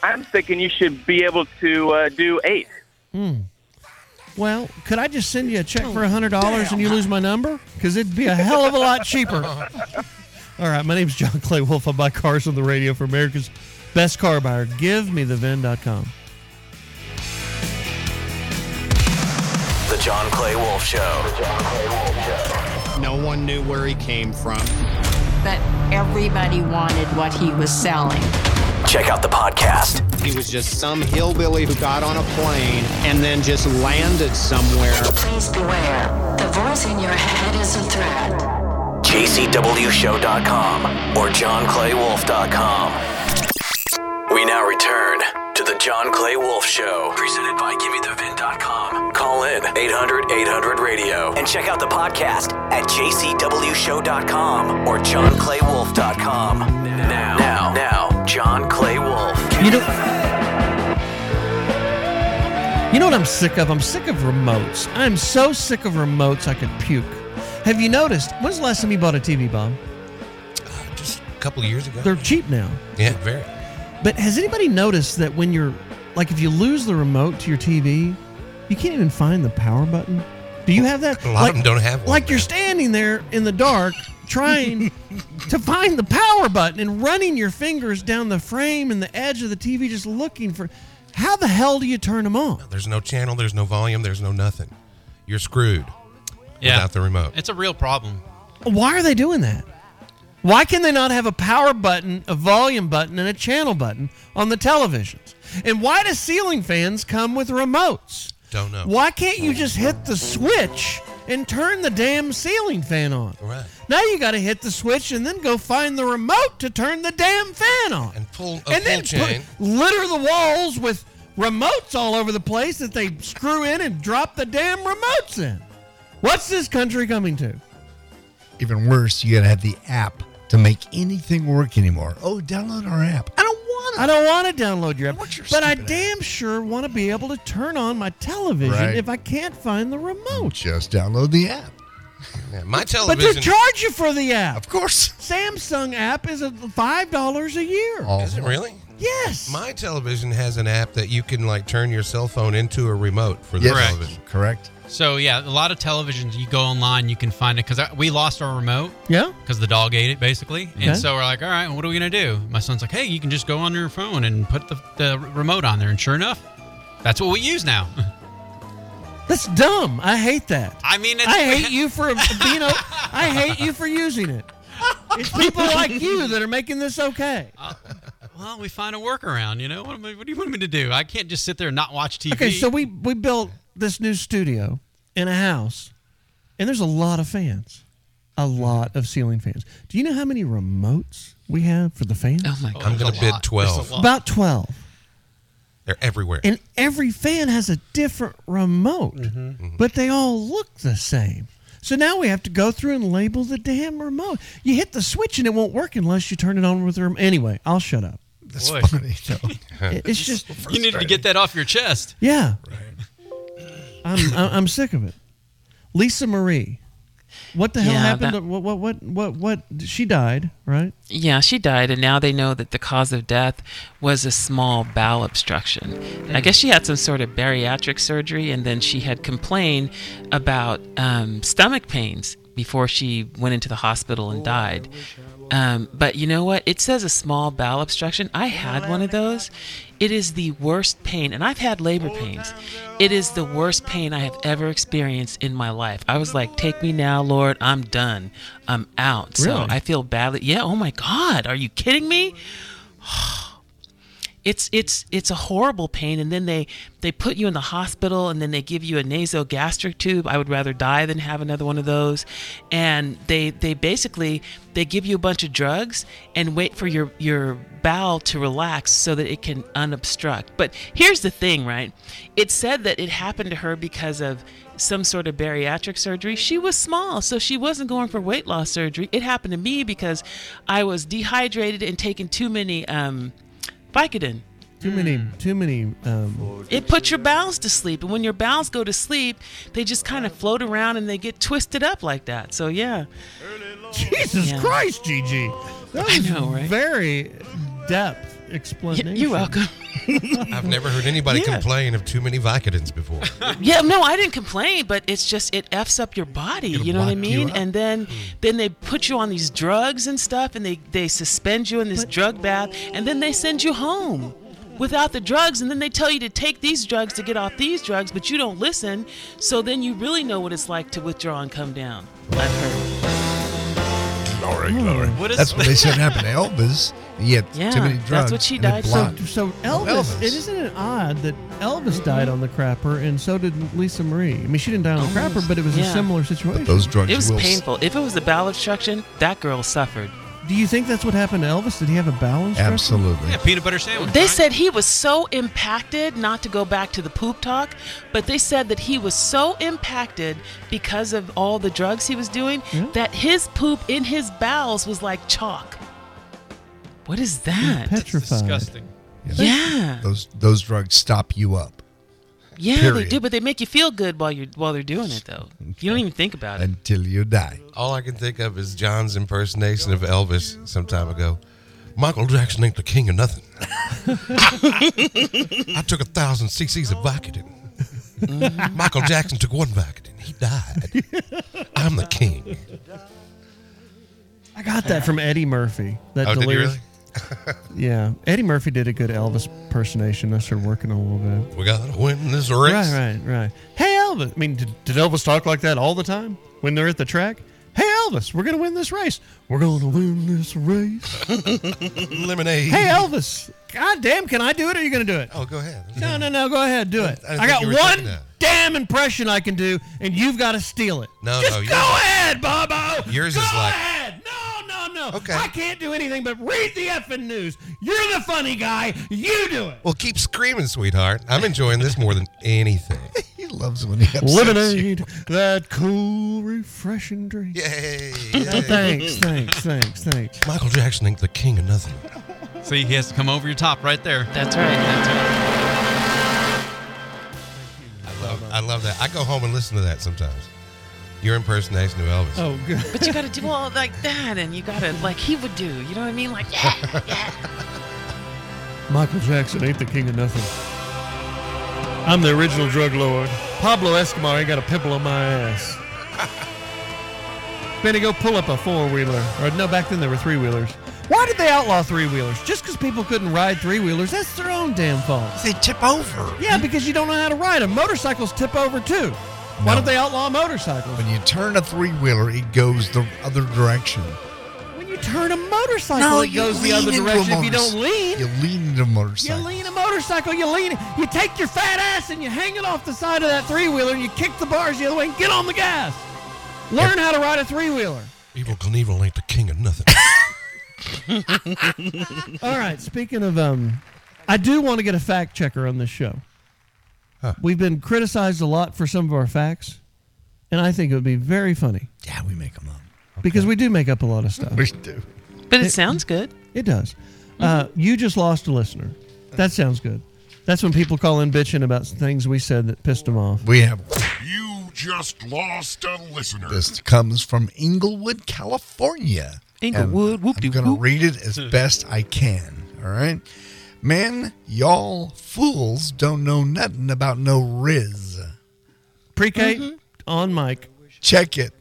[SPEAKER 10] I'm thinking you should be able to uh, do eight.
[SPEAKER 3] Hmm. Well, could I just send you a check for hundred dollars and you lose my number? Because it'd be a hell of a lot cheaper. All right, my name's John Clay Wolf. I buy cars on the radio for America's best car buyer. Give me the VIN.com.
[SPEAKER 1] The John Clay Wolf Show. The John Clay Wolf Show.
[SPEAKER 18] No one knew where he came from.
[SPEAKER 13] But everybody wanted what he was selling.
[SPEAKER 1] Check out the podcast.
[SPEAKER 18] He was just some hillbilly who got on a plane and then just landed somewhere.
[SPEAKER 13] Please beware. The voice in your head is a threat.
[SPEAKER 1] JCWShow.com or JohnClayWolf.com. We now return to the John Clay Wolf Show, presented by GiveMeTheVin.com. Call in 800 800 radio and check out the podcast at JCWShow.com or JohnClayWolf.com. Now, now, now, John Clay Wolf.
[SPEAKER 3] You know, you know what I'm sick of? I'm sick of remotes. I'm so sick of remotes I could puke. Have you noticed? When's the last time you bought a TV, Bob?
[SPEAKER 11] A couple of years ago.
[SPEAKER 3] They're cheap now.
[SPEAKER 11] yeah, very.
[SPEAKER 3] But has anybody noticed that when you're like if you lose the remote to your TV, you can't even find the power button? Do you have that?
[SPEAKER 11] A lot of them don't have one,
[SPEAKER 3] Like you're standing there in the dark trying to find the power button and running your fingers down the frame and the edge of the TV just looking for how the hell do you turn them on?
[SPEAKER 11] There's no channel, there's no volume, there's no nothing. You're screwed
[SPEAKER 28] Yeah.
[SPEAKER 11] without the remote.
[SPEAKER 28] It's a real problem.
[SPEAKER 3] Why are they doing that? Why can they not have a power button, a volume button, and a channel button on the televisions? And why do ceiling fans come with remotes?
[SPEAKER 11] Don't know.
[SPEAKER 3] Why can't you just hit the switch and turn the damn ceiling fan on?
[SPEAKER 11] Right.
[SPEAKER 3] Now you got to hit the switch and then go find the remote to turn the damn fan on. And
[SPEAKER 11] pull
[SPEAKER 3] a And then
[SPEAKER 11] pull chain.
[SPEAKER 3] put- litter the walls with remotes all over the place that they screw in and drop the damn remotes in. What's this country coming to?
[SPEAKER 7] Even worse, you gotta have the app to make anything work anymore. Oh, download our app. I don't
[SPEAKER 3] want. I don't want to download your app. but I damn sure want to be able to turn on my television
[SPEAKER 7] Right.
[SPEAKER 3] if I can't find the remote.
[SPEAKER 7] Just download the app.
[SPEAKER 11] my
[SPEAKER 3] But they charge you for the app. Of
[SPEAKER 7] course.
[SPEAKER 3] Samsung app is a five dollars a year.
[SPEAKER 7] Oh.
[SPEAKER 11] Is it really?
[SPEAKER 3] Yes.
[SPEAKER 11] My television has an app that you can like turn your cell phone into a remote for the
[SPEAKER 28] Yes. Correct.
[SPEAKER 11] television.
[SPEAKER 7] Correct.
[SPEAKER 28] So yeah, a lot of televisions you go online, you can find it because we lost our remote.
[SPEAKER 3] Yeah.
[SPEAKER 28] Because the dog ate it basically,
[SPEAKER 3] Okay.
[SPEAKER 28] and so we're like, all right, what are we gonna do? My son's like, hey, you can just go on your phone and put the, the remote on there, and sure enough, that's what we use now.
[SPEAKER 3] That's dumb. I hate that.
[SPEAKER 28] I mean, it's,
[SPEAKER 3] I hate you for you know. I hate you for using it. It's people like you that are making this okay.
[SPEAKER 28] Well, we find a workaround. You know, what, am I- what do you want me to do? I can't just sit there and not watch TV.
[SPEAKER 3] Okay, so we we built this new studio in a house, and there's a lot of fans, a lot of ceiling fans. Do you know how many remotes we have for the fans? Oh my
[SPEAKER 11] God. I'm gonna There's a bid lot. 12. There's a lot.
[SPEAKER 3] About twelve,
[SPEAKER 11] They're everywhere.
[SPEAKER 3] and every fan has a different remote,
[SPEAKER 11] Mm-hmm.
[SPEAKER 3] but they all look the same. So now we have to go through and label the damn remote. You hit the switch and it won't work unless you turn it on with the remote. Anyway, I'll shut up.
[SPEAKER 28] That's
[SPEAKER 7] funny.
[SPEAKER 3] It's just
[SPEAKER 28] you needed to get that off your chest.
[SPEAKER 3] Yeah. I'm, I'm I'm sick of it. Lisa Marie. What the hell
[SPEAKER 6] Yeah,
[SPEAKER 3] happened?
[SPEAKER 6] that-
[SPEAKER 3] to, what, what what what what she died, right?
[SPEAKER 6] Yeah, she died, and now they know that the cause of death was a small bowel obstruction. I guess she had some sort of bariatric surgery, and then she had complained about um, stomach pains before she went into the hospital and died. Um, but you know what? It says a small bowel obstruction. I had one of those. It is the worst pain, and I've had labor pains. It is the worst pain I have ever experienced in my life. I was like, Take me now, Lord. I'm done. I'm out. So
[SPEAKER 33] Really?
[SPEAKER 6] I feel badly. Yeah. Oh my God. Are you kidding me? It's it's it's a horrible pain, and then they they put you in the hospital, and then they give you a nasogastric tube. I would rather die than have another one of those. And they they basically they give you a bunch of drugs and wait for your your bowel to relax so that it can unobstruct. But here's the thing, right? It said that it happened to her because of some sort of bariatric surgery. She was small, so she wasn't going for weight loss surgery. It happened to me because I was dehydrated and taking too many um, Vicodin.
[SPEAKER 3] Too many too many. Um,
[SPEAKER 6] It puts your bowels to sleep, and when your bowels go to sleep, they just kind of float around and they get twisted up like that. So yeah,
[SPEAKER 3] Jesus Christ, Gigi. That
[SPEAKER 6] I
[SPEAKER 3] was
[SPEAKER 6] know, right?
[SPEAKER 3] Very depth explanation.
[SPEAKER 6] You're welcome.
[SPEAKER 11] I've never heard anybody
[SPEAKER 6] Yeah.
[SPEAKER 11] complain of too many Vicodins before.
[SPEAKER 6] yeah, no, I didn't complain, but it's just it f's up your body. you know what I
[SPEAKER 11] lock you
[SPEAKER 6] mean?
[SPEAKER 11] up. Hmm.
[SPEAKER 6] And then then they put you on these drugs and stuff, and they they suspend you in this drug bath, and then they send you home without the drugs, and then they tell you to take these drugs to get off these drugs, but you don't listen. So then you really know what it's like to withdraw and come down. I've heard.
[SPEAKER 7] Glory,
[SPEAKER 6] glory. What is-
[SPEAKER 7] That's what they said happened to Elvis. He had
[SPEAKER 6] Yeah,
[SPEAKER 7] too many
[SPEAKER 6] that's
[SPEAKER 7] drugs.
[SPEAKER 6] what she
[SPEAKER 7] and it
[SPEAKER 6] died from.
[SPEAKER 7] blocked-
[SPEAKER 3] So Elvis, it isn't it odd that Elvis died on the crapper, and so did Lisa Marie. I mean, she didn't die on the crapper,
[SPEAKER 6] Almost,
[SPEAKER 3] but it was a
[SPEAKER 6] Oh, yeah.
[SPEAKER 3] similar situation.
[SPEAKER 6] It was painful. If it was the bowel obstruction, that girl suffered.
[SPEAKER 3] Do you think that's what happened to Elvis? Did he have a bowel obstruction?
[SPEAKER 7] Absolutely.
[SPEAKER 28] Yeah, peanut butter sandwich.
[SPEAKER 6] They said he was so impacted, not to go back to the poop talk, but they said that he was so impacted because of all the drugs he was doing
[SPEAKER 7] Mm-hmm.
[SPEAKER 6] that his poop in his bowels was like chalk. What is that?
[SPEAKER 28] Disgusting.
[SPEAKER 6] Yeah.
[SPEAKER 7] Those those drugs stop you up.
[SPEAKER 6] Yeah, they
[SPEAKER 7] Period.
[SPEAKER 6] do, but they make you feel good while you're while they're doing it though. You don't even think about it.
[SPEAKER 7] Until you die.
[SPEAKER 11] All I can think of is John's impersonation of Elvis some time ago. Michael Jackson ain't the king of nothing. I took a thousand cc's of Vicodin. Mm-hmm. Michael Jackson took one Vicodin. He died. I'm the king.
[SPEAKER 3] I got that from Eddie Murphy. That
[SPEAKER 11] Oh, did you
[SPEAKER 3] delirious. yeah, Eddie Murphy did a good Elvis impersonation. I started working on a little bit.
[SPEAKER 11] We gotta win this race.
[SPEAKER 3] Right, right, right. Hey Elvis. I mean, did, did Elvis talk like that all the time when they're at the track? Hey Elvis, we're gonna win this race. We're gonna win this race.
[SPEAKER 11] Lemonade.
[SPEAKER 3] Hey Elvis. God damn, can I do it or are you gonna do it?
[SPEAKER 11] Oh, go ahead.
[SPEAKER 3] No, no, no, go ahead, do it.
[SPEAKER 11] I didn't
[SPEAKER 3] I,
[SPEAKER 11] think
[SPEAKER 3] got
[SPEAKER 11] you were doing
[SPEAKER 3] one
[SPEAKER 11] that.
[SPEAKER 3] damn impression I can do, and you've got to steal it.
[SPEAKER 11] No,
[SPEAKER 3] Just
[SPEAKER 11] no,
[SPEAKER 3] go
[SPEAKER 11] yours-
[SPEAKER 3] ahead, Bobo.
[SPEAKER 11] Yours
[SPEAKER 3] go
[SPEAKER 11] is like-
[SPEAKER 3] ahead. No, no, no. Okay. I can't do anything but read the effing news. You're the funny guy. You do it.
[SPEAKER 11] Well, keep screaming, sweetheart. I'm enjoying this more than anything.
[SPEAKER 7] he loves when he upsets
[SPEAKER 3] Lemonade, that cool, refreshing drink.
[SPEAKER 11] Yay!
[SPEAKER 3] No, thanks, thanks, thanks, thanks.
[SPEAKER 11] Michael Jackson ain't the king of nothing.
[SPEAKER 28] See, he has to come over your top right there.
[SPEAKER 6] That's right. That's right.
[SPEAKER 11] I love, I love that. I go home and listen to that sometimes. Your impersonation of Elvis.
[SPEAKER 3] Oh, good.
[SPEAKER 6] But you gotta do all like that and you gotta like he would do, you know what I mean? Like yeah, yeah.
[SPEAKER 3] Michael Jackson ain't the king of nothing. I'm the original drug lord. Pablo Escobar ain't got a pimple on my ass. Benny, go pull up a four wheeler. Or no, back then there were three wheelers. Why did they outlaw three wheelers? Just because people couldn't ride three wheelers, that's their own damn fault.
[SPEAKER 7] They tip over.
[SPEAKER 3] Yeah, because you don't know how to ride them. Motorcycles tip over too. Why don't they outlaw motorcycles?
[SPEAKER 7] When you turn a three wheeler, it goes the other direction.
[SPEAKER 3] When you turn a motorcycle, it
[SPEAKER 7] you
[SPEAKER 3] goes the
[SPEAKER 7] lean
[SPEAKER 3] other
[SPEAKER 7] into a
[SPEAKER 3] direction if you
[SPEAKER 7] motors-
[SPEAKER 3] don't lean.
[SPEAKER 7] You lean into a
[SPEAKER 3] You
[SPEAKER 7] motorcycle.
[SPEAKER 3] lean a motorcycle, you lean it. You take your fat ass and you hang it off the side of that three wheeler and you kick the bars the other way and get on the gas. Learn how to ride a three wheeler.
[SPEAKER 11] Evil Knievel ain't the king of nothing.
[SPEAKER 3] All right, speaking of um I do want to get a fact checker on this show. We've been criticized a lot for some of our facts, and I think it would be very funny.
[SPEAKER 7] Yeah, we make them up.
[SPEAKER 3] Because we do make up a lot of stuff.
[SPEAKER 7] We do.
[SPEAKER 6] But it sounds good. Mm-hmm.
[SPEAKER 3] It does. Uh, you just lost a listener. That sounds good. That's when people call in bitching about things we said that pissed them off.
[SPEAKER 7] We have
[SPEAKER 2] You just lost a listener.
[SPEAKER 7] this comes from Inglewood, California.
[SPEAKER 2] Inglewood,
[SPEAKER 7] And I'm gonna read it as best I can. All right, man, y'all fools don't know nothing about no Riz.
[SPEAKER 3] Pre-K on mic.
[SPEAKER 7] Check it.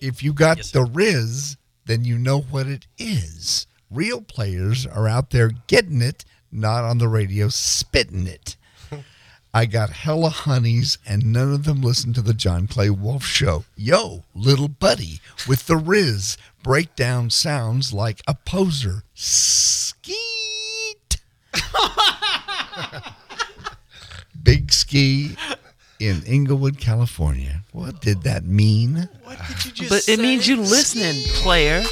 [SPEAKER 7] If you got the Riz, then you know what it is. Real players are out there getting it, not on the radio spitting it. I got hella honeys, and none of them listen to the John Clay Wolf show. Yo, little buddy, with the Riz, breakdown sounds like a poser. Skeet. Big ski in Inglewood, California. What did that mean?
[SPEAKER 6] but it means you listening, player.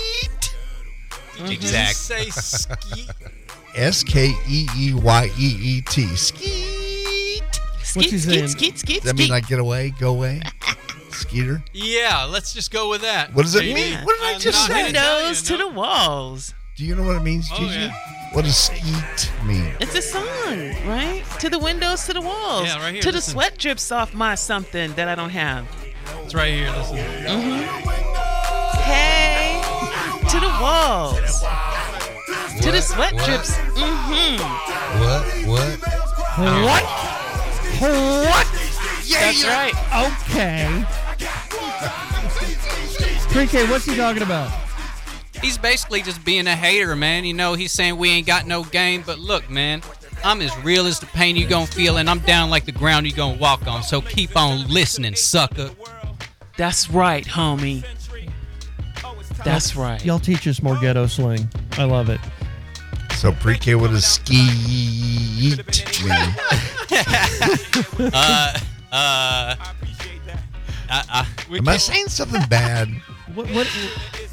[SPEAKER 7] Exact.
[SPEAKER 28] Say ski.
[SPEAKER 7] S K E E Y E E T. Skeet.
[SPEAKER 28] What's he Skeet, skeet, saying? skeet, skeet,
[SPEAKER 7] Does that mean
[SPEAKER 28] skeet.
[SPEAKER 7] like get away, go away? Skeeter?
[SPEAKER 28] Yeah, let's just go with that.
[SPEAKER 7] What does it
[SPEAKER 28] baby.
[SPEAKER 7] mean? What did I
[SPEAKER 28] I'm
[SPEAKER 7] just
[SPEAKER 28] not
[SPEAKER 7] say?
[SPEAKER 28] gonna tell you,
[SPEAKER 6] to the walls.
[SPEAKER 7] Do you know what it means,
[SPEAKER 6] Oh,
[SPEAKER 7] Gigi?
[SPEAKER 6] yeah.
[SPEAKER 7] What does skeet mean?
[SPEAKER 6] It's a song, right? To the windows, to the walls.
[SPEAKER 28] Yeah, right here,
[SPEAKER 6] To the
[SPEAKER 28] listen.
[SPEAKER 6] sweat drips off my something that I don't have. Mm-hmm.
[SPEAKER 28] no. It's right here. Listen.
[SPEAKER 6] Hey, to the walls. to the sweat
[SPEAKER 11] What?
[SPEAKER 6] drips. Mm-hmm.
[SPEAKER 11] What? What?
[SPEAKER 3] What? What?
[SPEAKER 6] That's right.
[SPEAKER 3] Okay. 3K, what's he talking about?
[SPEAKER 28] He's basically just being a hater, man. You know, he's saying we ain't got no game, but look, man, I'm as real as the pain you gonna feel, and I'm down like the ground you gonna walk on. So keep on listening, sucker.
[SPEAKER 6] That's right, homie. That's right.
[SPEAKER 3] Y'all teach us more ghetto slang. I love it.
[SPEAKER 7] So pre-K would have skied me.
[SPEAKER 28] uh, uh, I, I, we
[SPEAKER 7] Am I
[SPEAKER 28] can't-
[SPEAKER 7] saying something bad?
[SPEAKER 3] What? what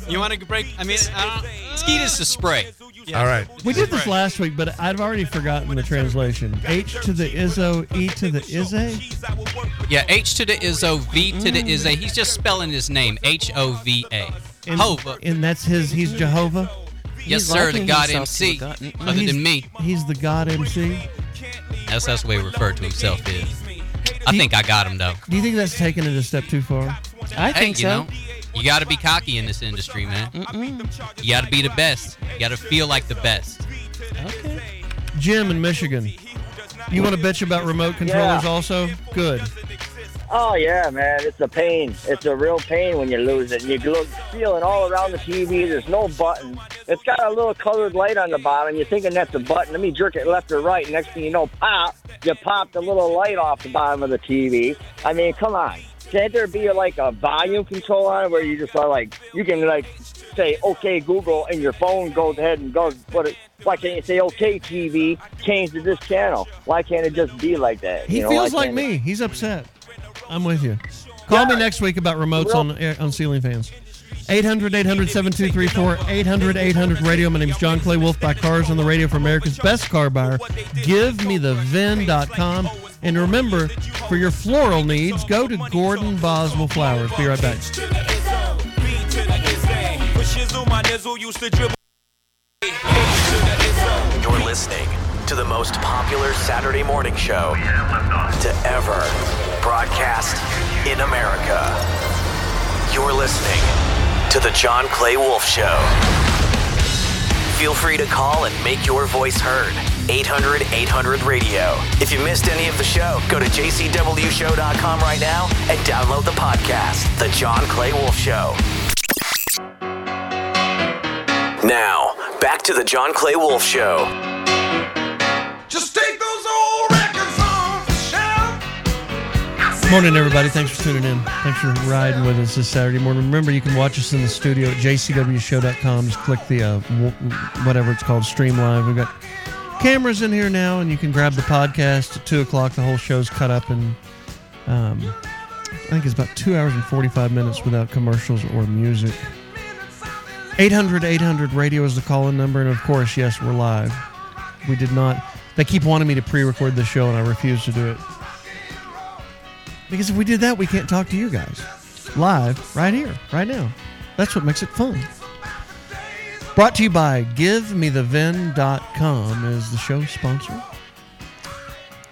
[SPEAKER 28] You want to break? I mean, I don't, skeet is the spray.
[SPEAKER 7] All right.
[SPEAKER 3] We did this last week, but I've already forgotten the translation. H to the Izzo, E to the Izze.
[SPEAKER 28] Yeah, H to the Izzo, V to the Izzo. He's just spelling his name, H O V A. uh,
[SPEAKER 3] And,
[SPEAKER 28] Hova.
[SPEAKER 3] and that's his, he's Jehovah.
[SPEAKER 28] Yes, sir, the God MC. Other
[SPEAKER 3] He's-
[SPEAKER 28] than me,
[SPEAKER 3] He's the God MC.
[SPEAKER 28] that's that's the way he referred to himself is. I think I got him though.
[SPEAKER 3] Do you think that's taking it a step too far?
[SPEAKER 28] Hey, you Know, you got to be cocky in this industry, man. You got to be the best. You got to feel like the best.
[SPEAKER 3] Jim in Michigan. You want to bitch about remote controllers
[SPEAKER 5] Yeah.
[SPEAKER 3] also? Good.
[SPEAKER 5] Oh yeah, man, it's a pain. It's a real pain when you lose it. You look feeling all around the TV. There's no button. It's got a little colored light on the bottom. You're thinking that's a button. Let me jerk it left or right. Next thing you know, pop! You pop the little light off the bottom of the TV. I mean, come on. Can't there be like a volume control on it where you just are like you can like say okay Google and your phone goes ahead and goes what it. Why can't you say okay TV? Change to this channel. Why can't it just be like that?
[SPEAKER 3] He
[SPEAKER 5] You know, why
[SPEAKER 3] feels like
[SPEAKER 5] can't it-
[SPEAKER 3] me. He's upset. I'm with you. Call me next week about remotes on air- on ceiling fans. 800 800 7234 800 800 radio. My name is John Clay Wolf by Cars on the Radio for America's Best Car Buyer. Give me the VIN.com. And remember, for your floral needs, go to Gordon Boswell Flowers. Be right back.
[SPEAKER 1] You're listening to the most popular Saturday morning show to ever broadcast in America. You're listening to The John Clay Wolf Show. Feel free to call and make your voice heard. 800 800 radio. If you missed any of the show, go to jcwshow.com right now and download the podcast, The John Clay Wolf Show. Now, back to The John Clay Wolf Show.
[SPEAKER 16] Just take those old records off the shelf.
[SPEAKER 3] Morning, everybody. Thanks for tuning in. Thanks for riding with us this Saturday morning. Remember, you can watch us in the studio at jcwshow.com. Just click the uh, w- whatever it's called, stream live. We've got cameras in here now, and you can grab the podcast at 2 o'clock. The whole show's cut up in, um, I think it's about 2 hours and 45 minutes without commercials or music. 800 800 radio is the call in number. And of course, yes, we're live. We did not, they keep wanting me to pre record the show, and I refuse to do it. Because if we did that, we can't talk to you guys live right here, right now. That's what makes it fun. Brought to you by GiveMeTheVin.com is the show sponsor.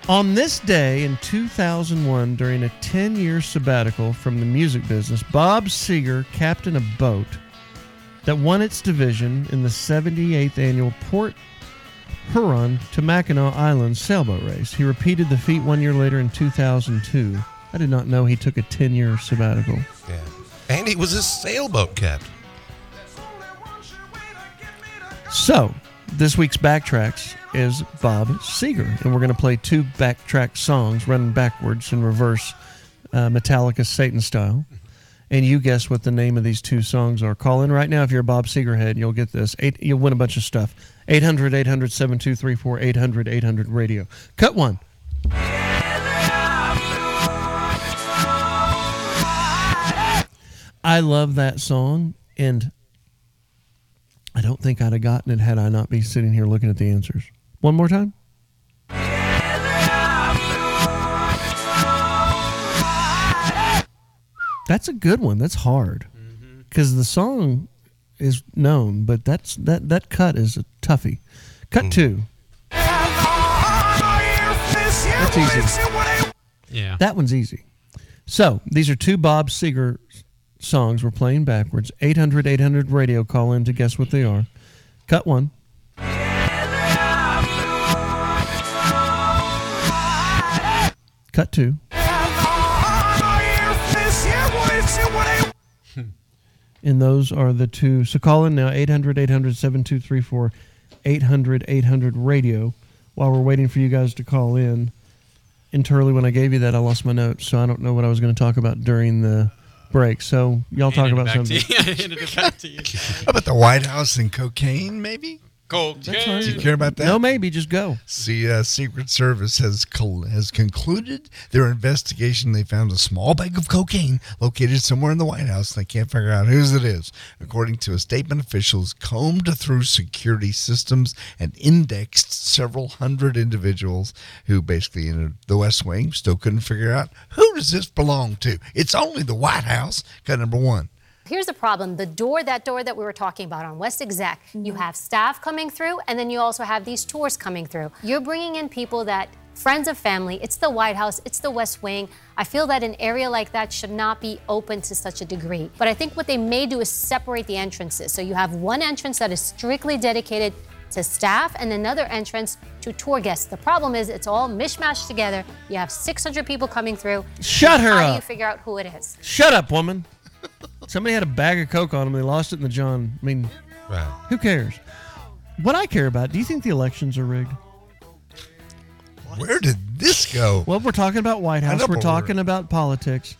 [SPEAKER 3] On this day in 2001, during a 10 year sabbatical from the music business, Bob Seger captained a boat that won its division in the 78th annual Port Huron to Mackinac Island sailboat race. He repeated the feat one year later in 2002. I did not know he took a 10 year sabbatical.
[SPEAKER 11] Yeah. And he was a sailboat captain.
[SPEAKER 3] So, this week's Backtracks is Bob Seger, and we're going to play two backtrack songs running backwards in reverse uh, Metallica Satan style. And you guess what the name of these two songs are. Call in right now if you're a Bob Seger head, you'll get this. Eight, you'll win a bunch of stuff. 800 800 7234 800 800 radio. Cut one. I love that song, and I don't think I'd have gotten it had I not be sitting here looking at the answers. One more time. That's a good one. That's hard because the song is known, but that's that that cut is a toughie. Cut two. That's easy.
[SPEAKER 28] Yeah.
[SPEAKER 3] That one's easy. So these are two Bob Seger songs we're playing backwards. 800 800 radio call in to guess what they are. Cut one. Cut two. And those are the two. So call in now 800 800 7234 800 800 radio while we're waiting for you guys to call in. And Turley, when I gave you that, I lost my notes, so I don't know what I was going to talk about during the break. So y'all talk about something.
[SPEAKER 7] about the White House and cocaine, maybe?
[SPEAKER 3] That's
[SPEAKER 7] Do you
[SPEAKER 3] right.
[SPEAKER 7] care about that?
[SPEAKER 3] No, maybe. Just go.
[SPEAKER 7] See, uh, Secret Service has col- has concluded their investigation. They found a small bag of cocaine located somewhere in the White House. They can't figure out whose it is. According to a statement, officials combed through security systems and indexed several hundred individuals who basically entered the West Wing. Still couldn't figure out who does this belong to. It's only the White House. Cut number one.
[SPEAKER 33] Here's the problem. The door, that door that we were talking about on West Exec,
[SPEAKER 3] Mm-hmm.
[SPEAKER 33] you have staff coming through, and then you also have these tours coming through. You're bringing in people that, friends of family, it's the White House, it's the West Wing. I feel that an area like that should not be open to such a degree. But I think what they may do is separate the entrances. So you have one entrance that is strictly dedicated to staff and another entrance to tour guests. The problem is it's all mishmashed together. You have 600 people coming through.
[SPEAKER 3] Shut her
[SPEAKER 33] How do you
[SPEAKER 3] up.
[SPEAKER 33] figure out who it is?
[SPEAKER 3] Shut up, woman. Somebody had a bag of coke on them. They lost it in the John. I mean, who cares? What I care about, do you think the elections are rigged?
[SPEAKER 7] Where did this go?
[SPEAKER 3] Well, we're talking about White
[SPEAKER 7] Oh. I know,
[SPEAKER 3] House. We're
[SPEAKER 7] but
[SPEAKER 3] talking about politics.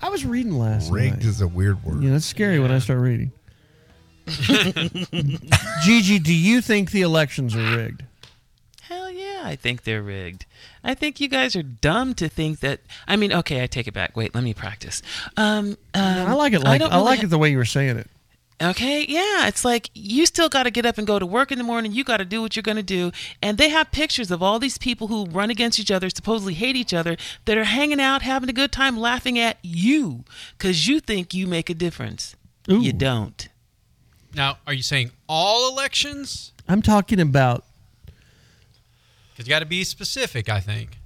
[SPEAKER 3] I was reading last
[SPEAKER 7] Rigged
[SPEAKER 3] night.
[SPEAKER 7] is a weird word.
[SPEAKER 3] You know, it's scary when I start reading.
[SPEAKER 6] Mm-hmm.
[SPEAKER 3] Gigi, do you think the elections are rigged?
[SPEAKER 6] Hell yeah, I think they're rigged. I think you guys are dumb to think that. I mean, okay, I take it back. Wait, let me practice. Um, um,
[SPEAKER 3] I like it. Like I,
[SPEAKER 6] don't really
[SPEAKER 3] like
[SPEAKER 6] ha-
[SPEAKER 3] it the way you were saying it.
[SPEAKER 6] Okay, yeah, it's like you still got to get up and go to work in the morning. You got to do what you're going to do. And they have pictures of all these people who run against each other, supposedly hate each other, that are hanging out, having a good time, laughing at you because you think you make a difference. You don't.
[SPEAKER 28] Now, are you saying all elections?
[SPEAKER 3] I'm talking about
[SPEAKER 28] Because you got to be specific. I think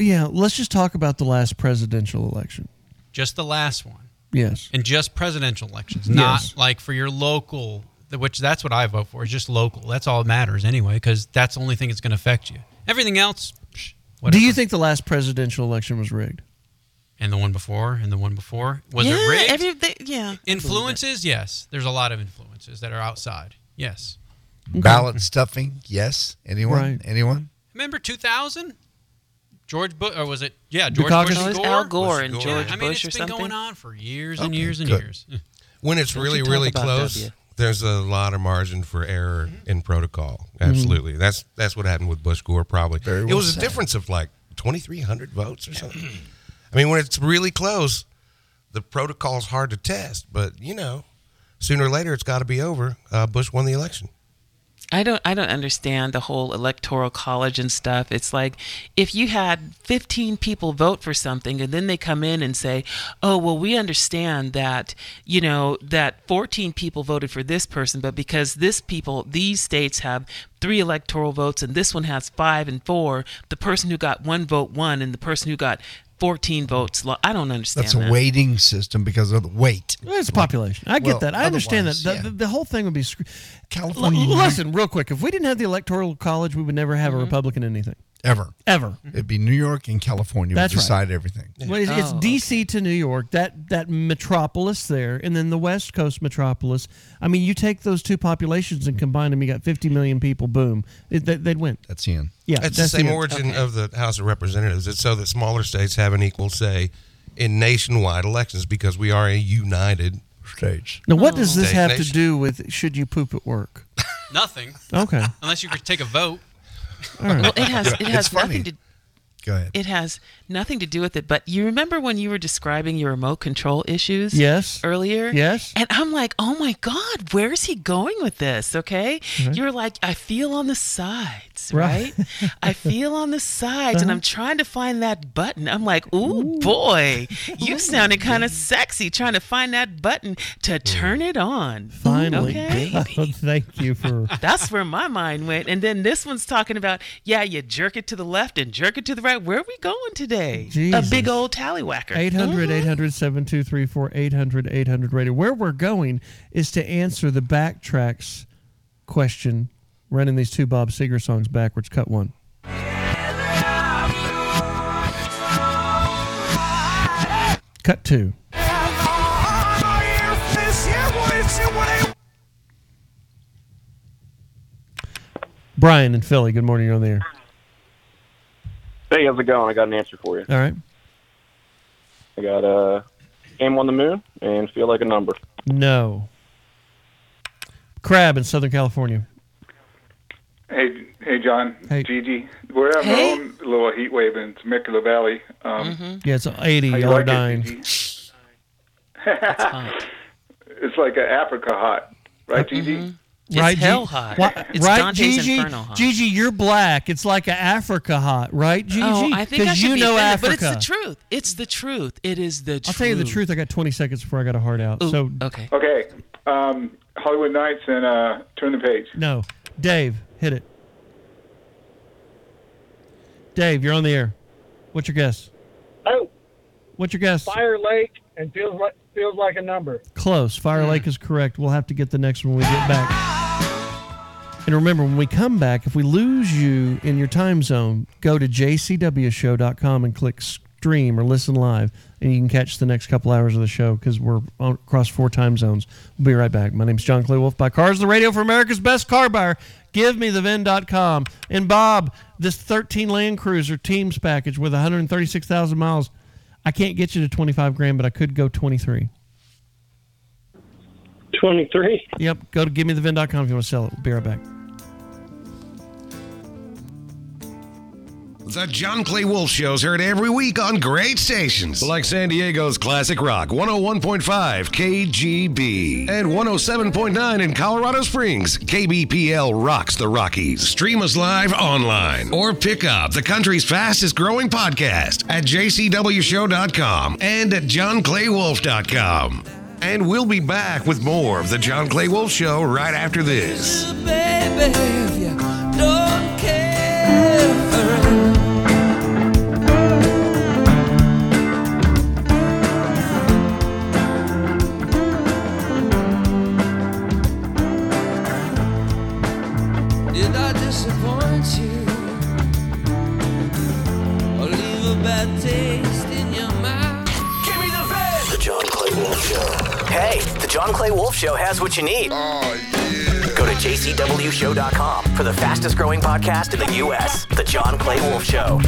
[SPEAKER 3] yeah. Let's just talk about the last presidential election.
[SPEAKER 28] just the last one.
[SPEAKER 3] Yes.
[SPEAKER 28] And just presidential elections,
[SPEAKER 3] Yes.
[SPEAKER 28] not like for your local, which that's what I vote for. Is just local. That's all that matters anyway, because that's the only thing that's going to affect you. Everything else, psh, whatever.
[SPEAKER 3] Do you think the last presidential election was rigged?
[SPEAKER 28] and the one before, and the one before was
[SPEAKER 6] yeah,
[SPEAKER 28] it rigged?
[SPEAKER 6] Everything, yeah.
[SPEAKER 28] influences, yes. There's a lot of influences that are outside. Yes.
[SPEAKER 3] Mm-hmm.
[SPEAKER 7] Ballot stuffing, yes. Anyone?
[SPEAKER 28] Right.
[SPEAKER 7] Anyone?
[SPEAKER 28] Remember 2000? George Bush, or was it? Yeah,
[SPEAKER 7] The
[SPEAKER 28] George
[SPEAKER 7] caucus-
[SPEAKER 28] Bush. and
[SPEAKER 7] No, it was
[SPEAKER 28] Gore?
[SPEAKER 7] Al Gore and
[SPEAKER 28] Yeah,
[SPEAKER 7] George
[SPEAKER 28] I mean,
[SPEAKER 7] Bush
[SPEAKER 28] it's
[SPEAKER 6] or
[SPEAKER 28] been
[SPEAKER 6] something?
[SPEAKER 28] going on for years and
[SPEAKER 11] Okay,
[SPEAKER 28] years and
[SPEAKER 11] good.
[SPEAKER 28] years.
[SPEAKER 11] When it's
[SPEAKER 28] Don't
[SPEAKER 11] really,
[SPEAKER 28] you talk
[SPEAKER 11] really
[SPEAKER 28] about
[SPEAKER 11] close,
[SPEAKER 28] W.
[SPEAKER 11] there's a lot of margin for error in protocol. Absolutely, that's that's what happened with Bush Gore. Probably it
[SPEAKER 29] well
[SPEAKER 11] was
[SPEAKER 29] said.
[SPEAKER 11] a difference of like 2,300 votes or something. I mean, when it's really close, the protocol's hard to test. But you know, sooner or later, it's got to be over. Uh, Bush won the election.
[SPEAKER 6] I don't I don't understand the whole electoral college and stuff. It's like if you had 15 people vote for something and then they come in and say, "Oh, well we understand that, you know, that 14 people voted for this person, but because this people these states have three electoral votes and this one has 5 and 4, the person who got 1 vote won and the person who got 14 votes lo-" I don't understand
[SPEAKER 7] That's a
[SPEAKER 6] that.
[SPEAKER 7] weighting system because of the weight.
[SPEAKER 3] Well, It's population. I get
[SPEAKER 7] Well,
[SPEAKER 3] that. I understand that. The,
[SPEAKER 7] otherwise,
[SPEAKER 3] the, the whole thing would be screw-
[SPEAKER 7] California,
[SPEAKER 3] L-
[SPEAKER 7] you-
[SPEAKER 3] listen, real quick. If we didn't have the electoral college, we would never have
[SPEAKER 28] Mm-hmm.
[SPEAKER 3] a Republican anything
[SPEAKER 7] Ever.
[SPEAKER 3] ever.
[SPEAKER 7] It'd be New York and California
[SPEAKER 3] That's
[SPEAKER 7] would
[SPEAKER 3] right.
[SPEAKER 7] decide everything.
[SPEAKER 3] Well, it's, it's
[SPEAKER 6] Oh,
[SPEAKER 3] D.C. to New York, that that metropolis there, and then the West Coast metropolis. I mean, you take those two populations and combine them, you got 50 million people. Boom, it, they, they'd win.
[SPEAKER 7] That's the end.
[SPEAKER 3] Yeah,
[SPEAKER 11] it's the same
[SPEAKER 3] end.
[SPEAKER 11] origin of the House of Representatives. It's so that smaller states have an equal say in nationwide elections because we are a united
[SPEAKER 7] states.
[SPEAKER 3] Now, what
[SPEAKER 11] Oh.
[SPEAKER 3] does this have to do with should you poop at work?
[SPEAKER 28] Nothing.
[SPEAKER 3] Okay.
[SPEAKER 28] Unless you could take a vote.
[SPEAKER 3] All right.
[SPEAKER 6] Well, it has
[SPEAKER 3] Yeah,
[SPEAKER 6] it has
[SPEAKER 3] it's funny.
[SPEAKER 6] nothing to
[SPEAKER 7] Go ahead.
[SPEAKER 6] It has nothing to do with it, but you remember when you were describing your remote control issues?
[SPEAKER 3] Yes.
[SPEAKER 6] Earlier?
[SPEAKER 3] Yes.
[SPEAKER 6] And I'm like, oh my God, where is he going with this? Okay.
[SPEAKER 3] Mhm.
[SPEAKER 6] You're like, I feel on the sides,
[SPEAKER 3] Right.
[SPEAKER 6] right? I feel on the sides, and
[SPEAKER 3] Uh-huh.
[SPEAKER 6] I'm trying to find that button. I'm like, ooh, boy, you sounded kind of sexy trying to find that button to turn it on.
[SPEAKER 3] Finally,
[SPEAKER 6] Okay.
[SPEAKER 3] thank you for.
[SPEAKER 6] That's where my mind went. And then this one's talking about, yeah, you jerk it to the left and jerk it to the right. Where are we going today? A
[SPEAKER 3] Jesus.
[SPEAKER 6] big old tallywhacker. Mm.
[SPEAKER 3] 800 800 7234 800 800 radio. Where we're going is to answer the backtracks question, running these two Bob Seger songs backwards. Cut one. Cut two. Brian in Philly. Good morning. You're on the air.
[SPEAKER 10] Hey, how's it going? I got an answer for you.
[SPEAKER 3] All right.
[SPEAKER 10] I got uh, aim on the moon and feel like a number.
[SPEAKER 3] No. Crab in Southern California.
[SPEAKER 21] Hey, hey, John,
[SPEAKER 3] Hey.
[SPEAKER 21] Gigi, we're having
[SPEAKER 3] Hey. Mm-hmm.
[SPEAKER 21] our own little heat wave in Temecula Valley. Um,
[SPEAKER 3] Yeah, it's 80.
[SPEAKER 21] How you
[SPEAKER 3] Y'all are
[SPEAKER 21] like it,
[SPEAKER 3] dying.
[SPEAKER 21] Gigi? it's like an Africa hot, right, Gigi?
[SPEAKER 3] Gigi? Why- right, Gigi? Gigi, you're black. It's like a Africa hot, right, Gigi?
[SPEAKER 6] Oh, I think I
[SPEAKER 3] Because
[SPEAKER 6] should
[SPEAKER 3] you
[SPEAKER 6] be
[SPEAKER 3] know
[SPEAKER 6] offended,
[SPEAKER 3] Africa.
[SPEAKER 6] but it's the truth. It's the truth. It is the truth.
[SPEAKER 3] I'll tell you the truth. I got 20 seconds before I got a heart out.
[SPEAKER 6] Ooh,
[SPEAKER 3] so
[SPEAKER 6] okay.
[SPEAKER 21] Okay, um, Hollywood Nights and uh, turn the page.
[SPEAKER 3] No, Dave, hit it. Dave, you're on the air. What's your guess?
[SPEAKER 13] Oh,
[SPEAKER 3] What's your guess?
[SPEAKER 13] Fire Lake and feels like feels like a number.
[SPEAKER 3] Close. Fire Lake is correct. We'll have to get the next one when we get back. And remember, when we come back, if we lose you in your time zone, go to jcwshow.com and click stream or listen live, and you can catch the next couple hours of the show because we're on, across four time zones. We'll be right back. My name's John Clay Wolf by Cars, the radio for America's best car buyer. Give me the VIN.com. And Bob, this 13 Land Cruiser Teams package with 136,000 miles, I can't get you to 25 grand, but I could go 23.
[SPEAKER 13] 23.
[SPEAKER 3] Yep. Go to givemethevin.com if you want to sell it. We'll be right back.
[SPEAKER 11] The John Clay Wolf Show's heard every week on great stations like San Diego's Classic Rock 101.5 KGB and 107.9 in Colorado Springs. KBPL rocks the Rockies. Stream us live online or pick up the country's fastest growing podcast at jcwshow.com and at johnclaywolf.com. And we'll be back with more of The John Clay Wolf Show right after this.
[SPEAKER 15] Did I disappoint you? Or leave a bad taste in your mouth? Give me the bed!
[SPEAKER 1] The John Clay Wolf Show. Hey, the John Clay Wolf Show has what you need.
[SPEAKER 15] Ah,
[SPEAKER 1] Go to jcwshow.com for the fastest growing podcast in the U.S. The John Clay Wolf Show.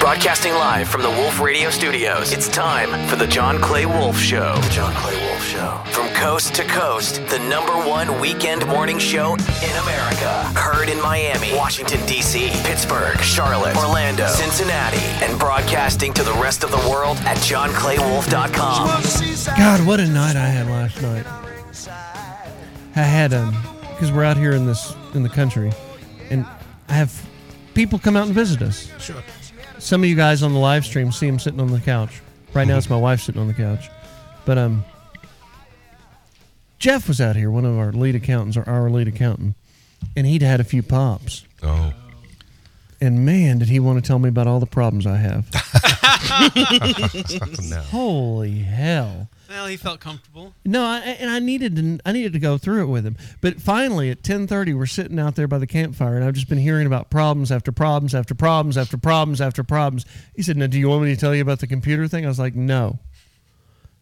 [SPEAKER 1] Broadcasting live from the Wolf Radio Studios. It's time for the John Clay Wolf Show. The John Clay Wolf Show. From coast to coast, the number one weekend morning show in America. Heard in Miami, Washington, D.C., Pittsburgh, Charlotte, Orlando, Cincinnati, and broadcasting to the rest of the world at johnclaywolf.com.
[SPEAKER 3] God, what a night I had last night. I had um, because we're out here in this in the country, and I have people come out and visit us.
[SPEAKER 35] Sure.
[SPEAKER 3] Some of you guys on the live stream see them sitting on the couch. Right now, it's my wife sitting on the couch, but um, Jeff was out here, one of our lead accountants, or our lead accountant, and he'd had a few pops.
[SPEAKER 2] Oh.
[SPEAKER 3] And man, did he want to tell me about all the problems I have.
[SPEAKER 2] No.
[SPEAKER 3] Holy hell.
[SPEAKER 28] Well, he felt comfortable.
[SPEAKER 3] No, I, and I needed to, I needed to go through it with him. But finally, at ten thirty, we're sitting out there by the campfire, and I've just been hearing about problems after problems after problems after problems after problems. He said, "Now, do you want me to tell you about the computer thing?" I was like, "No,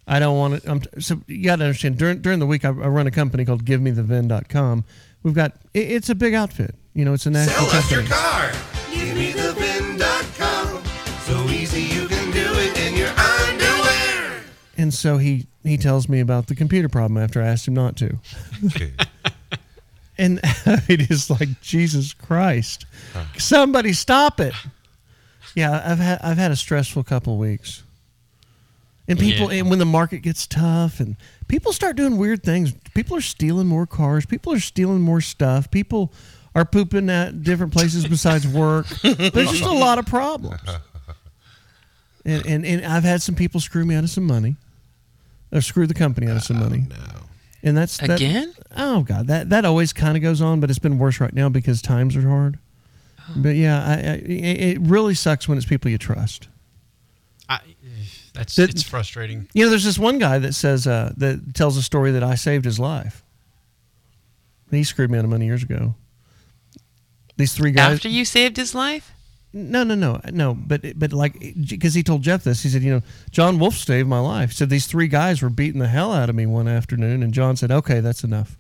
[SPEAKER 3] I don't want to." I'm t- so you got to understand. During during the week, I, I run a company called GiveMeTheVin.com. We've got it, it's a big outfit. You know, it's a national company.
[SPEAKER 36] car. Give me the VIN.com. So easy you can do it in your underwear.
[SPEAKER 3] And so he he tells me about the computer problem after I asked him not to. and it is like Jesus Christ. Somebody stop it. Yeah, I've had I've had a stressful couple of weeks. And people
[SPEAKER 31] Yeah.
[SPEAKER 3] and when the market gets tough and people start doing weird things, people are stealing more cars, people are stealing more stuff, people are pooping at different places besides work. There's just a lot of problems. And, and and I've had some people screw me out of some money, or screw the company out of
[SPEAKER 28] Oh,
[SPEAKER 3] some money. No. And that's that-
[SPEAKER 6] Again?
[SPEAKER 3] Oh God, that that always kind of goes on, but it's been worse right now because times are hard. But yeah, I, I, it it really sucks when it's people you trust.
[SPEAKER 28] I, that's
[SPEAKER 3] That-
[SPEAKER 28] it's frustrating.
[SPEAKER 3] You know, there's this one guy that says uh, that tells a story that I saved his life. He screwed me out of money years ago. These three guys.
[SPEAKER 6] After you saved his life?
[SPEAKER 3] No, no, no, no. But but like because he told Jeff this, he said, you know, John Wolf saved my life. He said these three guys were beating the hell out of me one afternoon, and John said, okay, that's enough.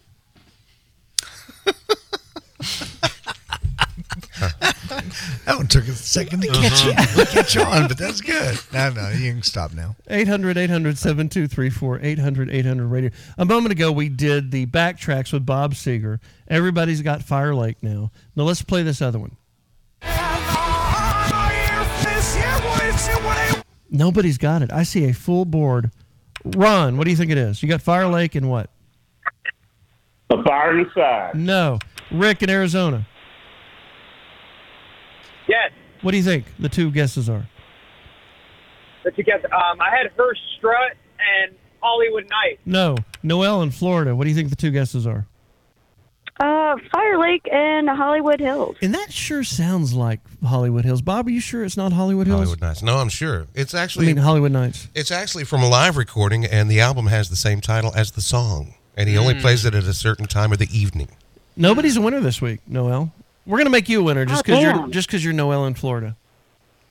[SPEAKER 7] That one took a second to catch,
[SPEAKER 3] Uh-huh.
[SPEAKER 7] on, catch on, but that's good. No, no, you can stop now.
[SPEAKER 3] 800 800 7234 800 800 radio. A moment ago, we did the backtracks with Bob Seger. Everybody's got Fire Lake now. Now let's play this other one. Nobody's got it. I see a full board. Ron, what do you think it is? You got Fire Lake and what?
[SPEAKER 23] A bar inside.
[SPEAKER 3] No. Rick in Arizona.
[SPEAKER 30] Yes,
[SPEAKER 3] What do you think the two guesses are?
[SPEAKER 30] but you guess um, I had Hearst Strut and Hollywood Night.
[SPEAKER 3] No. Noel in Florida. What do you think the two guesses are?
[SPEAKER 17] Uh, Fire Lake and Hollywood Hills.
[SPEAKER 3] And that sure sounds like Hollywood Hills. Bob, are you sure it's not Hollywood Hills?
[SPEAKER 11] Hollywood Nights. No, I'm sure. It's actually
[SPEAKER 3] I mean, Hollywood Nights.
[SPEAKER 11] It's actually from a live recording, and the album has the same title as the song, and he only
[SPEAKER 1] Hmm.
[SPEAKER 3] Mm.
[SPEAKER 11] plays it at a certain time of the evening.
[SPEAKER 3] Nobody's a winner this week, Noel. We're gonna make you a winner just
[SPEAKER 17] Oh,
[SPEAKER 3] because you're
[SPEAKER 17] damn.
[SPEAKER 3] just because you're Noel in Florida.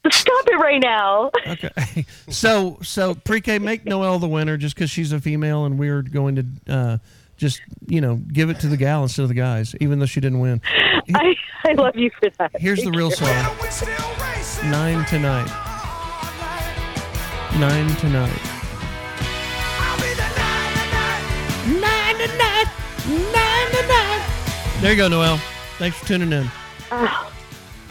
[SPEAKER 17] Stop it right now.
[SPEAKER 3] Okay. so so pre-K make Noel the winner just because she's a female and we're going to uh, just you know give it to the gal instead of the guys, even though she didn't win.
[SPEAKER 17] I, I love you for that.
[SPEAKER 3] Here's the real song. Nine tonight. Nine tonight.
[SPEAKER 16] Nine to nine, nine to nine.
[SPEAKER 3] There you go, Noel. Thanks for tuning in.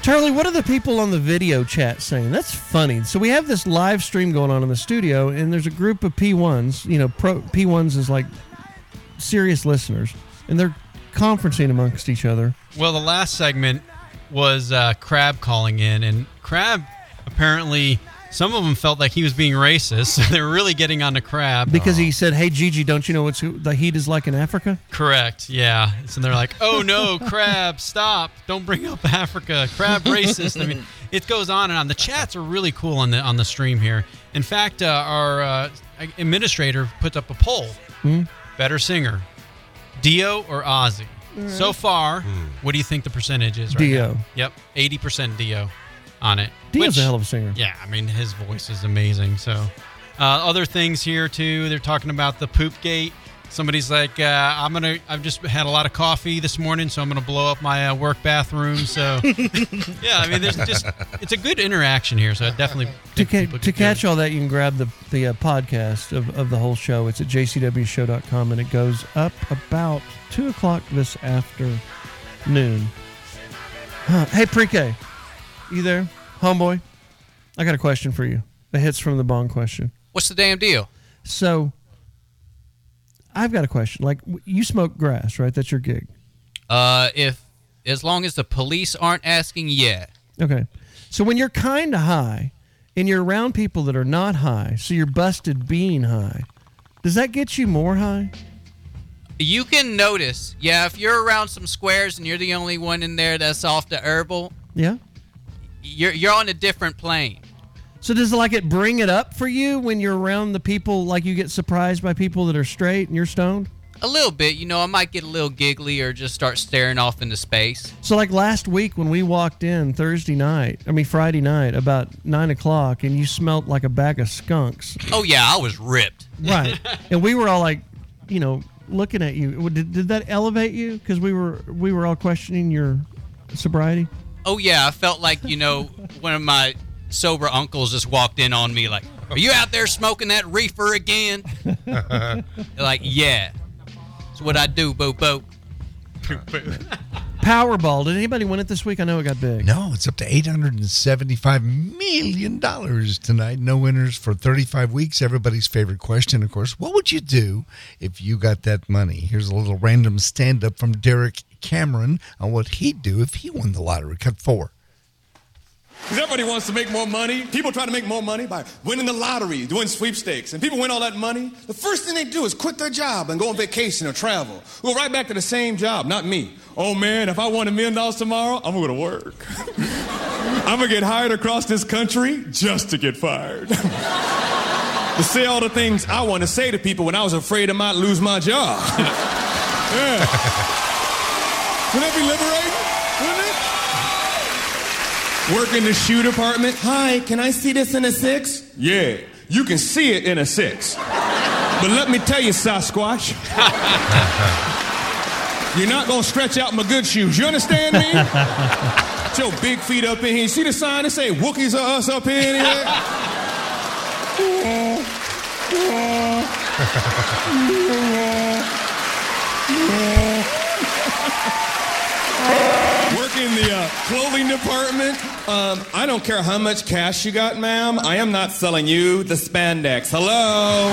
[SPEAKER 3] Charlie, what are the people on the video chat saying? That's funny. So we have this live stream going on in the studio, and there's a group of P1s. You know, pro, P1s is like serious listeners, and they're conferencing amongst each other.
[SPEAKER 28] Well, the last segment was uh, Crab calling in, and Crab apparently some of them felt like he was being racist, so they're really getting on to Crab
[SPEAKER 3] Because he said, "Hey Gigi, don't you know what's the heat is like in Africa?"
[SPEAKER 28] Correct. Yeah. So they're like, "Oh no, crab! Stop! Don't bring up Africa. Crab racist." I mean, it goes on and on. The chats are really cool on the on the stream here. In fact, uh, our uh, administrator put up a poll:
[SPEAKER 3] Hmm?
[SPEAKER 28] better singer, Dio or Ozzy?
[SPEAKER 3] All right.
[SPEAKER 28] So far, what do you think the percentage is? Right
[SPEAKER 3] Hmm. Dio.
[SPEAKER 28] now? Yep, eighty percent Dio on it.
[SPEAKER 3] Dio's
[SPEAKER 28] which-
[SPEAKER 3] a hell of a singer.
[SPEAKER 28] Yeah, I mean his voice is amazing. So, uh, other things here too. They're talking about the poop gate. Somebody's like, uh, I'm gonna. I've just had a lot of coffee this morning, so I'm gonna blow up my uh, work bathroom. So, yeah, I mean, there's just it's a good interaction here. So I definitely
[SPEAKER 3] To, ca- to catch all that, you can grab the the uh, podcast of, of the whole show. It's at jcwshow.com, and it goes up about two o'clock this afternoon. Huh. Hey, pre-K, you there, homeboy? I got a question for you. The hits from the bong question.
[SPEAKER 25] What's the damn deal?
[SPEAKER 3] So, I've got a question. Like, w- you smoke grass, right? That's your gig.
[SPEAKER 25] Uh, if as long as the police aren't asking, yeah.
[SPEAKER 3] Okay. So when you're kind of high and you're around people that are not high, so you're busted being high, does that get you more high?
[SPEAKER 25] You can notice, yeah, if you're around some squares and you're the only one in there that's off the herbal,
[SPEAKER 3] Yeah.
[SPEAKER 25] you're you're on a different plane.
[SPEAKER 3] So does like it bring it up for you when you're around the people like you get surprised by people that are straight and you're stoned?
[SPEAKER 25] A little bit, you know, I might get a little giggly or just start staring off into space.
[SPEAKER 3] So like last week when we walked in Thursday night, I mean Friday night, about nine o'clock, and you smelt like a bag of skunks.
[SPEAKER 25] Oh yeah, I was ripped.
[SPEAKER 3] Right. and we were all like, you know, looking at you. Did, did that elevate you? Because we were we were all questioning your sobriety.
[SPEAKER 25] Oh yeah, I felt like you know one of my sober uncles just walked in on me like, "Are you out there smoking that reefer again?" like, yeah, that's what I do, boo boo.
[SPEAKER 3] Powerball. Did anybody win it this week? I know it got big.
[SPEAKER 7] No, it's up to $875 million tonight. No winners for 35 weeks. Everybody's favorite question, of course. What would you do if you got that money? Here's a little random stand up from Derek Cameron on what he'd do if he won the lottery. Cut four.
[SPEAKER 14] Because everybody wants to make more money. People try to make more money by winning the lottery, doing sweepstakes. And people win all that money. The first thing they do is quit their job and go on vacation or travel. Go right back to the same job, not me. Oh man, if I won a million dollars tomorrow, I'm gonna work. I'm gonna get hired across this country just to get fired. to say all the things I want to say to people when I was afraid I might lose my job. yeah. Wouldn't that be liberating? Wouldn't it?
[SPEAKER 19] Work in the shoe department. Hi, can I see this in a six? Yeah, you can see it in a six. but let me tell you, Sasquatch, you're not gonna stretch out my good shoes. You understand me? Get your big feet up in here. See the sign that say Wookiees are us up in here? Work in the uh, clothing department. Um, I don't care how much cash you got, ma'am. I am not selling you the spandex. Hello?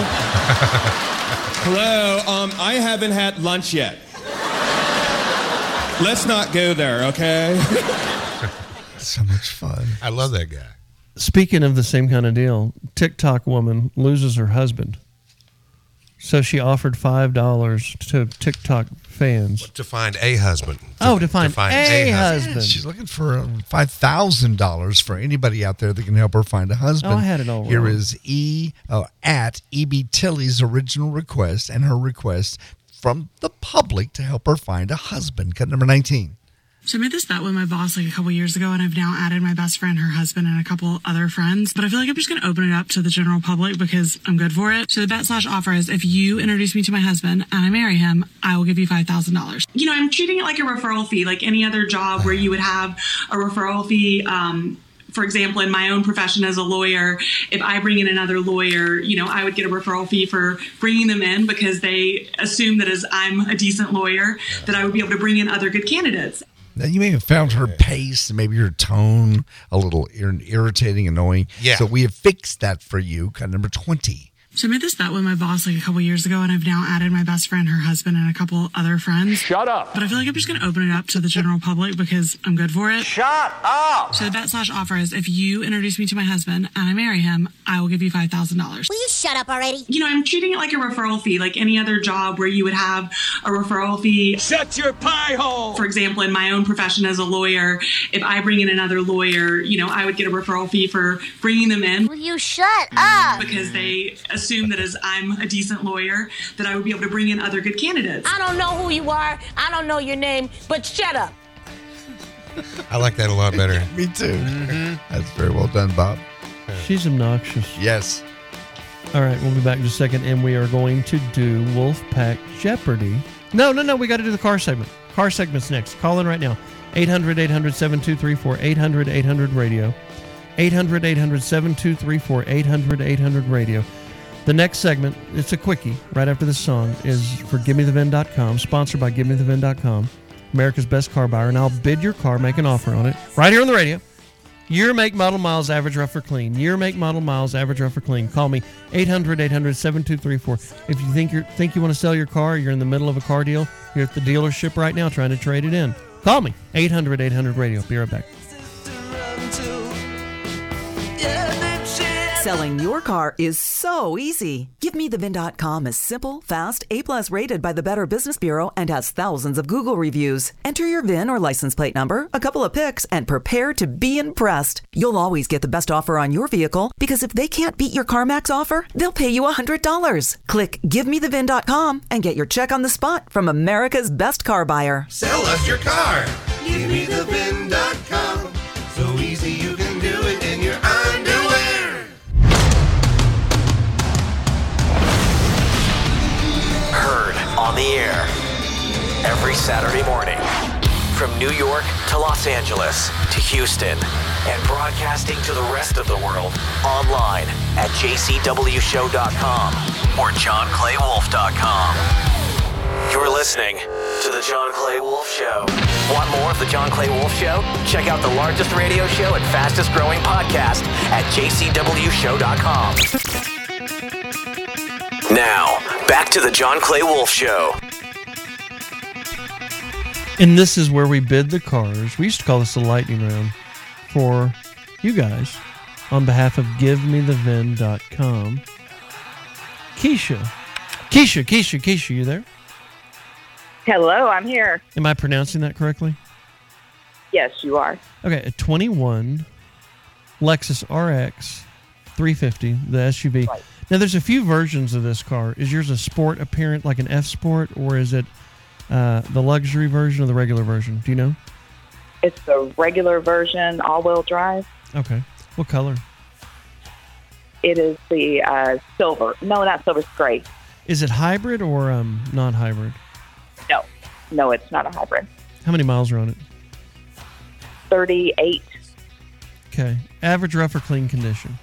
[SPEAKER 19] Hello? Um, I haven't had lunch yet. Let's not go there, okay?
[SPEAKER 7] So much fun.
[SPEAKER 37] I love that guy.
[SPEAKER 3] Speaking of the same kind of deal, TikTok woman loses her husband. So she offered $5 to TikTok fans.
[SPEAKER 37] To find a husband.
[SPEAKER 3] Oh, to find a husband.
[SPEAKER 7] She's looking for uh, $5,000 for anybody out there that can help her find a husband.
[SPEAKER 3] Oh, I had it all
[SPEAKER 7] Here
[SPEAKER 3] wrong.
[SPEAKER 7] is E uh, at EB Tilly's original request and her request from the public to help her find a husband. Cut number 19.
[SPEAKER 32] So I made this bet with my boss like a couple years ago, and I've now added my best friend, her husband, and a couple other friends. But I feel like I'm just gonna open it up to the general public because I'm good for it. So the bet slash offer is if you introduce me to my husband and I marry him, I will give you five thousand dollars. You know, I'm treating it like a referral fee, like any other job where you would have a referral fee. Um, for example, in my own profession as a lawyer, if I bring in another lawyer, you know, I would get a referral fee for bringing them in because they assume that as I'm a decent lawyer, that I would be able to bring in other good candidates.
[SPEAKER 7] Now, you may have found her pace and maybe her tone a little ir- irritating, annoying.
[SPEAKER 32] Yeah.
[SPEAKER 7] So we have fixed that for you. Cut number 20.
[SPEAKER 32] So I made this bet with my boss like a couple years ago, and I've now added my best friend, her husband, and a couple other friends. Shut up. But I feel like I'm just gonna open it up to the general public because I'm good for it. Shut up. So the bet slash offer is if you introduce me to my husband and I marry him, I will give you five thousand dollars. Will you shut up already? You know, I'm treating it like a referral fee, like any other job where you would have a referral fee. Shut your pie hole. For example, in my own profession as a lawyer, if I bring in another lawyer, you know, I would get a referral fee for bringing them in. Will you shut up? Because they assume that as I'm a decent lawyer, that I would be able to bring in other good candidates.
[SPEAKER 38] I don't know who you are. I don't know your name, but shut up.
[SPEAKER 37] I like that a lot better.
[SPEAKER 7] Me too.
[SPEAKER 3] Mm-hmm.
[SPEAKER 7] That's very well done, Bob.
[SPEAKER 3] She's obnoxious.
[SPEAKER 7] Yes.
[SPEAKER 3] All right, we'll be back in just a second, and we are going to do Wolfpack Jeopardy. No, no, no, we got to do the car segment. Car segment's next. Call in right now. 800 800 7234 800 800 radio. 800 800 7234 800 800 radio. The next segment, it's a quickie right after this song, is for GimmeTheVin.com, sponsored by GimmeTheVin.com, America's best car buyer. And I'll bid your car, make an offer on it right here on the radio. Year, make, model, miles, average, rough, or clean. Year, make, model, miles, average, rough, or clean. Call me 800 800 7234. If you think, you're, think you want to sell your car, you're in the middle of a car deal, you're at the dealership right now trying to trade it in. Call me 800 800 radio. Be right back.
[SPEAKER 39] Selling your car is so easy. GiveMeTheVIN.com is simple, fast, A-plus rated by the Better Business Bureau and has thousands of Google reviews. Enter your VIN or license plate number, a couple of pics, and prepare to be impressed. You'll always get the best offer on your vehicle because if they can't beat your CarMax offer, they'll pay you $100. Click GiveMeTheVIN.com and get your check on the spot from America's best car buyer.
[SPEAKER 11] Sell us your car. GiveMeTheVIN.com. So easy you can do it in your underwear.
[SPEAKER 1] Heard on the air every Saturday morning from New York to Los Angeles to Houston and broadcasting to the rest of the world online at jcwshow.com or johnclaywolf.com. You're listening to The John Clay Wolf Show. Want more of The John Clay Wolf Show? Check out the largest radio show and fastest growing podcast at jcwshow.com. Now, back to The John Clay Wolf Show.
[SPEAKER 3] And this is where we bid the cars. We used to call this the lightning round for you guys on behalf of GiveMeTheVin.com. Keisha. Keisha, Keisha, Keisha, you there?
[SPEAKER 33] Hello, I'm here.
[SPEAKER 3] Am I pronouncing that correctly?
[SPEAKER 33] Yes, you are.
[SPEAKER 3] Okay, a 21 Lexus RX 350, the SUV. Now, there's a few versions of this car. Is yours a sport apparent, like an F Sport, or is it uh, the luxury version or the regular version? Do you know?
[SPEAKER 13] It's the regular version, all-wheel drive.
[SPEAKER 3] Okay. What color?
[SPEAKER 13] It is the uh, silver. No, not silver. It's gray.
[SPEAKER 3] Is it hybrid or um, non-hybrid?
[SPEAKER 13] No, no, it's not a hybrid.
[SPEAKER 3] How many miles are on it?
[SPEAKER 13] Thirty-eight.
[SPEAKER 3] Okay. Average rough or clean condition?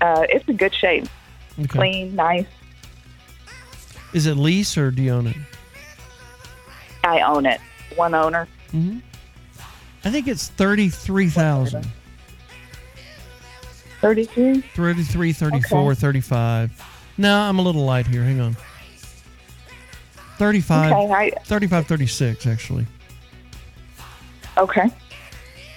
[SPEAKER 13] Uh, it's in good shape.
[SPEAKER 3] Okay.
[SPEAKER 13] Clean, nice.
[SPEAKER 3] Is it lease or do you own it?
[SPEAKER 13] I own it. One owner.
[SPEAKER 3] Mm-hmm. I think it's thirty-three thousand.
[SPEAKER 13] Thirty-three.
[SPEAKER 3] Thirty-three, thirty-four,
[SPEAKER 13] Okay.
[SPEAKER 3] thirty-five. No, I'm a little light here. Hang on. 35,
[SPEAKER 13] Okay, I-
[SPEAKER 3] 35, 36, actually.
[SPEAKER 13] Okay.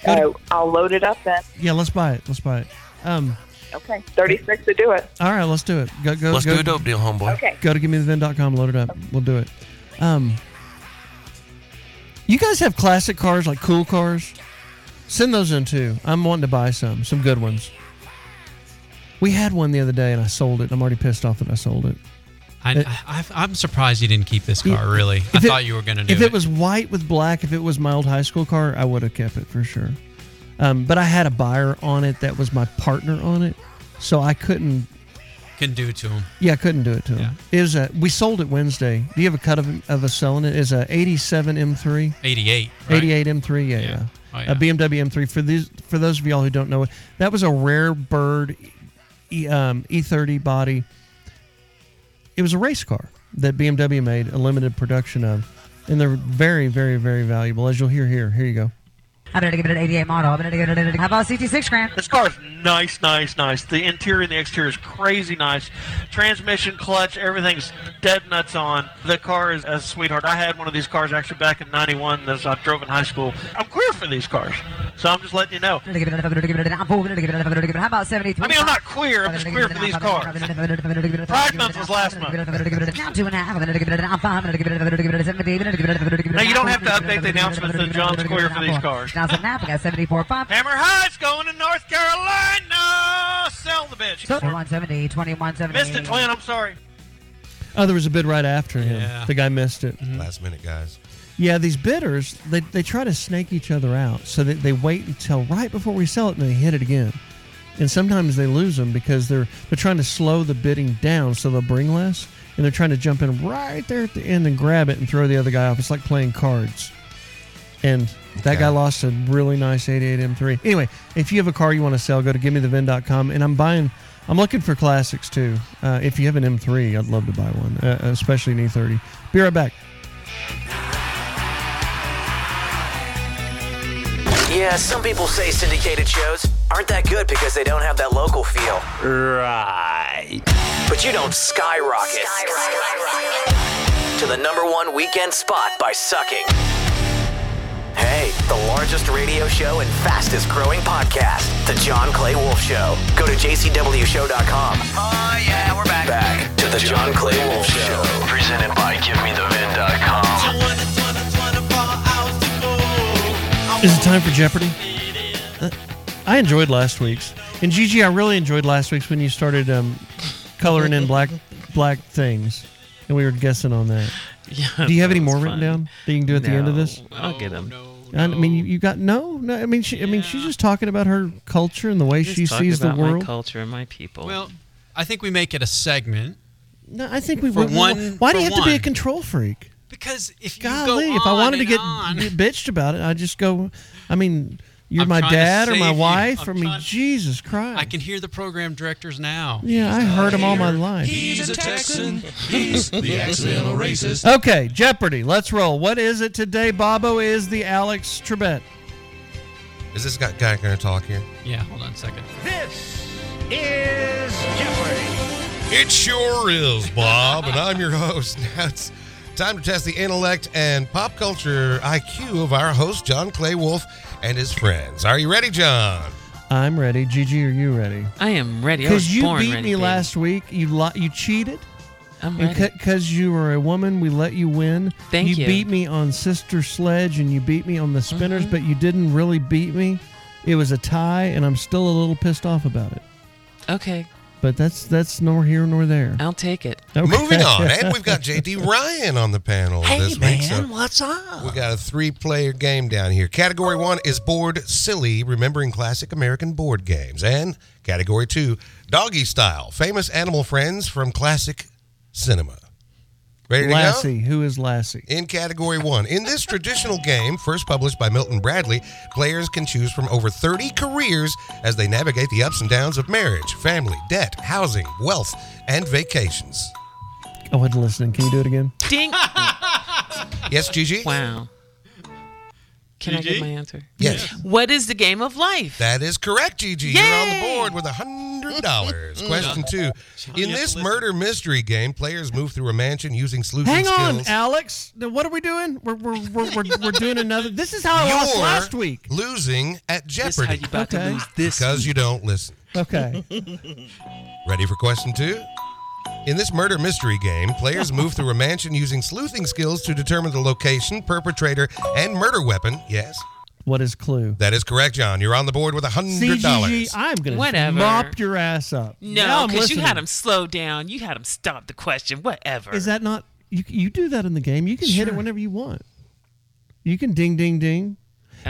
[SPEAKER 13] Uh, I'll load it up then.
[SPEAKER 3] Yeah, let's buy it. Let's buy it. Um,
[SPEAKER 13] Okay. Thirty-six to do it.
[SPEAKER 3] all right, let's do it. Go, go,
[SPEAKER 1] Let's
[SPEAKER 3] go,
[SPEAKER 1] do a dope deal, homeboy.
[SPEAKER 13] Okay.
[SPEAKER 3] Go to givemethevin.com, load it up. We'll do it. Um, you guys have classic cars, like cool cars? Send those in too. I'm wanting to buy some, some good ones. We had one the other day and I sold it. I'm already pissed off that I sold it.
[SPEAKER 28] I,
[SPEAKER 3] It-
[SPEAKER 28] I, I'm surprised you didn't keep this car. Really,
[SPEAKER 3] If
[SPEAKER 28] I
[SPEAKER 3] it-
[SPEAKER 28] thought you were going to do
[SPEAKER 3] If
[SPEAKER 28] it.
[SPEAKER 3] it was white with black, if it was my old high school car, I would have kept it for sure. Um, but I had a buyer on it that was my partner on it, so I couldn't.
[SPEAKER 28] Can do to him.
[SPEAKER 3] Yeah, I couldn't do it to him. It was a, we sold it Wednesday. Do you have a cut of, of us selling it? Is a '87 M3,
[SPEAKER 28] 88. right?
[SPEAKER 3] '88 M3, yeah, yeah,
[SPEAKER 28] Oh,
[SPEAKER 3] a BMW M3. For these, for those of y'all who don't know it, that was a rare bird, e, um, E30 body. It was a race car that BMW made a limited production of, and they're very, very, very valuable, as you'll hear here. Here you go.
[SPEAKER 2] I better give it an 88 model. I better give it an How about 66 grand?
[SPEAKER 5] This car is nice, nice, nice. The interior and the exterior is crazy nice. Transmission, clutch, everything's dead nuts on. The car is a sweetheart. I had one of these cars actually back in '91 as I drove in high school. I'm queer for these cars, so I'm just letting you know.
[SPEAKER 2] How about 73?
[SPEAKER 5] I mean, I'm not queer. I'm just queer for these cars. Pride Month was last month.
[SPEAKER 2] Now two and a half. Now
[SPEAKER 5] Now you don't have to update the announcements that John's queer for these cars.
[SPEAKER 2] Now it's a nap. I got 74 pop.
[SPEAKER 5] Hammer High's going to North Carolina. Sell the bitch.
[SPEAKER 2] 170, 21,
[SPEAKER 5] Missed it, twin. I'm sorry.
[SPEAKER 3] Oh, there was a bid right after him.
[SPEAKER 5] Yeah.
[SPEAKER 3] The guy missed it.
[SPEAKER 11] Last minute, guys.
[SPEAKER 3] Yeah, these bidders, they, they try to snake each other out so that they wait until right before we sell it and they hit it again. And sometimes they lose them because they're they're trying to slow the bidding down so they'll bring less and they're trying to jump in right there at the end and grab it and throw the other guy off. It's like playing cards. And that guy lost a really nice 88 M3. Anyway, if you have a car you want to sell, go to givemethevin.com. And I'm buying, I'm looking for classics too. Uh, if you have an M3, I'd love to buy one, uh, especially an E30. Be right back.
[SPEAKER 1] Yeah, some people say syndicated shows aren't that good because they don't have that local feel. Right. But you don't skyrocket, to the number one weekend spot by sucking. Hey, the largest radio show and fastest growing podcast, The John Clay Wolf Show. Go to jcwshow.com. Oh, yeah, we're back. Back to The John Clay Wolf Show, presented by GiveMeTheVin.com.
[SPEAKER 3] Is it time for Jeopardy? Uh, I enjoyed last week's, and Gigi, I really enjoyed last week's when you started um, coloring in black black things, and we were guessing on that.
[SPEAKER 6] Yeah,
[SPEAKER 3] do you have
[SPEAKER 6] that
[SPEAKER 3] any more
[SPEAKER 6] was
[SPEAKER 3] written
[SPEAKER 6] fun.
[SPEAKER 3] down that you can do at the end of
[SPEAKER 6] No,
[SPEAKER 3] this?
[SPEAKER 6] I'll get them.
[SPEAKER 3] I mean, you, you got no, no. I mean, she, I mean, she's just talking about her culture and the way
[SPEAKER 6] Just
[SPEAKER 3] she
[SPEAKER 6] talk
[SPEAKER 3] sees the
[SPEAKER 6] about
[SPEAKER 3] world.
[SPEAKER 6] my culture, and my people.
[SPEAKER 28] Well, I think we make it a segment.
[SPEAKER 3] No, I think we
[SPEAKER 28] For
[SPEAKER 3] would.
[SPEAKER 28] one-
[SPEAKER 3] why do you
[SPEAKER 28] for
[SPEAKER 3] have to be a
[SPEAKER 28] one.
[SPEAKER 3] control freak?
[SPEAKER 28] Because if you go
[SPEAKER 3] Golly, if I
[SPEAKER 28] on
[SPEAKER 3] wanted to
[SPEAKER 28] and
[SPEAKER 3] get
[SPEAKER 28] on-
[SPEAKER 3] bitched about it, I just go. I mean, you're
[SPEAKER 28] I'm
[SPEAKER 3] my
[SPEAKER 28] trying to
[SPEAKER 3] dad or
[SPEAKER 28] save
[SPEAKER 3] my
[SPEAKER 28] you.
[SPEAKER 3] wife.
[SPEAKER 28] I'm
[SPEAKER 3] I mean,
[SPEAKER 28] trying-
[SPEAKER 3] Jesus Christ.
[SPEAKER 28] I can hear the program directors now.
[SPEAKER 3] Yeah, I heard him all my life.
[SPEAKER 28] He's a Texan.
[SPEAKER 15] He's the accidental racist.
[SPEAKER 3] Okay, Jeopardy. Let's roll. What is it today? Bobo is the Alex Trebek.
[SPEAKER 11] Is this guy, guy going to talk here?
[SPEAKER 28] Yeah, hold on a second.
[SPEAKER 15] This is Jeopardy.
[SPEAKER 11] It sure is, Bob, and I'm your host. Now it's time to test the intellect and pop culture IQ of our host, John Clay Wolf, and his friends. Are you ready, John?
[SPEAKER 3] I'm ready. Gigi, are you ready?
[SPEAKER 6] I am ready. I
[SPEAKER 3] Because
[SPEAKER 6] was
[SPEAKER 3] you
[SPEAKER 6] born
[SPEAKER 3] beat
[SPEAKER 6] ready,
[SPEAKER 3] me
[SPEAKER 6] baby.
[SPEAKER 3] last week. You li- you cheated.
[SPEAKER 6] I'm ready.
[SPEAKER 3] Because you were a woman, we let you win.
[SPEAKER 6] Thank
[SPEAKER 3] You
[SPEAKER 6] you. Mm-hmm.
[SPEAKER 3] beat me on Sister Sledge and you beat me on the spinners, but you didn't really beat me. It was a tie, and I'm still a little pissed off about it.
[SPEAKER 6] Okay.
[SPEAKER 3] but that's that's nor here nor there.
[SPEAKER 6] I'll take it.
[SPEAKER 11] Moving on, and we've got JD Ryan on the panel
[SPEAKER 3] Hey,
[SPEAKER 11] this
[SPEAKER 3] man,
[SPEAKER 11] week. So
[SPEAKER 6] what's up?
[SPEAKER 11] We got a three-player game down here. Category one is board silly, remembering classic American board games, and category two, doggy style, famous animal friends from classic cinema. Ready to go?
[SPEAKER 3] Lassie, who is Lassie?
[SPEAKER 11] In category one, in this traditional game, first published by Milton Bradley, players can choose from over 30 careers as they navigate the ups and downs of marriage, family, debt, housing, wealth, and vacations.
[SPEAKER 3] I wasn't listening. Can you do it again?
[SPEAKER 6] Ding.
[SPEAKER 11] Yes, Gigi?
[SPEAKER 6] Wow. Can I
[SPEAKER 11] Gigi?
[SPEAKER 6] get my answer?
[SPEAKER 11] Yes.
[SPEAKER 6] What is the game of life?
[SPEAKER 11] That is correct, Gigi. You're on the board with a hundred dollars. Question two: In this murder mystery game, players move through a mansion using sleuthing
[SPEAKER 3] Hang on,
[SPEAKER 11] skills.
[SPEAKER 3] Alex. Now, what are we doing? We're we're, we're, we're, we're doing another. This is how I lost
[SPEAKER 11] You're
[SPEAKER 3] last week.
[SPEAKER 11] losing at
[SPEAKER 3] This
[SPEAKER 11] Jeopardy.
[SPEAKER 3] how you about to Okay. lose
[SPEAKER 11] because you don't listen.
[SPEAKER 3] Okay.
[SPEAKER 11] Ready for question two? In this murder mystery game, players move through a mansion using sleuthing skills to determine the location, perpetrator, and murder weapon. Yes,
[SPEAKER 3] What is Clue?
[SPEAKER 11] that is correct, John. You're on the board with a hundred
[SPEAKER 3] CGG.
[SPEAKER 11] dollars.
[SPEAKER 3] I'm gonna
[SPEAKER 6] Whatever.
[SPEAKER 3] mop your ass up. Now
[SPEAKER 6] No,
[SPEAKER 3] I'm
[SPEAKER 6] because you
[SPEAKER 3] listening.
[SPEAKER 6] had him slow down. You had him stop the question. Whatever.
[SPEAKER 3] Is that not? You you do that in the game. You can hit it
[SPEAKER 6] Sure.
[SPEAKER 3] whenever you want. You can ding ding ding.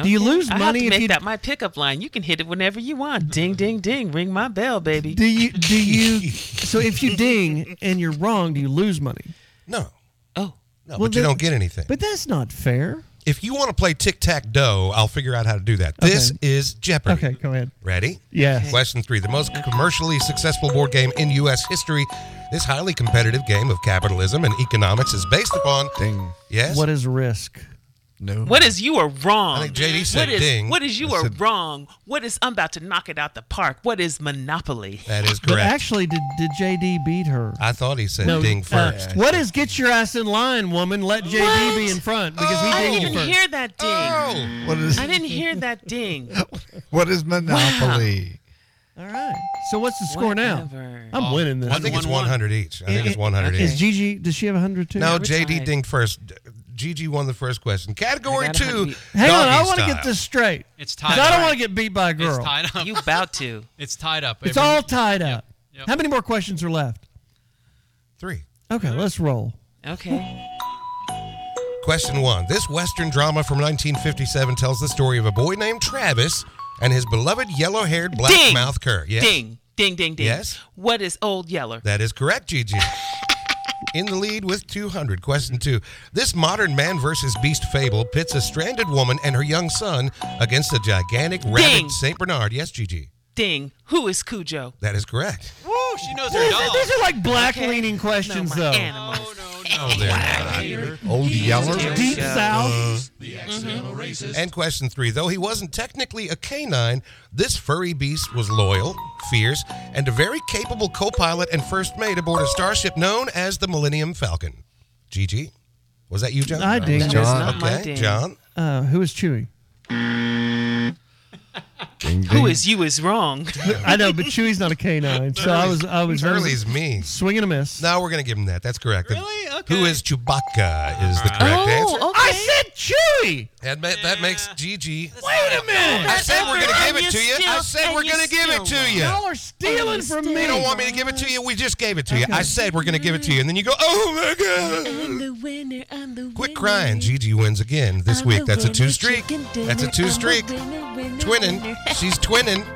[SPEAKER 3] Do you
[SPEAKER 6] Okay.
[SPEAKER 3] lose
[SPEAKER 6] I
[SPEAKER 3] money
[SPEAKER 6] have to
[SPEAKER 3] if
[SPEAKER 6] make
[SPEAKER 3] you
[SPEAKER 6] that my pickup line? You can hit it whenever you want. Ding, ding, ding. Ring my bell, baby.
[SPEAKER 3] do you do you? so if you ding and you're wrong, do you lose money?
[SPEAKER 11] No.
[SPEAKER 6] Oh.
[SPEAKER 11] No, but you
[SPEAKER 3] then-
[SPEAKER 11] don't get anything.
[SPEAKER 3] But that's not fair.
[SPEAKER 11] If you want to play tic tac doe, I'll figure out how to do that. This is Jeopardy.
[SPEAKER 3] Okay, go ahead.
[SPEAKER 11] Ready?
[SPEAKER 3] Yes.
[SPEAKER 11] Question three The most commercially successful board game in U.S. history. This highly competitive game of capitalism and economics is based upon. Ding. Yes.
[SPEAKER 3] What is risk?
[SPEAKER 11] No.
[SPEAKER 6] What is you are wrong?
[SPEAKER 11] I think JD said
[SPEAKER 6] what is,
[SPEAKER 11] ding.
[SPEAKER 6] What is you
[SPEAKER 11] I
[SPEAKER 6] are
[SPEAKER 11] said-
[SPEAKER 6] wrong? What is I'm about to knock it out the park? What is Monopoly?
[SPEAKER 11] That is
[SPEAKER 3] But
[SPEAKER 11] correct.
[SPEAKER 3] actually, did did JD beat her?
[SPEAKER 11] I thought he said
[SPEAKER 3] No,
[SPEAKER 11] ding
[SPEAKER 3] uh,
[SPEAKER 11] first.
[SPEAKER 3] what is get your ass in line, woman? Let JD be in front because he
[SPEAKER 6] Oh, I
[SPEAKER 3] dinged
[SPEAKER 6] didn't
[SPEAKER 3] you
[SPEAKER 6] even
[SPEAKER 3] first.
[SPEAKER 6] hear that ding.
[SPEAKER 11] Oh.
[SPEAKER 7] What is-
[SPEAKER 6] I didn't hear that ding.
[SPEAKER 7] What is Monopoly?
[SPEAKER 3] All right. So what's the score
[SPEAKER 6] Whatever.
[SPEAKER 3] now? I'm winning this.
[SPEAKER 11] I think it's 100 each. I think it's 100
[SPEAKER 3] Is
[SPEAKER 11] each.
[SPEAKER 3] Gigi? Does she have 100 too?
[SPEAKER 11] no, JD dinged first. D- Gigi won the first question. Category
[SPEAKER 3] I got a
[SPEAKER 11] two.
[SPEAKER 3] hundred Hang on, I
[SPEAKER 11] doggy
[SPEAKER 3] want to
[SPEAKER 11] style.
[SPEAKER 3] get this straight.
[SPEAKER 28] It's
[SPEAKER 3] 'Cause
[SPEAKER 28] tied
[SPEAKER 3] I don't
[SPEAKER 28] up.
[SPEAKER 3] want to get beat by a girl.
[SPEAKER 28] It's tied up.
[SPEAKER 6] You about to.
[SPEAKER 28] It's tied up.
[SPEAKER 3] It's
[SPEAKER 28] Every-
[SPEAKER 3] all tied up.
[SPEAKER 28] yep.
[SPEAKER 3] How many more questions are left?
[SPEAKER 11] Three.
[SPEAKER 3] Okay, let's roll.
[SPEAKER 6] Okay.
[SPEAKER 11] Question one. This Western drama from 1957 tells the story of a boy named Travis and his beloved yellow haired black
[SPEAKER 6] ding.
[SPEAKER 11] mouth cur. Yes.
[SPEAKER 6] Ding. Ding, ding, ding.
[SPEAKER 11] Yes.
[SPEAKER 6] What is old yeller?
[SPEAKER 11] That is correct, Gigi. In the lead with 200. Question two. This modern man versus beast fable pits a stranded woman and her young son against a gigantic
[SPEAKER 6] Ding.
[SPEAKER 11] rabid St. Bernard. Yes, Gigi.
[SPEAKER 6] Ding. Who is Cujo?
[SPEAKER 11] That is correct.
[SPEAKER 28] Woo, she knows her
[SPEAKER 3] These
[SPEAKER 28] dog.
[SPEAKER 3] are, these are like black leaning questions,
[SPEAKER 6] my
[SPEAKER 3] though.
[SPEAKER 6] animals.
[SPEAKER 11] No,
[SPEAKER 3] Oh,
[SPEAKER 11] they're not.
[SPEAKER 7] Old Yeller? Uh,
[SPEAKER 3] Deep South.
[SPEAKER 11] And question three. Though he wasn't technically a canine, this furry beast was loyal, fierce, and a very capable co pilot and first mate aboard a starship known as the Millennium Falcon. GG. Was that you, John?
[SPEAKER 3] I That dinged was John. not my
[SPEAKER 11] Okay,
[SPEAKER 3] ding.
[SPEAKER 11] John.
[SPEAKER 3] Uh, who is Chewy?
[SPEAKER 6] Who is you is wrong?
[SPEAKER 3] I know, but Chewy's not a canine, so I was I was
[SPEAKER 11] Charlie's me.
[SPEAKER 3] swing and a miss.
[SPEAKER 11] No, we're going to give him that. That's correct. Really? Okay. Who is Chewbacca is the correct answer.
[SPEAKER 15] Oh,
[SPEAKER 3] I said Chewy.
[SPEAKER 11] That, ma- that makes Gigi.
[SPEAKER 3] Wait a minute.
[SPEAKER 11] I said we're going to give it to you. I said we're going to give it to you.
[SPEAKER 3] Y'all are stealing from me.
[SPEAKER 11] You don't want me to give it to you? We just gave it to you. I said we're going to give it to you. And then you go, oh my God.
[SPEAKER 15] I'm the winner. I'm the
[SPEAKER 11] Quit crying. Gigi wins again this
[SPEAKER 15] I'm
[SPEAKER 11] week.
[SPEAKER 15] the
[SPEAKER 11] That's a
[SPEAKER 15] winner,
[SPEAKER 11] two streak.
[SPEAKER 15] chicken dinner.
[SPEAKER 11] That's a two
[SPEAKER 15] I'm the
[SPEAKER 11] streak.
[SPEAKER 15] winner, winner,
[SPEAKER 11] Twinning.
[SPEAKER 15] winner.
[SPEAKER 11] She's twinning.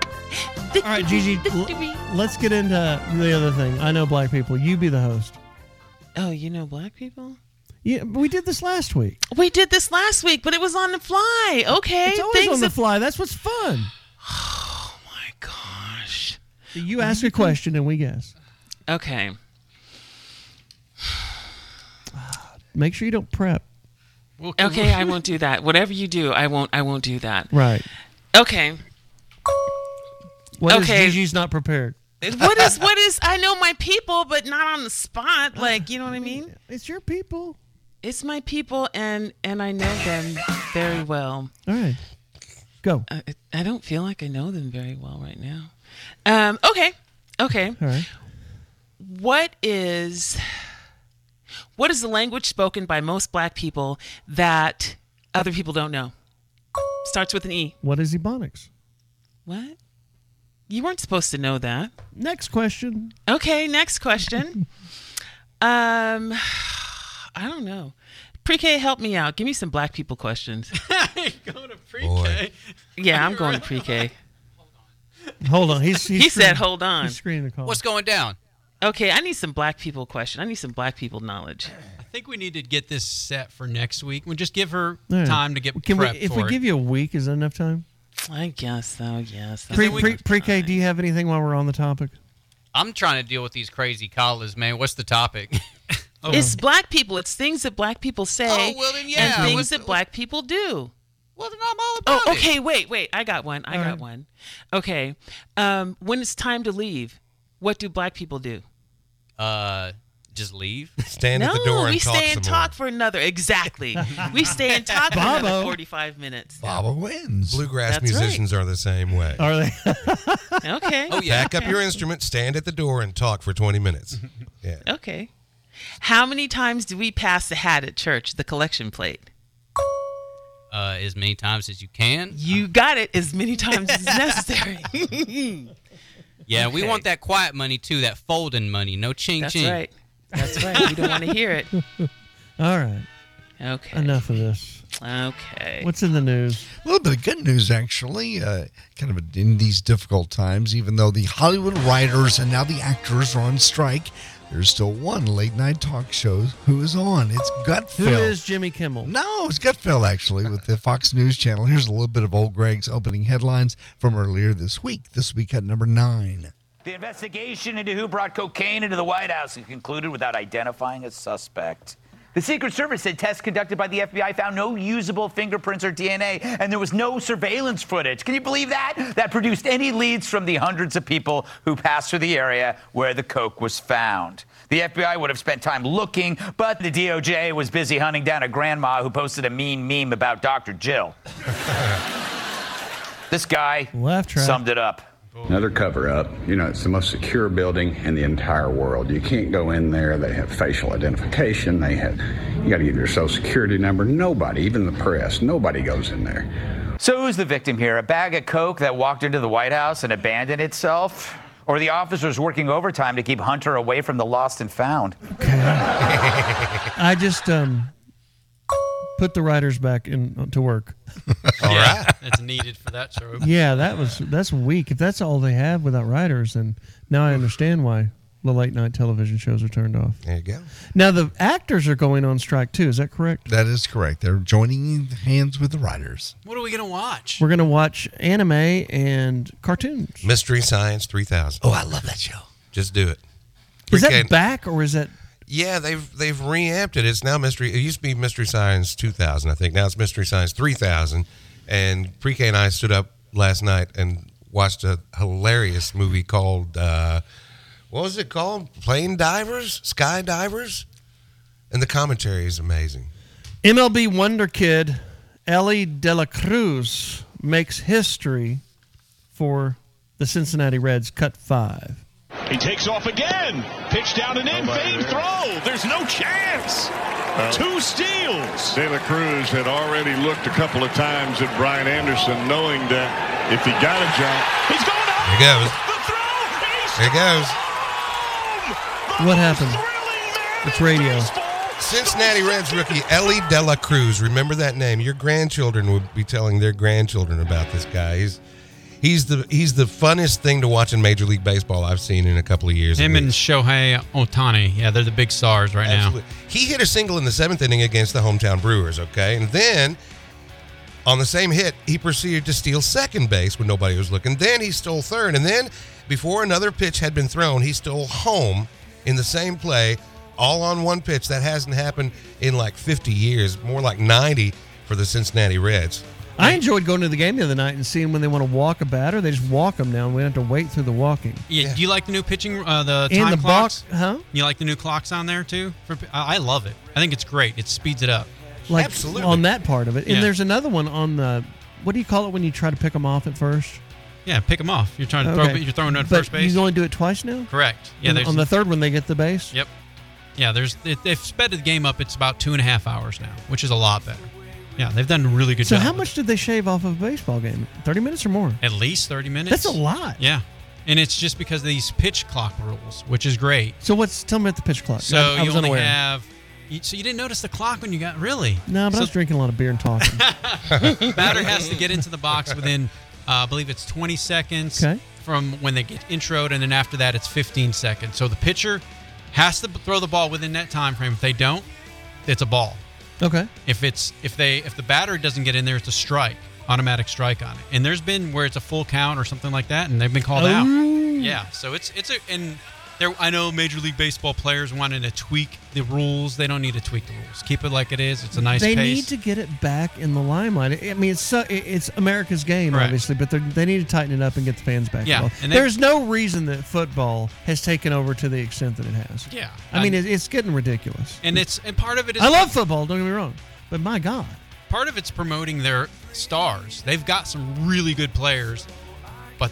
[SPEAKER 3] All right, Gigi, l- let's get into the other thing. I know black people. You be the host.
[SPEAKER 6] Oh, you know black people?
[SPEAKER 3] Yeah, but we did this last week.
[SPEAKER 6] We did this last week, but it was on the fly. Okay.
[SPEAKER 3] It's always
[SPEAKER 6] Things
[SPEAKER 3] on the
[SPEAKER 6] have-
[SPEAKER 3] fly. That's what's fun.
[SPEAKER 6] Gosh.
[SPEAKER 3] You ask a question and we guess.
[SPEAKER 6] Okay.
[SPEAKER 3] Make sure you don't prep.
[SPEAKER 6] Okay, I won't do that. Whatever you do, I won't I won't do that.
[SPEAKER 3] Right.
[SPEAKER 6] Okay.
[SPEAKER 3] What is
[SPEAKER 6] Okay.
[SPEAKER 3] Gigi's not prepared?
[SPEAKER 6] What is what is I know my people but not on the spot. Like, you know what I mean?
[SPEAKER 3] It's your people.
[SPEAKER 6] It's my people and and I know them very well.
[SPEAKER 3] All right. Go.
[SPEAKER 6] I, I don't feel like I know them very well right now. Um okay. Okay.
[SPEAKER 3] All right.
[SPEAKER 6] What is what is the language spoken by most black people that other people don't know? Starts with an E.
[SPEAKER 3] What is Ebonics?
[SPEAKER 6] What? You weren't supposed to know that.
[SPEAKER 3] Next question.
[SPEAKER 6] Okay, next question. um, I don't know. Pre-K, help me out. Give me some black people questions.
[SPEAKER 11] Boy.
[SPEAKER 6] yeah, I'm going to pre-K.
[SPEAKER 3] Hold on. He's, he's
[SPEAKER 6] he said,
[SPEAKER 3] screening-
[SPEAKER 6] "Hold on."
[SPEAKER 3] He's screening the call.
[SPEAKER 6] going down? Okay, I need some black people question. I need some black people knowledge.
[SPEAKER 28] I think we need to get this set for next week. We'll just give her
[SPEAKER 3] Yeah.
[SPEAKER 28] time to get
[SPEAKER 3] Can we,
[SPEAKER 28] prepped
[SPEAKER 3] if
[SPEAKER 28] for
[SPEAKER 3] we
[SPEAKER 28] it.
[SPEAKER 3] give you a week, is that enough time?
[SPEAKER 6] I guess so. Yes.
[SPEAKER 3] Pre pre pre K. Do you have anything while we're on the topic?
[SPEAKER 25] I'm trying to deal with these crazy callers, man. What's the topic?
[SPEAKER 6] It's black people. It's things that black people say.
[SPEAKER 25] Oh, well, then,
[SPEAKER 6] And
[SPEAKER 25] yeah.
[SPEAKER 6] things
[SPEAKER 25] What's-
[SPEAKER 6] that black people do.
[SPEAKER 25] well, then I'm all about
[SPEAKER 6] Oh,
[SPEAKER 25] it.
[SPEAKER 6] okay. Wait, wait. I got one. I
[SPEAKER 25] All
[SPEAKER 6] got
[SPEAKER 25] right.
[SPEAKER 6] one. Okay. Um, when it's time to leave, what do black people do?
[SPEAKER 25] Uh, just leave.
[SPEAKER 11] Stand
[SPEAKER 6] no, we stay and talk for another. Exactly. we stay and talk for another
[SPEAKER 11] Bravo.
[SPEAKER 6] 45 minutes.
[SPEAKER 11] Baba wins. Bluegrass
[SPEAKER 6] That's
[SPEAKER 11] musicians are the same way.
[SPEAKER 3] Are they?
[SPEAKER 6] Okay.
[SPEAKER 25] Oh,
[SPEAKER 11] Pack up your instrument, stand at the door, and talk for 20 minutes. Yeah.
[SPEAKER 6] Okay. How many times do we pass the hat at church, the collection plate?
[SPEAKER 25] Uh, as many times as you can.
[SPEAKER 6] You got it as many times as necessary.
[SPEAKER 25] Yeah, we
[SPEAKER 6] Okay.
[SPEAKER 25] want that quiet money too, that folding money. No ching
[SPEAKER 6] That's
[SPEAKER 25] ching.
[SPEAKER 6] right. That's right. We don't want to hear it.
[SPEAKER 3] All right.
[SPEAKER 6] Okay.
[SPEAKER 3] Enough of this.
[SPEAKER 6] Okay.
[SPEAKER 3] What's in the news?
[SPEAKER 7] A little bit of good news, actually, uh, kind of in these difficult times, even though the Hollywood writers and now the actors are on strike, there's still one late night talk show who is on. It's Gutfeld.
[SPEAKER 3] Who is Jimmy Kimmel?
[SPEAKER 7] No, it's Gutfeld, actually, with the Fox News Channel. Here's a little bit of old Greg's opening headlines from earlier this week, this week at number nine.
[SPEAKER 40] The investigation into who brought cocaine into the White House is concluded without identifying a suspect. The Secret Service said tests conducted by the FBI found no usable fingerprints or DNA, and there was no surveillance footage. Can you believe that? That produced any leads from the hundreds of people who passed through the area where the coke was found. The FBI would have spent time looking, but the DOJ was busy hunting down a grandma who posted a mean meme about Dr. Jill. this guy summed it up.
[SPEAKER 41] Another cover up. You know, it's the most secure building in the entire world. You can't go in there. They have facial identification. They have, you got to give your social security number. Nobody, even the press, nobody goes in there.
[SPEAKER 40] So who's the victim here? A bag of coke that walked into the White House and abandoned itself? Or the officers working overtime to keep Hunter away from the lost and found?
[SPEAKER 3] I just um put the writers back in to work.
[SPEAKER 28] yeah, that's needed for that show.
[SPEAKER 3] yeah, that was that's weak. If that's all they have without writers, then now I understand why the late night television shows are turned off.
[SPEAKER 11] There you go.
[SPEAKER 3] Now the actors are going on strike too. Is that correct?
[SPEAKER 7] That is correct. They're joining hands with the writers.
[SPEAKER 28] What are we gonna watch?
[SPEAKER 3] We're gonna watch anime and cartoons.
[SPEAKER 11] Mystery Science 3000. Oh, I love that show. Just do it.
[SPEAKER 3] Is
[SPEAKER 11] Pre-K-
[SPEAKER 3] that back or is that
[SPEAKER 11] Yeah, they've they've reamped it. It's now mystery. It used to be Mystery Science 2000, I think. Now it's Mystery Science 3000. And Pre-K and I stood up last night and watched a hilarious movie called uh, what was it called? Plane Divers, Sky Divers, and the commentary is amazing.
[SPEAKER 3] MLB Wonder Kid Ellie De La Cruz makes history for the Cincinnati Reds cut five.
[SPEAKER 19] He takes off again. Pitch down and in. Fade throw. There's no chance. Two steals.
[SPEAKER 2] De La Cruz had already looked a couple of times at Brian Anderson, knowing that if he got a jump, he's going up.
[SPEAKER 11] There goes. There goes.
[SPEAKER 3] What happened? It's radio.
[SPEAKER 11] Cincinnati Reds rookie Ellie De La Cruz. Remember that name. Your grandchildren would be telling their grandchildren about this guy. He's he's the he's the funnest thing to watch in Major League Baseball I've seen in a couple of years.
[SPEAKER 28] Him and Shohei Otani. Yeah, they're the big stars right
[SPEAKER 11] Absolutely. He hit a single in the seventh inning against the hometown Brewers. Okay, and then on the same hit, he proceeded to steal second base when nobody was looking. Then he stole third, and then before another pitch had been thrown, he stole home in the same play, all on one pitch. That hasn't happened in like 50 years, more like 90 for the Cincinnati Reds.
[SPEAKER 3] I enjoyed going to the game the other night and seeing when they want to walk a batter, they just walk them now, and we don't have to wait through the walking.
[SPEAKER 28] now. Yeah, Do you like the new pitching? Uh, the
[SPEAKER 3] In
[SPEAKER 28] time
[SPEAKER 3] the
[SPEAKER 28] clocks?
[SPEAKER 3] box, huh?
[SPEAKER 28] You like the new clocks on there too? For p- I I love it. I think it's great. It speeds it up.
[SPEAKER 3] Like on that part of it. And
[SPEAKER 28] Yeah.
[SPEAKER 3] there's another one on the what do you call it when you try to pick them off at first?
[SPEAKER 28] Yeah, pick them off. You're trying to throw.
[SPEAKER 3] Okay.
[SPEAKER 28] You're throwing at
[SPEAKER 3] But
[SPEAKER 28] first base.
[SPEAKER 3] You only do it twice now.
[SPEAKER 28] Correct. Yeah,
[SPEAKER 3] And
[SPEAKER 28] there's-
[SPEAKER 3] on the third one they get the base.
[SPEAKER 28] Yep. Yeah, there's they- they've sped the game up. It's about two and a half hours now, which is a lot better. Yeah, they've done a really good
[SPEAKER 3] so
[SPEAKER 28] job.
[SPEAKER 3] how much did they shave off of a baseball game? Thirty minutes or more?
[SPEAKER 28] At least thirty minutes.
[SPEAKER 3] That's a lot.
[SPEAKER 28] Yeah, And it's just because of these pitch clock rules, which is great.
[SPEAKER 3] So what's? Tell me about the pitch clock.
[SPEAKER 28] So
[SPEAKER 3] I, I
[SPEAKER 28] you
[SPEAKER 3] was
[SPEAKER 28] only
[SPEAKER 3] unaware.
[SPEAKER 28] have. You, so you didn't notice the clock when you got really.
[SPEAKER 3] no, but I was drinking a lot of beer and talking.
[SPEAKER 28] batter has to get into the box within, uh, I believe it's 20 seconds
[SPEAKER 3] Okay.
[SPEAKER 28] from when they get introed, and then after that it's 15 seconds. So the pitcher has to b- throw the ball within that time frame. If they don't, it's a ball.
[SPEAKER 3] okay.
[SPEAKER 28] If it's if they if the batter doesn't get in there, it's a strike, automatic strike on it. And there's been where it's a full count or something like that, and they've been called out.
[SPEAKER 25] Oh.
[SPEAKER 28] Yeah. So it's it's a and. There, I know Major League Baseball players wanted to tweak the rules. They don't need to tweak the rules. Keep it like it is. It's a nice
[SPEAKER 3] they
[SPEAKER 28] pace.
[SPEAKER 3] need to get it back in the limelight. I I mean, it's so- it- it's America's game,
[SPEAKER 28] Right.
[SPEAKER 3] obviously, but they're- they need to tighten it up and get the fans back.
[SPEAKER 28] Yeah,
[SPEAKER 3] involved.
[SPEAKER 28] and they-
[SPEAKER 3] there's no reason that football has taken over to the extent that it has.
[SPEAKER 28] Yeah,
[SPEAKER 3] I mean,
[SPEAKER 28] I-
[SPEAKER 3] it, it's getting ridiculous.
[SPEAKER 28] and it's and part of it is
[SPEAKER 3] I love football. Don't get me wrong, but my God,
[SPEAKER 28] part of it's promoting their stars. They've got some really good players, but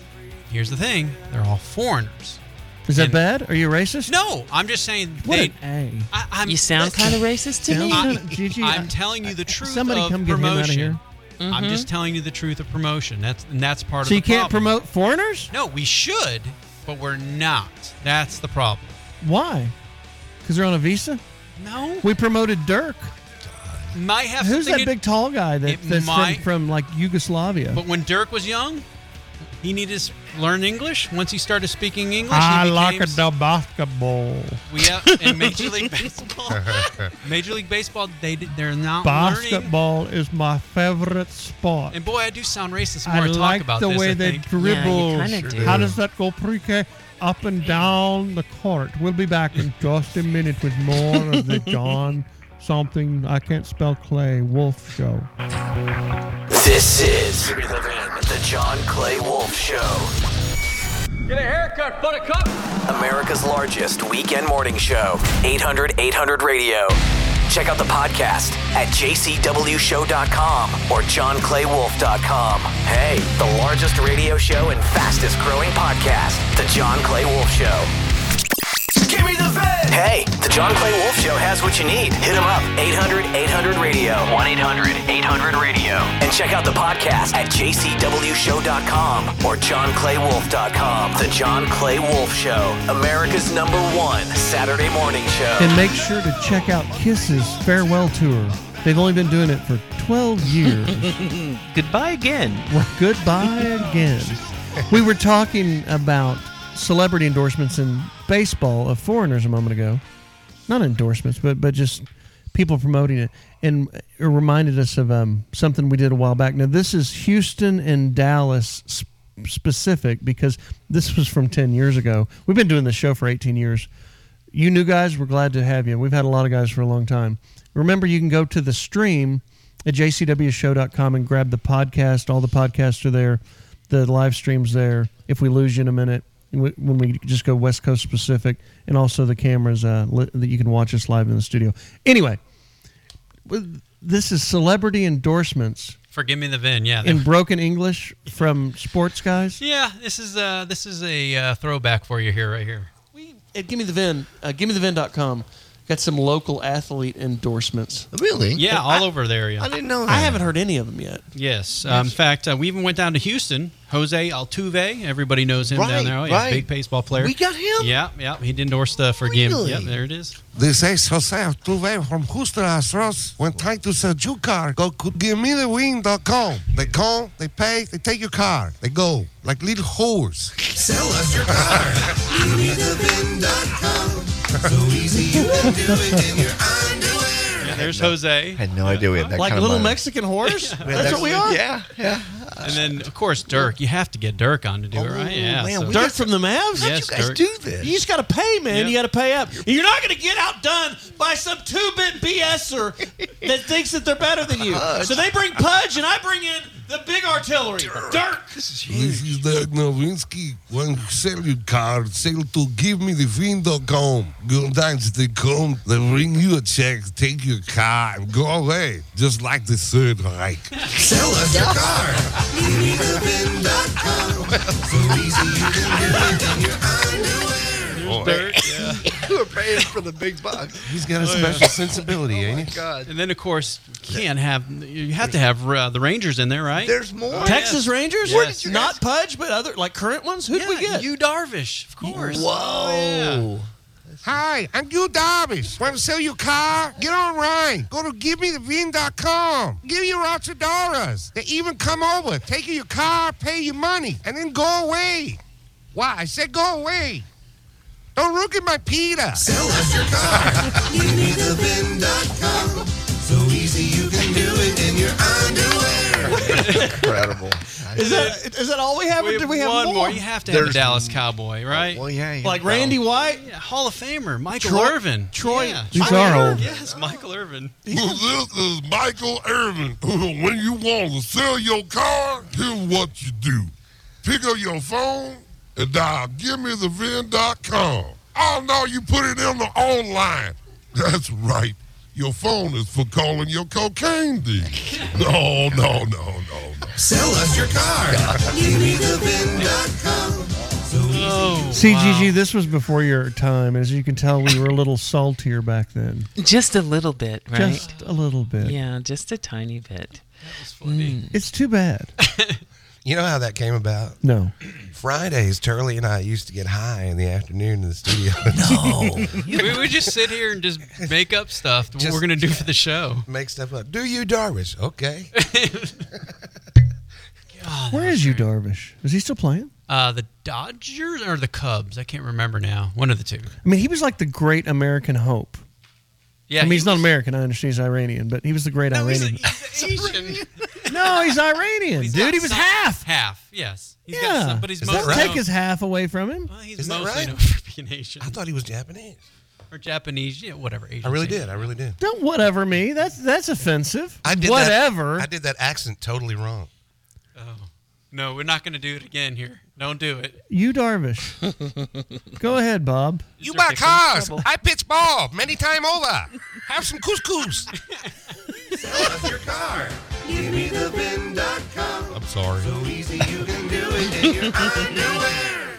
[SPEAKER 28] here's the thing: they're all foreigners.
[SPEAKER 3] is that
[SPEAKER 28] And-
[SPEAKER 3] bad? Are you racist?
[SPEAKER 28] No, I'm just saying.
[SPEAKER 3] What
[SPEAKER 28] they,
[SPEAKER 3] an A.
[SPEAKER 28] I, I'm,
[SPEAKER 6] You sound kinda racist to me.
[SPEAKER 28] I,
[SPEAKER 3] Gigi, I-
[SPEAKER 28] am telling you the truth
[SPEAKER 3] somebody
[SPEAKER 28] of
[SPEAKER 3] come get him outta
[SPEAKER 28] promotion.
[SPEAKER 3] here.
[SPEAKER 28] I'm
[SPEAKER 6] Mm-hmm.
[SPEAKER 3] Mhm.
[SPEAKER 28] just telling you the truth of promotion. That's and that's part
[SPEAKER 3] So
[SPEAKER 28] of the
[SPEAKER 3] you can't
[SPEAKER 28] problem.
[SPEAKER 3] promote foreigners?
[SPEAKER 28] No, we should, but we're not. That's the problem.
[SPEAKER 3] Why? Because they're on a visa.
[SPEAKER 28] No.
[SPEAKER 3] We promoted Dirk.
[SPEAKER 28] Might have
[SPEAKER 3] Who's
[SPEAKER 28] something
[SPEAKER 3] that
[SPEAKER 28] to-
[SPEAKER 3] big tall guy that,
[SPEAKER 28] It
[SPEAKER 3] that's
[SPEAKER 28] might-
[SPEAKER 3] from, from like Yugoslavia?
[SPEAKER 28] But when Dirk was young, he needed to learn English. Once he started speaking English, he
[SPEAKER 3] Ah,
[SPEAKER 28] became-
[SPEAKER 3] the basketball.
[SPEAKER 28] We have in Major League Baseball. Major League Baseball, they did- they're not learning.
[SPEAKER 3] Basketball is my favorite sport.
[SPEAKER 28] And boy, I do sound racist when
[SPEAKER 3] I
[SPEAKER 28] I talk
[SPEAKER 3] like
[SPEAKER 28] about
[SPEAKER 3] the
[SPEAKER 28] this.
[SPEAKER 3] way
[SPEAKER 28] I
[SPEAKER 3] they
[SPEAKER 28] think.
[SPEAKER 3] dribble. How does that go, pre-K? Up and down the court. We'll be back in just a minute with more of the John something I can't spell Clay Wolf show.
[SPEAKER 1] This is Give Me the Vin, the John Clay Wolf Show.
[SPEAKER 15] Get a haircut, buttercup.
[SPEAKER 1] America's largest weekend morning show, 800 800 Radio. Check out the podcast at jcwshow.com or johnclaywolf.com. Hey, the largest radio show and fastest growing podcast, The John Clay Wolf Show. Give me the vet! Hey, The John Clay Wolf Show has what you need. Hit him up, 800 800 Radio. 1 800 800 Radio. And check out the podcast at jcwshow.com or johnclaywolf.com. The John Clay Wolf Show, America's number one Saturday morning show.
[SPEAKER 3] And make sure to check out Kiss's farewell tour. They've only been doing it for 12 years.
[SPEAKER 6] Goodbye again.
[SPEAKER 3] Well, goodbye again. We were talking about celebrity endorsements in baseball of foreigners a moment ago. Not endorsements, but but just people promoting it. And it reminded us of um, something we did a while back. Now, this is Houston and Dallas sp- specific because this was from 10 years ago. We've been doing this show for 18 years. You new guys, we're glad to have you. We've had a lot of guys for a long time. Remember, you can go to the stream at jcwshow.com and grab the podcast. All the podcasts are there, the live stream's there. If we lose you in a minute, wh- when we just go West Coast specific, and also the cameras uh, li- that you can watch us live in the studio. Anyway, w- this is celebrity endorsements
[SPEAKER 28] Forgive me the vin. Yeah. they-
[SPEAKER 3] in broken English from sports guys.
[SPEAKER 28] yeah. This is uh this is a uh, throwback for you here, right here.
[SPEAKER 3] at Gimme the Vin, uh, GimmeTheVin.com, got some local athlete endorsements.
[SPEAKER 7] Really?
[SPEAKER 28] Yeah, all over there. Yeah.
[SPEAKER 3] I haven't heard any of them yet.
[SPEAKER 28] Yes. Um, in fact, uh, we even went down to Houston. Jose Altuve, everybody knows him
[SPEAKER 7] Right,
[SPEAKER 28] down there. Oh, yeah,
[SPEAKER 7] right.
[SPEAKER 28] big baseball player.
[SPEAKER 7] We got him?
[SPEAKER 28] Yeah, yeah. He endorsed uh, for Gim.
[SPEAKER 7] Really?
[SPEAKER 28] Yeah, there it is.
[SPEAKER 11] This is Jose Altuve from Houston Astros. When tied to sell your car, go could give me E the wing.com. They call, they pay, they take your car. They go like little whores.
[SPEAKER 16] Sell us your car. GiveMeTheVin.com. So easy you can do it in your underwear.
[SPEAKER 28] Yeah, there's Jose.
[SPEAKER 7] I had no idea we had that
[SPEAKER 3] like
[SPEAKER 7] kind of
[SPEAKER 3] little
[SPEAKER 7] money.
[SPEAKER 3] Mexican horse?
[SPEAKER 7] Yeah,
[SPEAKER 3] That's what we are?
[SPEAKER 7] Yeah, yeah.
[SPEAKER 28] And then, of course, Dirk. You have to get Dirk on to do it, right?
[SPEAKER 7] Oh,
[SPEAKER 28] Yeah.
[SPEAKER 3] man,
[SPEAKER 28] so-
[SPEAKER 3] we Dirk got- from the Mavs? How'd
[SPEAKER 28] Yes,
[SPEAKER 3] you guys
[SPEAKER 28] Dirk.
[SPEAKER 3] do You just got to pay, man.
[SPEAKER 28] Yep.
[SPEAKER 3] You got to pay up. You're not going to get outdone by some two bit BSer that thinks that they're better than you. So they bring Pudge, and I bring in the big artillery. Dirk.
[SPEAKER 11] This is Doug Nowinski. When you sell your car, sell to give me the wing.com. Sometimes they come, they bring you a check, take your car, and go away. Just like the Third Reich.
[SPEAKER 16] Sell us your car. GiveMeTheVin.com. So easy you can do it in your underwear.
[SPEAKER 11] Boy.
[SPEAKER 7] We're paying for the big bucks.
[SPEAKER 11] He's got a
[SPEAKER 7] Oh, yeah.
[SPEAKER 11] special sensibility, ain't he?
[SPEAKER 7] God.
[SPEAKER 28] And then, of course, you can't have you have to have uh, the Rangers in there, right?
[SPEAKER 7] There's more.
[SPEAKER 28] Oh,
[SPEAKER 3] Texas Rangers?
[SPEAKER 28] Where
[SPEAKER 3] Yes. Not Pudge, but other like current ones. Who did we get?
[SPEAKER 28] You Darvish, of course.
[SPEAKER 11] Whoa. Hi, I'm Gil Darvish. Want to sell your car? Get online. Go to givemethevin.com. Give your Archadaras. They even come over, take your car, pay your money, and then go away. Why? I said go away. Don't look at my pita.
[SPEAKER 16] Sell us your car. GiveMeTheVin.com. So easy you can do it in your underwear.
[SPEAKER 7] Incredible.
[SPEAKER 3] Is that is that all we have? or do we have
[SPEAKER 28] one
[SPEAKER 3] more?
[SPEAKER 28] You have to have a Dallas Cowboy, right? well,
[SPEAKER 7] Oh, yeah.
[SPEAKER 3] Like
[SPEAKER 28] Oh.
[SPEAKER 3] Randy White,
[SPEAKER 28] yeah, Hall of Famer, Michael
[SPEAKER 3] Troy-
[SPEAKER 28] Irvin,
[SPEAKER 3] Troy-
[SPEAKER 28] Yeah.
[SPEAKER 3] These are old.
[SPEAKER 28] Yes, Michael Irvin.
[SPEAKER 4] Well, this is Michael Irvin. when you want to sell your car, here's what you do. Pick up your phone and dial givemethevin.com. Oh, no, you put it in the online. That's right. Your phone is for calling your cocaine deal. No, no, no, no, no.
[SPEAKER 16] Sell us your car. GiveMeTheVin.com. So easy.
[SPEAKER 3] Oh, CGG, this was before your time. As you can tell, we were a little saltier back then.
[SPEAKER 6] Just a little bit, right?
[SPEAKER 3] Just a little bit.
[SPEAKER 6] Yeah, just a tiny bit. Mm.
[SPEAKER 3] It's too bad.
[SPEAKER 11] You know how that came about?
[SPEAKER 3] No.
[SPEAKER 11] Fridays, Turley and I used to get high in the afternoon in the studio. no.
[SPEAKER 28] we would just sit here and just make up stuff that we're gonna do for the show.
[SPEAKER 11] Make stuff up. Do you, Darvish? Okay.
[SPEAKER 3] Where is you, Darvish? Is he still playing?
[SPEAKER 28] Uh, the Dodgers or the Cubs? I can't remember now. One of the two.
[SPEAKER 3] I mean, he was like the great American hope.
[SPEAKER 28] Yeah,
[SPEAKER 3] I mean,
[SPEAKER 28] he
[SPEAKER 3] he's not American. I understand he's Iranian, but he was the great Iranian. no, he's Iranian,
[SPEAKER 28] He's
[SPEAKER 3] dude.
[SPEAKER 28] not
[SPEAKER 3] He was
[SPEAKER 28] some-
[SPEAKER 3] half.
[SPEAKER 28] Half, yes. He's
[SPEAKER 3] yeah.
[SPEAKER 28] got some, but he's
[SPEAKER 3] Don't
[SPEAKER 28] mostly
[SPEAKER 3] take
[SPEAKER 28] known-
[SPEAKER 3] his half away from him.
[SPEAKER 28] He's
[SPEAKER 11] Is that
[SPEAKER 28] mostly
[SPEAKER 11] right?
[SPEAKER 28] known for being Asian. I
[SPEAKER 11] thought he was Japanese.
[SPEAKER 28] Or Japanese, yeah, whatever. Asian
[SPEAKER 11] I really
[SPEAKER 28] same.
[SPEAKER 11] did. I really did.
[SPEAKER 3] Don't whatever me. That's that's offensive.
[SPEAKER 11] I did
[SPEAKER 3] whatever.
[SPEAKER 11] That, I did that accent totally wrong.
[SPEAKER 28] Oh. No, we're not going to do it again here. Don't do it.
[SPEAKER 3] You Darvish. Go ahead, Bob.
[SPEAKER 11] You
[SPEAKER 28] Mr.
[SPEAKER 11] buy
[SPEAKER 28] Pickens.
[SPEAKER 11] cars.
[SPEAKER 28] Trouble.
[SPEAKER 11] I pitch ball many time over. Have some couscous.
[SPEAKER 16] GiveMeTheVin.com.
[SPEAKER 4] I'm sorry.
[SPEAKER 16] So easy you can do it in your underwear.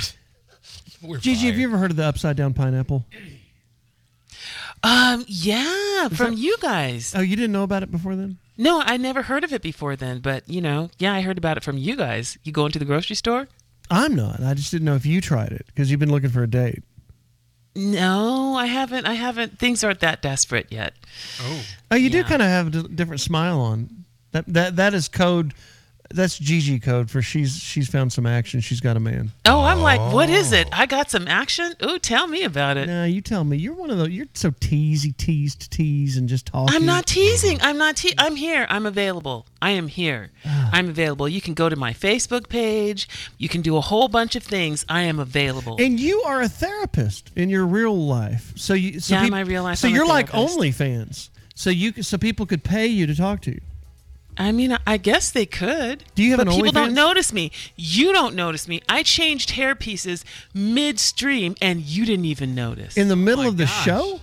[SPEAKER 28] Oh,
[SPEAKER 11] We're
[SPEAKER 3] Uh, Gigi, have you ever heard of the upside down pineapple?
[SPEAKER 6] Um, yeah, from you guys.
[SPEAKER 3] Oh, you didn't know about it before then?
[SPEAKER 6] No, I never heard of it before then, but you know, yeah, I heard about it from you guys. You go into the grocery store?
[SPEAKER 3] I'm not. I just didn't know if you tried it because you've been looking for a date.
[SPEAKER 6] No, I haven't. I haven't. Things aren't that desperate yet.
[SPEAKER 3] Oh. Oh, you do
[SPEAKER 6] Yeah.
[SPEAKER 3] kind of have a di- different smile on. That that that is code. That's Gigi code for she's she's found some action. She's got a man.
[SPEAKER 6] Oh, I'm like, what is it? I got some action. Ooh, tell me about it.
[SPEAKER 3] Now Oh. you tell me. You're one of those. You're so teasy, tease to tease, and just talking.
[SPEAKER 6] I'm not teasing. I'm not te- I'm here. I'm available. I am here.
[SPEAKER 3] Ah.
[SPEAKER 6] I'm available. You can go to my Facebook page. You can do a whole bunch of things. I am available.
[SPEAKER 3] And you are a therapist in your real life. So you. So
[SPEAKER 6] Yeah,
[SPEAKER 3] peop-
[SPEAKER 6] my real life,
[SPEAKER 3] So
[SPEAKER 6] I'm a
[SPEAKER 3] you're like
[SPEAKER 6] therapist.
[SPEAKER 3] OnlyFans. So you. c- So people could pay you to talk to you.
[SPEAKER 6] I mean, I- I guess they could.
[SPEAKER 3] Do you have
[SPEAKER 6] but
[SPEAKER 3] an
[SPEAKER 6] people
[SPEAKER 3] OnlyFans?
[SPEAKER 6] don't notice me. You don't notice me. I changed hair pieces midstream, and you didn't even notice.
[SPEAKER 3] In the middle of the show?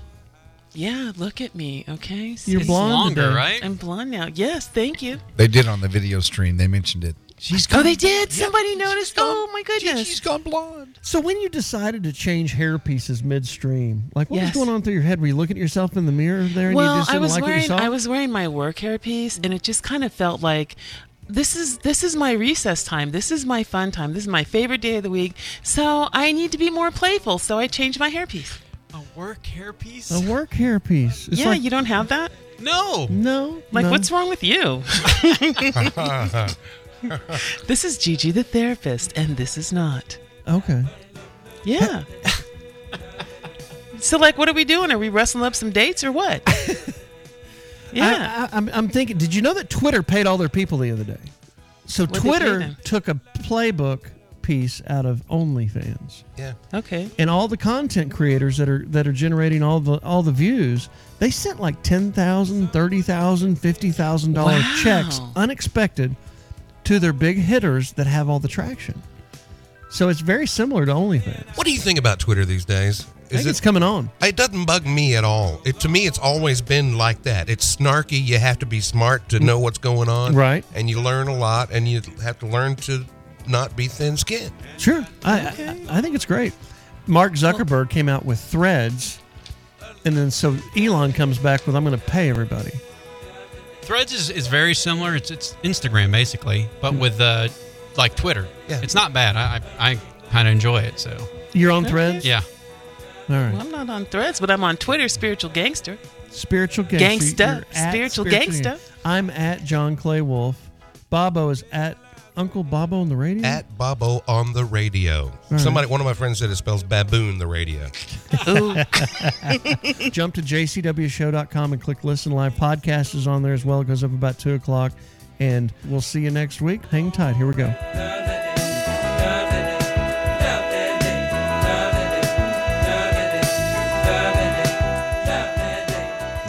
[SPEAKER 6] yeah, look at me. Okay,
[SPEAKER 3] You're
[SPEAKER 6] It's
[SPEAKER 3] blonde Longer, today.
[SPEAKER 7] right?
[SPEAKER 6] I'm blonde now. Yes, thank you.
[SPEAKER 7] They did on the video stream. They mentioned it. She's
[SPEAKER 6] Oh, they did. Somebody noticed. oh my goodness.
[SPEAKER 7] She's gone blonde.
[SPEAKER 3] So when you decided to change hair pieces midstream, like what
[SPEAKER 6] Yes.
[SPEAKER 3] was going on through your head? Were you looking at yourself in the mirror there and you
[SPEAKER 6] Well,
[SPEAKER 3] just
[SPEAKER 6] I
[SPEAKER 3] didn't
[SPEAKER 6] was
[SPEAKER 3] like what you
[SPEAKER 6] wearing
[SPEAKER 3] saw?
[SPEAKER 6] I was wearing my work hair piece, and it just kind of felt like. This is this is my recess time. This is my fun time. This is my favorite day of the week. So I need to be more playful. So I changed my hairpiece.
[SPEAKER 28] A work hairpiece?
[SPEAKER 3] a work hair piece. It's
[SPEAKER 6] yeah,
[SPEAKER 3] like,
[SPEAKER 6] you don't have that.
[SPEAKER 28] No.
[SPEAKER 3] No.
[SPEAKER 6] Like,
[SPEAKER 3] no.
[SPEAKER 6] what's wrong with you? this is Gigi the therapist, and this is not.
[SPEAKER 3] Okay.
[SPEAKER 6] Yeah. so, like, what are we doing? Are we wrestling up some dates or what? Yeah.
[SPEAKER 3] I, I, I'm, I'm thinking. Did you know that Twitter paid all their people the other day? So
[SPEAKER 6] What'd they pay
[SPEAKER 3] Twitter
[SPEAKER 6] them?
[SPEAKER 3] took a playbook piece out of OnlyFans.
[SPEAKER 11] Yeah.
[SPEAKER 6] Okay.
[SPEAKER 3] and all the content creators that are that are generating all the all the views they sent like 10,000, 30,000, 50,000 dollar
[SPEAKER 6] Wow.
[SPEAKER 3] checks unexpected to their big hitters that have all the traction. So it's very similar to OnlyFans.
[SPEAKER 11] What do you think about Twitter these days?
[SPEAKER 3] I think it's coming on.
[SPEAKER 11] It doesn't bug me at all. It, to me, it's always been like that. It's snarky. You have to be smart to know what's going on.
[SPEAKER 3] Right.
[SPEAKER 11] And you learn a lot, and you have to learn to not be thin skinned.
[SPEAKER 3] Sure. I, I I think it's great. Mark Zuckerberg came out with Threads, and then so Elon comes back with, "I'm going to pay everybody."
[SPEAKER 28] Threads is, is very similar. It's it's Instagram basically, but with uh, like Twitter.
[SPEAKER 3] Yeah.
[SPEAKER 28] It's not bad. I I, I kind of enjoy it. So.
[SPEAKER 3] You're on Threads.
[SPEAKER 28] Yeah.
[SPEAKER 3] All right.
[SPEAKER 6] Well, I'm not on threads, but I'm on Twitter, Spiritual Gangster.
[SPEAKER 3] Spiritual gangster.
[SPEAKER 6] Gangsta.
[SPEAKER 3] You're at
[SPEAKER 6] Spiritual gangsta.
[SPEAKER 3] I'm at John Clay Wolf. Bobo is at Uncle Bobo on the radio.
[SPEAKER 11] At Bobo on the radio.
[SPEAKER 3] right.
[SPEAKER 11] Somebody, one of my friends said it spells baboon the radio.
[SPEAKER 3] Jump to jcwshow.com and click listen live. Podcast is on there as well. It goes up about two o'clock. And we'll see you next week. Hang tight. Here we go.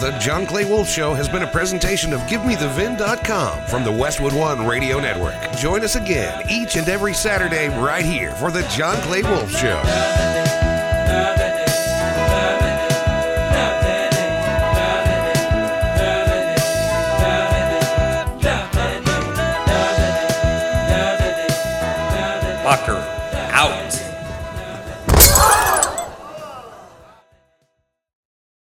[SPEAKER 30] The John Clay Wolf Show has been a presentation of GiveMeTheVin.com from the Westwood One Radio Network. Join us again each and every Saturday right here for The John Clay Wolf Show.
[SPEAKER 17] Locker